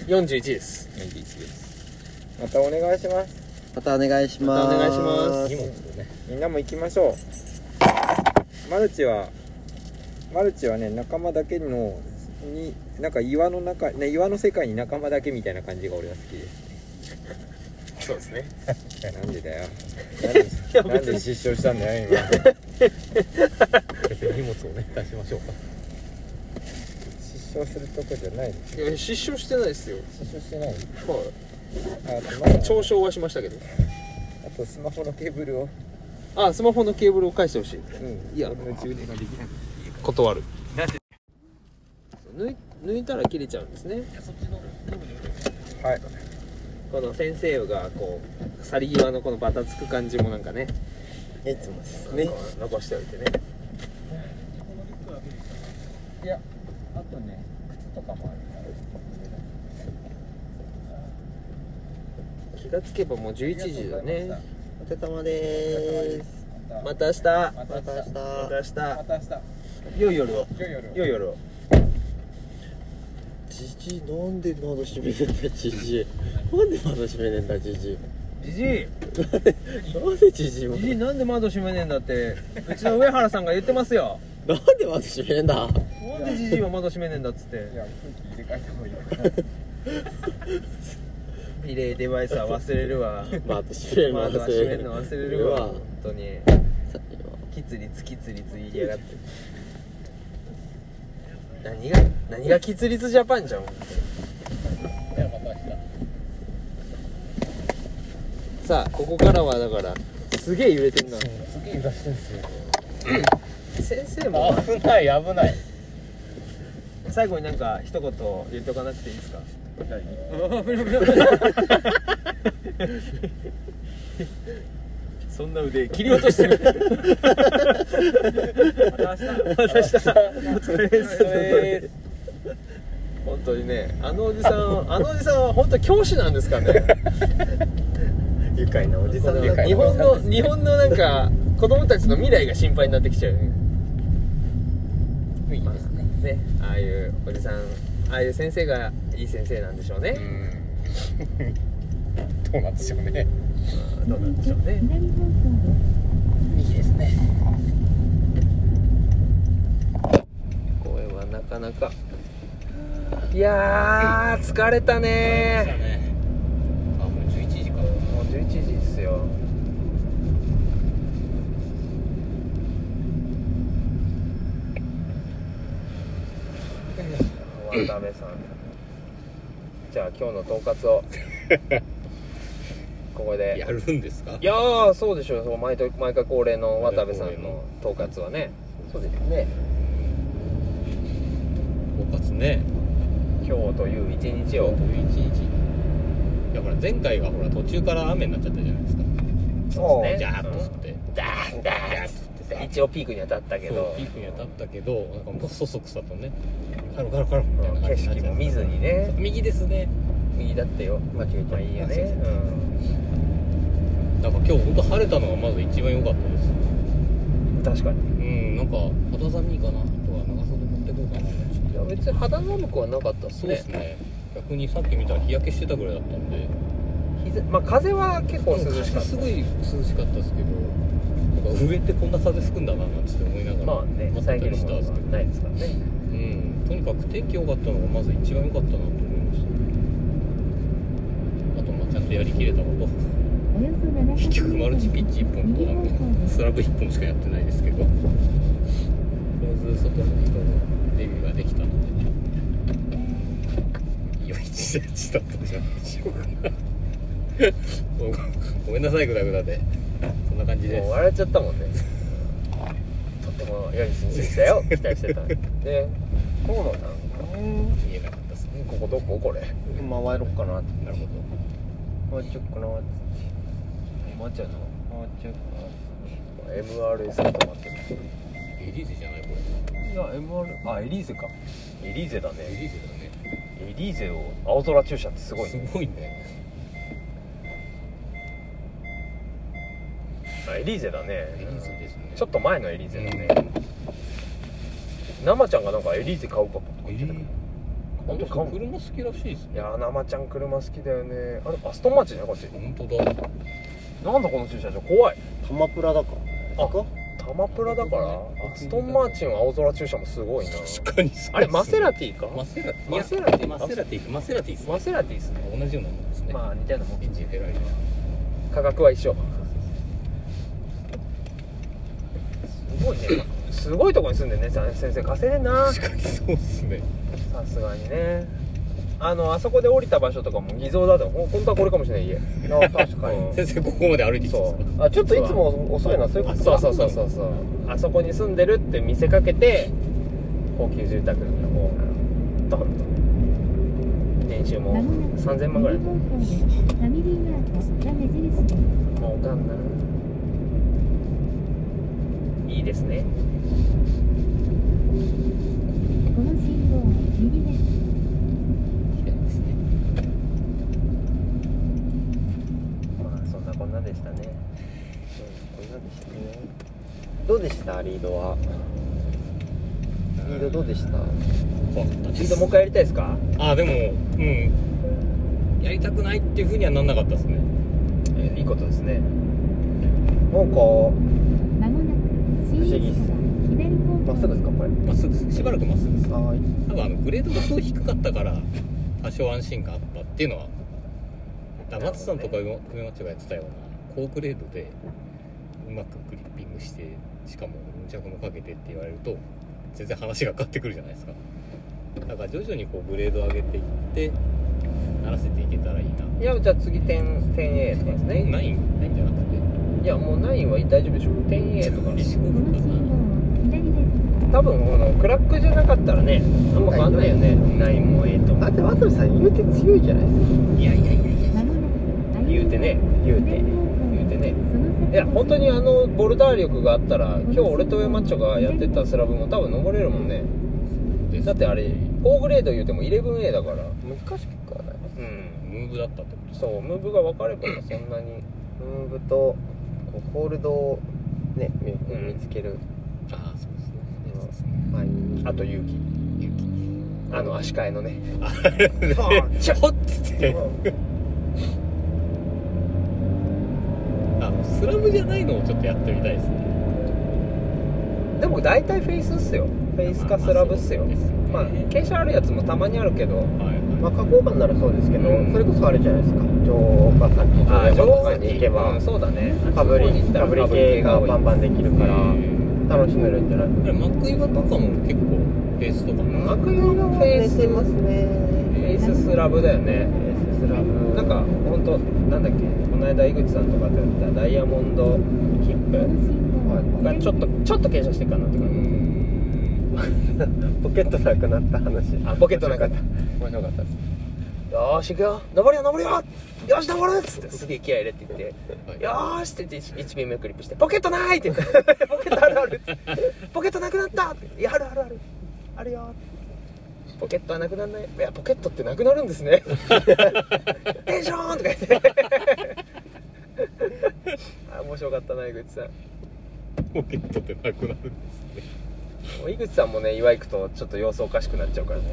41です
41ですまたお願いします
またお願いし
ま
ますす。
お願いします
みんなも行きましょうマルチはマルチはね仲間だけのになんか岩の中、ね、岩の世界に仲間だけみたいな感じが俺は好きです
そうですね
なんでだよなんで
や
なん
別
で
に
失笑したんだよ今
荷物をね出しましょうか
失笑するとこじゃない
いや失笑してないですよ
失笑してない
はい
あと,、ま
嘲笑はしましたけど
あ、あとスマホのケーブルを
あスマホのケーブルを返してほしい
うん
いや
俺の充電ができない
断る抜い抜いたら切れちゃうんですね
はい
この先生がこう去り際のこのバタつく感じもなんかね
いつもですね。
残しておいてね
いやあとね靴とかもあるから
気がつけばもう11時だね
お疲れ様でーす。
また明日ま
また明日。
た明日
また
良い夜を
明日夜
良い夜を
じじい、なんで窓閉めねえんだ、じじい。なんで窓閉めねえんだ、じじい。
じじい
なんでじじいも。
じじいなんで窓閉めねえんだってうちの上原さんが言ってますよ
なんで窓閉めねえんだ。
なんでじじいは窓閉めねえんだっつって
いや空気入れ替えた方がいいよ
リレーデバイスは忘れるわ
窓閉めるの
窓は
忘
閉
れ
め
る
る
の。
の忘れるわ本当に
さては
きつりつきつりつ言いやがって何が何がきつりつジャパンじゃん本当に
ではまた明日
さあここからはだからすげえ揺れてんな
すげえ揺らしてんすよ
先生も
危ない危ない
最後になんか一言言っておかなくていいですかそんな腕切り落としてるまた明日お疲れ様です本当にねあのおじさんあのおじさんは本当に教師なんですからね
愉快なおじさんだ。
日本の日本のなんか子供たちの未来が心配になってきちゃうよねまあねああいうおじさんああいう先生がいい先生なんでしょうね、
どうなんでしょうね
どうなんでしょうね
左方向です。
公園はなかなかいやー疲れたね
あもう11時か
もう11時ですよ渡辺さんじゃあ今日のとんかつをここで
やるんですか
いやーそうでしょう毎回毎回恒例の渡部さんの統括はねそうですね
包括ね
今日という一日を
という一日いやほら前回がほら途中から雨になっちゃったじゃないですか
そうですね
じゃーっと降って
ダーンダーンっつってさ一応ピークには立ったけ
そう
ど
ピークには立ったけどなんかもうそそくさとねカロカロカロみたいな
景
感じになっ
色
ちゃ
も
っ
見ずにね
た右ですね
右だってよ間違えたいいよね
なんか今日本当晴れたのがまず一番良かったです
うん確かに
うんなんか肌寒いかなあとは長袖持ってこうかなち
い
ょ
や
っと
別に肌寒くはなかったっす
そうで
ね
すね逆にさっき見たら日焼けしてたぐらいだったんで
膝まあ風は結構涼しかっ
すごい涼しかったですけどなんか上ってこんな風吹くんだななんて思いなが
た
ら
まあね
待って
遮
たり
る
し
も
たん
の
です
は
けど
ないですからね
うんとにかく天気良かったのがまず一番良かったなと思いましたあとまあちゃんとやりきれたこと
およそ700メートル
結局マルチピッチ1本と
右方向です
ス。ラブ1本しかやってないですけどとりあえず外の人のデビューができたので良い一日だったんじゃないでしょうかごごめんなさいグダグダでそんな感じで
もう
す
笑っちゃったもんねとっても良い一日でしたよ期待してたねそうなんだろうね見えなかったですねここどここれ
回ろうかなって
なるほ
回っちゃおうかなって
ど待っちゃうの
回っちゃおうか
MRS が止まってる
エリーゼじゃないこ
いや MR あエリーゼかエリーゼだ
れエリーゼだね
エリーゼを青空駐車ってすごいね
すごいね
あエリーゼだね
エリーゼですね
ちょっと前のエリーゼだね生ちゃんがなんかエリーゼ買うかとか言ってたけど
あ
本
の
当買
人
う
車好きらしいです
い
ね
やー生ちゃん車好きだよねあれアストンマーチンねこっち
本当だ
なんだこの駐車場怖い
なタマプラだか
あタマプラだからアストンマーチンは青空駐車もすごいな
確かにそうですね
あれマセラティか
マセラティ
マセラティ
マセラティマセラティですね
マセラティですね
同じようなもんですね
まあ似たようなもん
エンジンフェラーリだ
価格は一緒すごいねすごいとこに住んでるねさ先生稼いでんな
確かにそうっすね
さすがにねあのあそこで降りた場所とかも偽造だとほん本当はこれかもしれない家
らいや確かに
先生ここまで歩いてきたん
そ
ですか
う
あちょっといつも遅いなそういうこと
そうそうそうそうそうあそこに住んでるって見せかけて高級住宅の方をドンと年収も3000万ぐらい
右方向ですファミリーマートが目印です
もうかんないいいですね
この信号右です
まあそんなこんなでしたね
こんなんでしたねどうでしたリードはリードどうでした
怖かったで
リー
す
ドもう一回やりたいですか
あでもうんやりたくないっていうふうにはなんなかったですね
いいことですね
なんか
まもなく新
不思議っ
駅
す
から左方向
まっすぐですかこれ
まっすぐですしばらくまっすぐです
はい
多分あのグレードがすごい低かったから多少安心感あったっていうのはだから松さんとか梅町がやってたような高グレードでうまくグリッピングしてしかも無着もかけてって言われると全然話が変わってくるじゃないですかだから徐々にこうグレードを上げていって慣らせていけたらいいない
やじゃあ次点点 A とかですね
ないないんじゃなくて
いやもう9は大丈夫でしょ点 A とか
一緒
この
だ
信
な
号左です
多分このクラックじゃなかったらねあんま変わんないよね9も A と
だ
も
って渡部さん言うて強いじゃないですか
いやいやいやいや
まもなく
言うてね言うて言うてねいや本当にあのボルダー力があったら今日俺と上マッチョがやってたスラブも多分登れるもんね
です
だってあれ高グレード言うても 11A だから
難しくはない
うん
ムーブだったってこと
そうムーブが分かればそんなに
ムーブとこうホールドをね見
うん
見つける、
ああそうですね
そうですはい
あと勇気
勇気
あの足換えのね
ちょっつってあのスラムじゃないのをちょっとやってみたいですね
でも大体フェイスっすよフェイスかスラブっすよ
まあそうですね
まあ傾斜あるやつもたまにあるけど
はい
まあ花崗岩ならそうですけど、
うん
それこそあれじゃないですか女王がさっき
ああ上
とか
手
に
に
行けば、
うんそうだね
かぶり
上手に行った
からぶり系がバンバンできるから
は
楽しめるんじゃない
いマックイワとかも結構ベースとかも
マクロのフェイスフ
すね
ェイススラブだよね
エーススラブ
なんか本当なんだっけこの間井口さんとかとやったダイヤモンドキッ
この
プ
信号
がちょっとちょっと傾斜してるかなって
うー
感
ん
ポケットなくなった話
じあポケットなかったよ
面白かったです
ーし行くよ登るよ登るよよーし登るっつってすげえ気合い入れて言って「よーし」って言って1便目クリップして「ポケットない!」って言 って「ポケットあるある」っつって「ポケットなくなった!」って「いやあるあるあるあるよー」ポケットはなくならないいやポケットってなくなるんです ねテンションとか言ってあ面白かったな井口さん
ポケットってなくなる
もう井口さんもね岩井行くとちょっと様子おかしくなっちゃうからね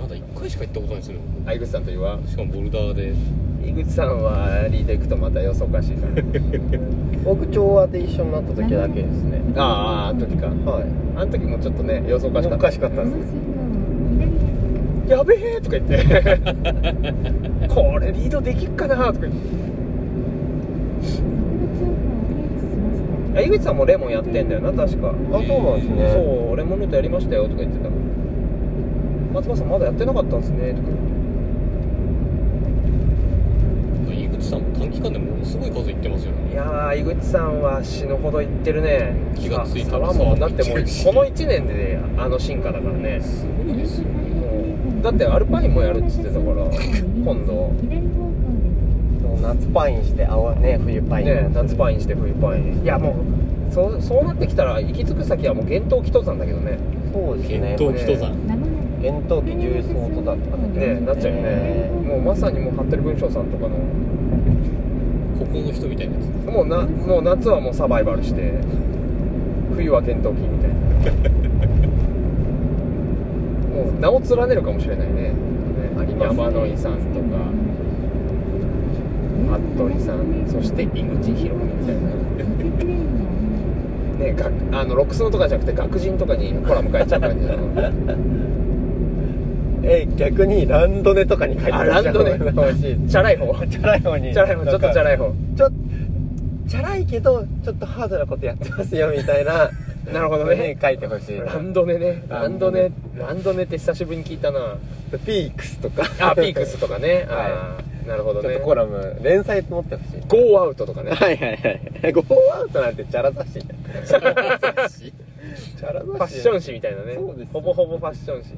まだ1回しか行ったことないんですよ
あ井口さんと岩
しかもボルダーで
井口さんはリード行くとまた様子おかしいから
僕調和で一緒になった時だけですね
ああああの時か
はい
あの時もちょっとね様子おかしか
お
った
かしかった
こ
で
の
す
信号左です
やべえとか言ってこれリードできるかなとか言って
速度超過を検知しました
あ井口さんもレモンやってんだよな確か、
あそうなんですね
そうレモンルートやりましたよとか言ってた松葉さんまだやってなかったんですねとか言って
井口口さん短期間でものすごい数いってますよ
い
ね
やー井口さんは死ぬほど言ってるね
気がついたら
さもう
さ
だってもう
一日
この1年で、ね、あの進化だからね
すごいですよね
もうだってアルパインもやるっつってたから今度
夏パインして青ね冬パイン
ね夏パインして冬パインいやもうそうそうなってきたら行き着く先はもう幻冬鬼登山だけどね
そうですね
検討人さん
厳冬期重曹とだったんだけど
ねなっちゃうよねもうまさにもう服部文章さんとかの
ここの人みたいなやつ
もうなもう夏はもうサバイバルして冬は幻冬期みたいな もう名を連ねるかもしれないねね山野井さんとか服部さんそして井口博美みたいなね があのロックスのとかじゃなくて学人とかにコラム書いちゃう感じ の
え逆にランドネとかに書いて
あランドねチャラい 方チ
チャラい方に
ャラい方ちょっとチャラい方
ちょチャラいけどちょっとハードなことやってますよみたい な
なるほどね
書いてほしい
ランドネねラ
ラ
ン
ン
ド
ド
ネ
ネ
ランドネって久しぶりに聞いたな
ピークスとか
あピークスとかね、
はい
あーなるほど
ちょっ
ね
とコラム連載持ってほしい
ゴーアウトとかね
はいはいはいゴーアウトなんてチャラ雑誌じゃんチャラ雑誌
ファッション誌みたいなね
そうですよ
ほぼほぼファッション誌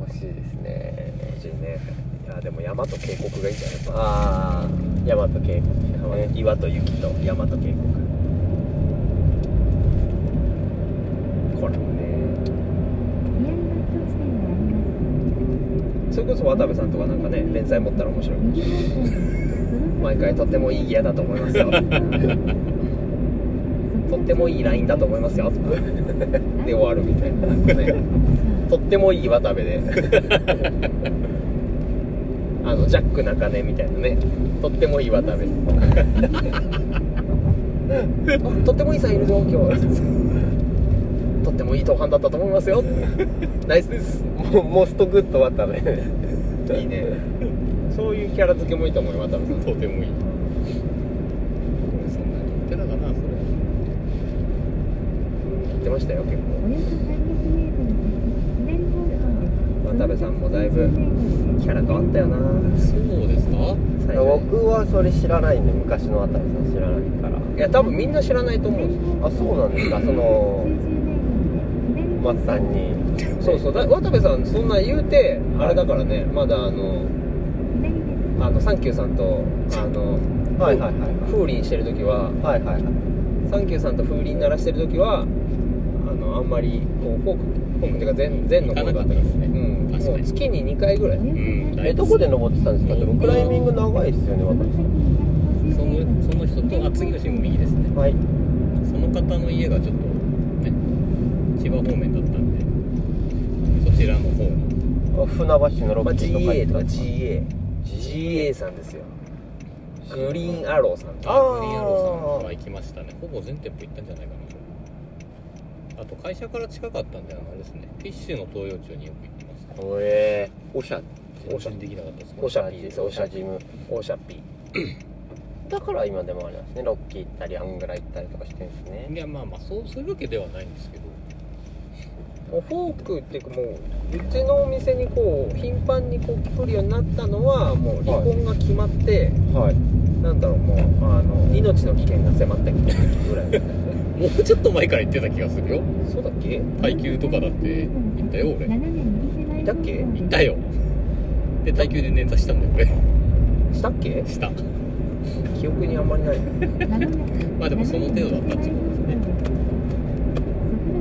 欲しいですね
欲しいねいやでも山と渓谷がいいんじゃないか
ああ大和渓谷ね
岩と雪と山と渓谷これねそれこそ渡部さんとかなんかね連載持ったら面白いかもしれない毎回とってもいいギアだと思い ます よとってもいいラインだと思いますよで終わるみたいななんかねとってもいい渡部で あのジャック中根みたいなねとってもいい渡部ととってもいいさんいるぞ今日 とってもいい登板だったと思いますよ ナイスです
もうモストグッド渡部
いいねそういうキャラ付けもいいと思うよ渡部さん
とてもいい俺そんなに言ってたかなそれ
言ってましたよ結構渡部さんもだいぶキャラ変わったよな
そうですか
最初に
僕はそれ知らないんで昔の渡部さん知らないから
いや多分みんな知らないと思うんですよ
あそうなんですかその松さんに
そうそうだ渡部さんそんな言うてあれだからねまだあのあのサンキューさんとあの
はいはいはいはい
風鈴してる時は
はいはいはい
サンキューさんと風鈴鳴らしてる時はあのあんまりこうフォークフォークっていうか全全の声があったからですね、うん、
確かに
もう月に2回ぐらい
うん
えどこで登ってたんですかでもクライミング長いですよね
そのその人とあ次のシーンも右ですね
私はい
その方の家がちょっとね千葉方面だったんでそちらの方に
船橋のロ
まあ、
ッキーとか
GA とか
行ったり
GAGA さんですよグリーンアローさんとか
あー
グリーンアローさんから行きましたねほぼ全店舗行ったんじゃないかなあと会社から近かったんであのあれですねフィッシュの東洋町によく行ってました
おえー、おしゃ
全然できなかったですね
オシャピーですオ
お
シ
し
ャ
ゃ
ジ
ジム
オシャピー
だから今でもあれなんですねロッキー行ったりアングラ行ったりとかしてるんですね
いやまあまあそうするわけではないんですけど
もうフォークっていうかもううちのお店にこう頻繁にこう来るようになったのはもう離婚が決まって、
はい
なんだろうもうあの命の危険が迫ってきてるぐらい
もうちょっと前から行ってた気がするよ
そうだっけ
耐久とかだって行ったよ俺
いたっけ
行ったよで耐久で捻挫したんだよ俺
したっけ
した
記憶にあんまりない
まあでもその程度だったってことですね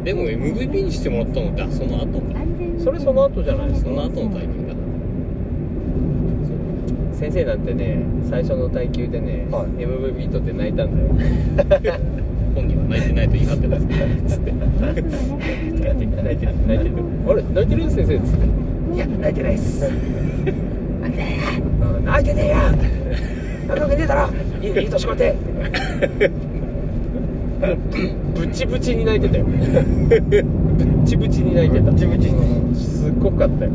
でも MVP にしてもらったのってあその後か
それその後じゃないです
そ
か
の後のタイミングだ
先生なんてね最初の耐久でね、
はい
MVP 取って泣いたんだよ
本人は泣いてないと言い張ってますけどつって
泣いてる泣いてる泣いてるあれ泣いてる先生っつっていや泣いてないっす泣いてねえや泣いてねえや泣くわけねえだろいいいい年こいてブチブチに泣いてたよブチブチに泣いてたブチブチすっごかったよ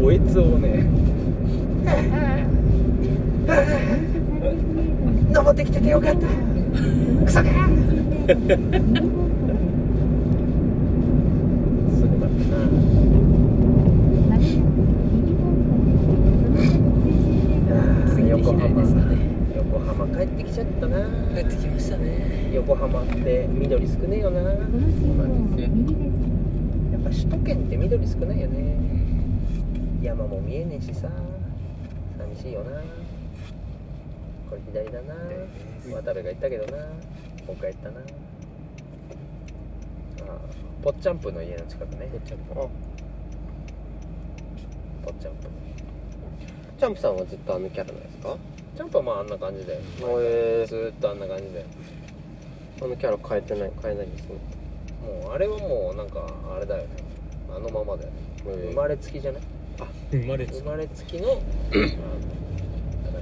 おえつをね登ってきててよかったクソがすごかったな
左方向です。
ですかね
横浜帰ってきちゃったな
帰ってきましたね
横浜って緑少ねえよなやっ
この信号を右です。
ぱ首都圏って緑少ないよね山も見えねえしさ寂しいよなこれ左だな渡部が言ったけどな僕が言ったなああぽっちゃんぷの家の近くねぽっちゃんぽっちゃんぷ
チャンプさんはずっとあのキャラなんですか
ちゃんぽはまああんな感じだよ
え
ずーっとあんな感じだよ
あのキャラ変えてない変えないんですね
もうあれはもうなんかあれだよねあのままだよね生まれつきじゃない
生まれ
生まれつきのあのなんか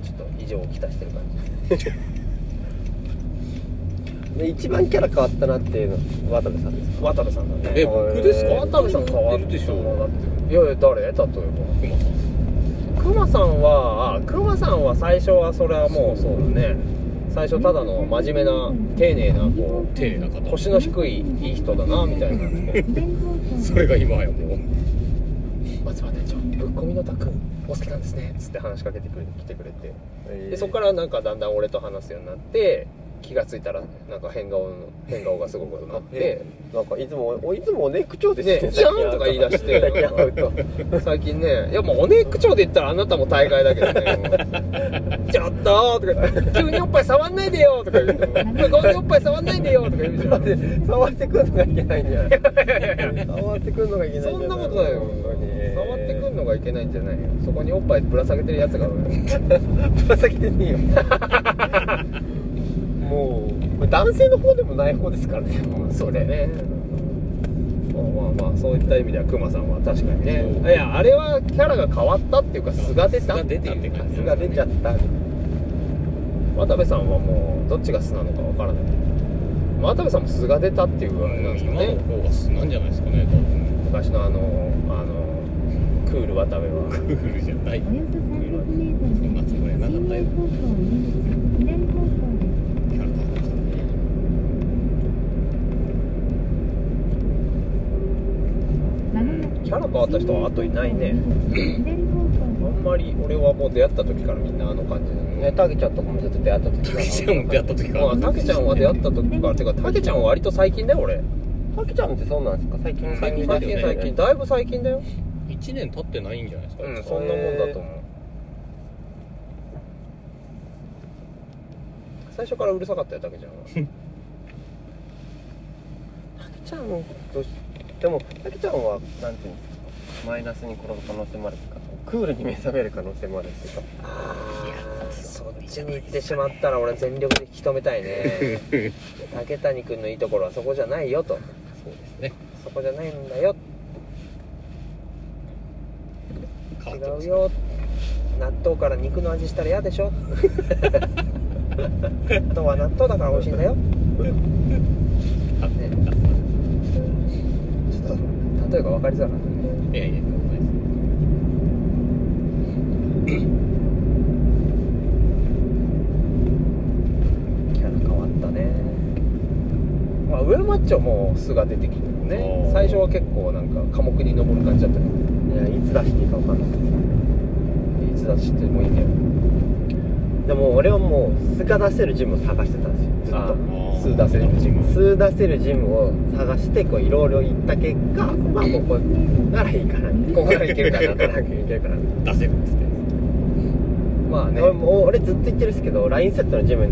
ちょっと異常をきたしてる感じ
で一番キャラ変わったなっていうのは渡部さんですか
渡部さんだね
え僕ですか
渡部さん変わって
出るでしょ
だっていやいや誰例えばクマさんはあクマさんは最初はそれはもうそうだね最初ただの真面目な丁寧なこう
丁寧な方
腰の低いいい人だなみたいな
それが今やもう
松葉店長ぶっ込みのタクお好きなんですねつって話しかけてくれて来てくれてでそこからなんかだんだん俺と話すようになって気がついたらなんか変顔の変顔がすごくなって
なんかいつもおいつもおね口調で
「
す
ねじゃん!」とか言い出して
抱き合うと
最近ねいやもうおねえ口調で言ったらあなたも大概だけどね「ちょっと!」とか「急におっぱい触んないでよ!」とか言うて「こんにおっぱい触んないでよ!」とか言うじゃん
触ってくるのがいけ ないんじゃない触ってくるのがいけない
そ
じ
んな
ゃ
いことだよ
本当に
触ってくんのがいけないんじゃないよそこにおっぱいぶら下げてるやつがおる
ぶら下げてねえよもうこれ男性の方でもない方ですからねもうそれ
ねまあまあまあそういった意味ではクマさんは確かにねいやあれはキャラが変わったっていうか素が出たってい
素が出たって
う
感じ
素が出ちゃった
渡部さんはもうどっちが素なのかわからない渡部さんも素が出たっていうあれなんですか
今の
ね
方が素なんじゃないですかね多分
昔のあのあのクール渡部は
クールじゃない
およそ300メートル
今つまりなかったよ
方向右です。左方向です。
キャラ変わってましたね
まもなく
キャラ変わった人は後いないね
左方
あんまり俺はもう出会った時からみんなあの感じだね
ねタケちゃんとかもちょっと出会った時
竹ちゃんも出会った時か
ま
ら
あタケちゃんは出会った時からてかタケちゃんは割と最近だよ俺
タケちゃんってそうなんですか最近
最近
最近最近だいぶ最近だよ
1年経ってないんじゃないですか、
うんそんなもんだと思う最初からうるさかったよタケち ゃんは
タケちゃんとしでもタケちゃんはなんていうんですかマイナスに転ぶ可能性もあるっていうかクールに目覚める可能性もあるっていうか
あーそっちに行ってしまったら俺全力で引き止めたい ね竹谷君のいいところはそこじゃないよと
そうですね
そこじゃないんだよ
変わってま
違う
す
よ納豆から肉の味したら嫌でし ょ納豆は納豆だから美味しいんだ よ、ね、ちょっと例えが分かりづらかったね
いやいやそうです
キャラ変わったねまあ上マッチョも素が出てきてる
お
ね
ー
最初は結構なんか科目に登る感じだったけど
いやいつ出していいか分かんない
いつだしってもいいね
でも俺はもう素が出せるジムを探してたんですよずっ
あ
と
あー
素出せるジム
数出せるジムを探してこういろいろ行った結果まあここならいいかな
ここからいけるか な
ならいけるかな
出せるんですね
まあね
俺も俺ずっと言ってるんですけどラインセットのジム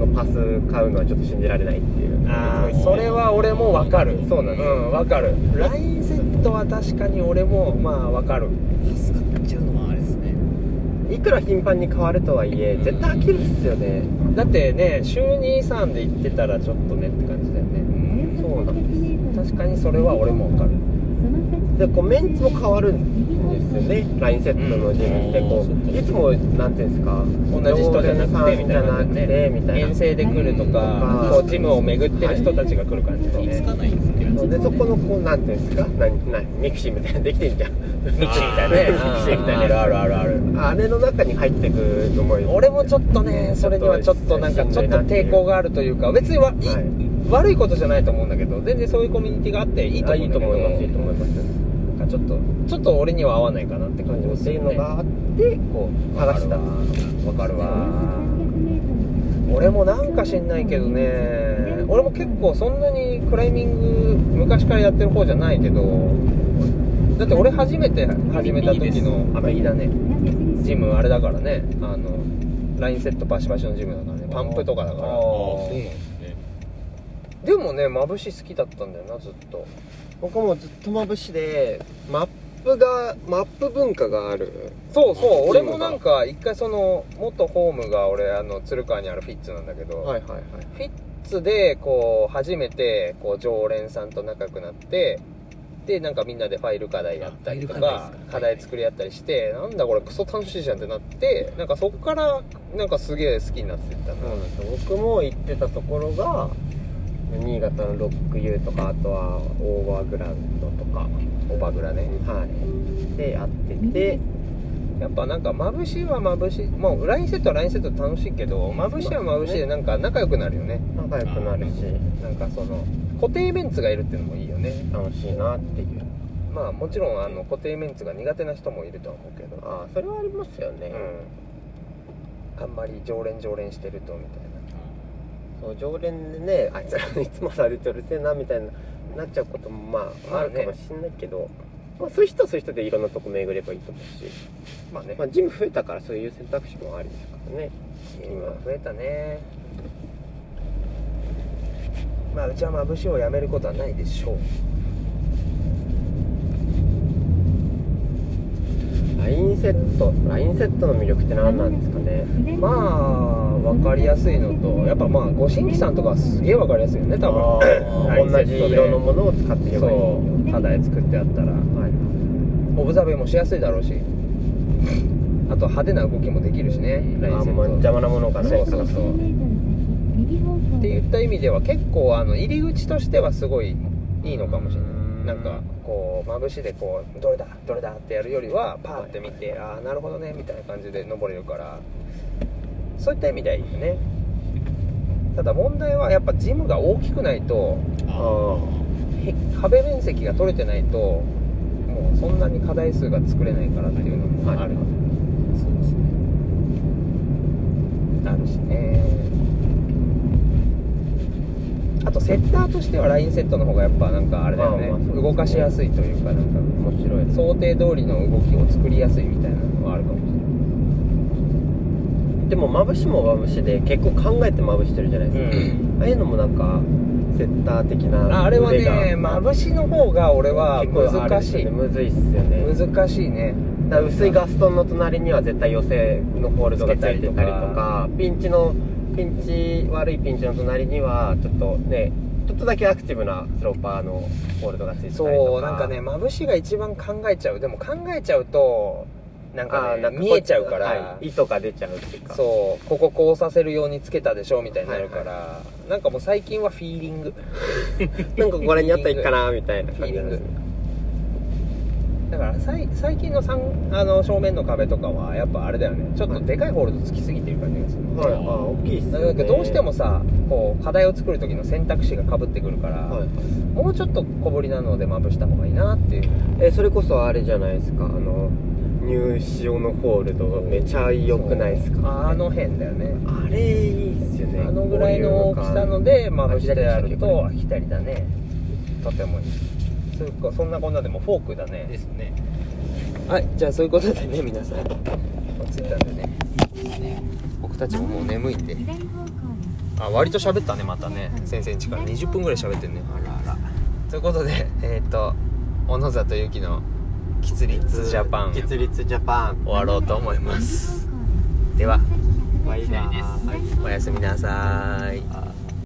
のパス買うのはちょっと信じられないっていう
あーそれは俺も分かる
そうなんですよ
ん分かるラインセットは確かに俺もまあ分かる
助かっちゃうのはあれですね
いくら頻繁に変わるとはいえ絶対飽きるっすよね
だってね週23で行ってたらちょっとねって感じだよね
そうなんです
です
確かにそれは俺も分かる
でこうメンツも変わるんですよねラインセットのジムってこ
うん
ういつもなんていうんですか
同じ人じゃなくてみたいな
常連さんじゃなくてみたいな
遠征で来るとか
うん
こうジムを巡ってる人たちが来る感じだ
気
ね
つかないんですね
でそこのこうなんていうんですか何何ミクシーみたいなのできてんじゃんミ
キシーみたいな
ね
ミクシーみたいな
あるあるあるある
あれの中に入ってくと思うよ
俺もちょっとねそれにはちょっとなんかちょっと抵抗があるというか別にわ、いい
はい
悪いことじゃないと思うんだけど全然そういうコミュニティがあっていいと
あ
思う
い
ん
い
だけ
と
ど
思いますいいと思います
かちょっとちょっと俺には合わないかなって感じもす
ってい
る
う
よね
のがあってこう探してたんですわかるわ
俺もなんか知んないけどね俺も結構そんなにクライミング昔からやってる方じゃないけどだって俺初めて始めた時のあ右だねジムあれだからねあのラインセットバシバシのジムだからねパンプとかだから
そうなんですね
でもねまぶし好きだったんだよなずっと
僕もずっとまぶしでマップがマップ文化がある
そうそう
ジ
俺
ムが
もなんか一回その元ホームが俺あの鶴川にあるフィッツなんだけど、
はいはいはい
フィッツでこう初めてこう常連さんと仲良くなってでなんかみんなでファイル課題やったりとか
あファイル課題ですか
課題作り合ったりして、なんだこれクソ楽しいじゃんってなってなんかそこからなんかすげえ好きになっていったな
そうなんですよ僕も行ってたところが新潟のロック U とかあとはオーバーグラウンドとか
オバグラね
はいでやってて
やっぱなんか眩しいは眩しいもうラインセットはラインセットで楽しいけど眩しいは眩しいでなんか仲良くなるよね
仲良くなるし
なんかその固定メンツがいるっていうのもいいよね
楽しいなっていう
まあもちろんあの固定メンツが苦手な人もいるとは思うけど
ああそれはありますよね、
うんあんまり常連常連してるとみたい
そう常連でねあいつらいつもされてるせえなみたいななっちゃうこともまあ
ま
あ
あ
る
ね
かもしんないけど、まあ、そういう人はそういう人でいろんなとこ巡ればいいと思うし、
なまあね
まあ、ジム増えたからそういう選択肢もありですからね
今増えたねまあうちはまぶしをやめることはないでしょう
ラインセットラインセットの魅力って何なんですかね
まあ分かりやすいのとやっぱまあご新規さんとかはすげえ分かりやすいよね多分
あー同じ色のものを使っていけばいいよ
そう課題作ってあったら
はい
オブザベもしやすいだろうしあと派手な動きもできるしねライ
あ
ン
ん
セ
ま
ッ
邪
ト
魔なものがない
そうそうそうって言った意味では結構あの入り口としてはすごいいいのかもしれないなんかこうまぶしでこうどれだどれだってやるよりはパーって見てああなるほどねみたいな感じで登れるからそういった意味ではいいよねただ問題はやっぱジムが大きくないと
あ
へ壁面積が取れてないともうそんなに課題数が作れないからっていうのもある、そうですねあるしねあとセッターとしてはラインセットの方がやっぱなんかあれだよね,、
まあまあそうですね
動かしやすいというかなんか
あ面白い
想定通りの動きを作りやすいみたいなのはあるかもしれない
でもまぶしもまぶしで結構考えてまぶしてるじゃないですか、ああいうのもなんかセッター的な
ああれはね
腕が
まぶしの方が俺は
結構あるん
難
で
し
す
い、
よねむずいっすよね
難しいね
だから薄いガストンの隣には絶対寄せのホールドがついてたりと
つけたりと
かピンチのピンチ悪いピンチの隣にはちょっとねちょっとだけアクティブなスローパーのホールドがついてたりとか
そうなんかねまぶしが一番考えちゃうでも考えちゃうとなん
あ
か,、
ー
ね、
なんかこ
見えちゃうから、
はい、糸が出ちゃうっていうか
そうこここうさせるようにつけたでしょみたいになるから、なんかもう最近はフィーリング
なんかこれにあったらいいかなみたいな
フィ
感
ー
じ
リ
なん
ン
で
グ
すね
だからさい最近のさんあの正面の壁とかはやっぱあれだよねちょっとでかいホールドつきすぎてる感じがする、
はい、あー大きいっすよ、ね、
なんかどうしてもさこう課題を作る時の選択肢がかぶってくるから、
はい
もうちょっと小ぶりなのでまぶした方がいいなっていう
えそれこそあれじゃないですかあの入塩のホールドがめちゃ良くないですか
あの辺だよね
あれいいっすよね
あのぐらいの大きさのでまぶしてやると
あ
あ左だねとてもいいそういうかそんなこんなでもフォークだね
ですね
はいじゃあそういうことでね皆さん落ちたんでね僕たちももう眠いんであ割と喋ったねまたね先生んちから20分ぐらい喋ってんねあらあらということでえっ、と小野里由紀の「キツリツジャパン」終
結立ジャパン
わろうと思いますでは
バイバイ
おやすみなさーい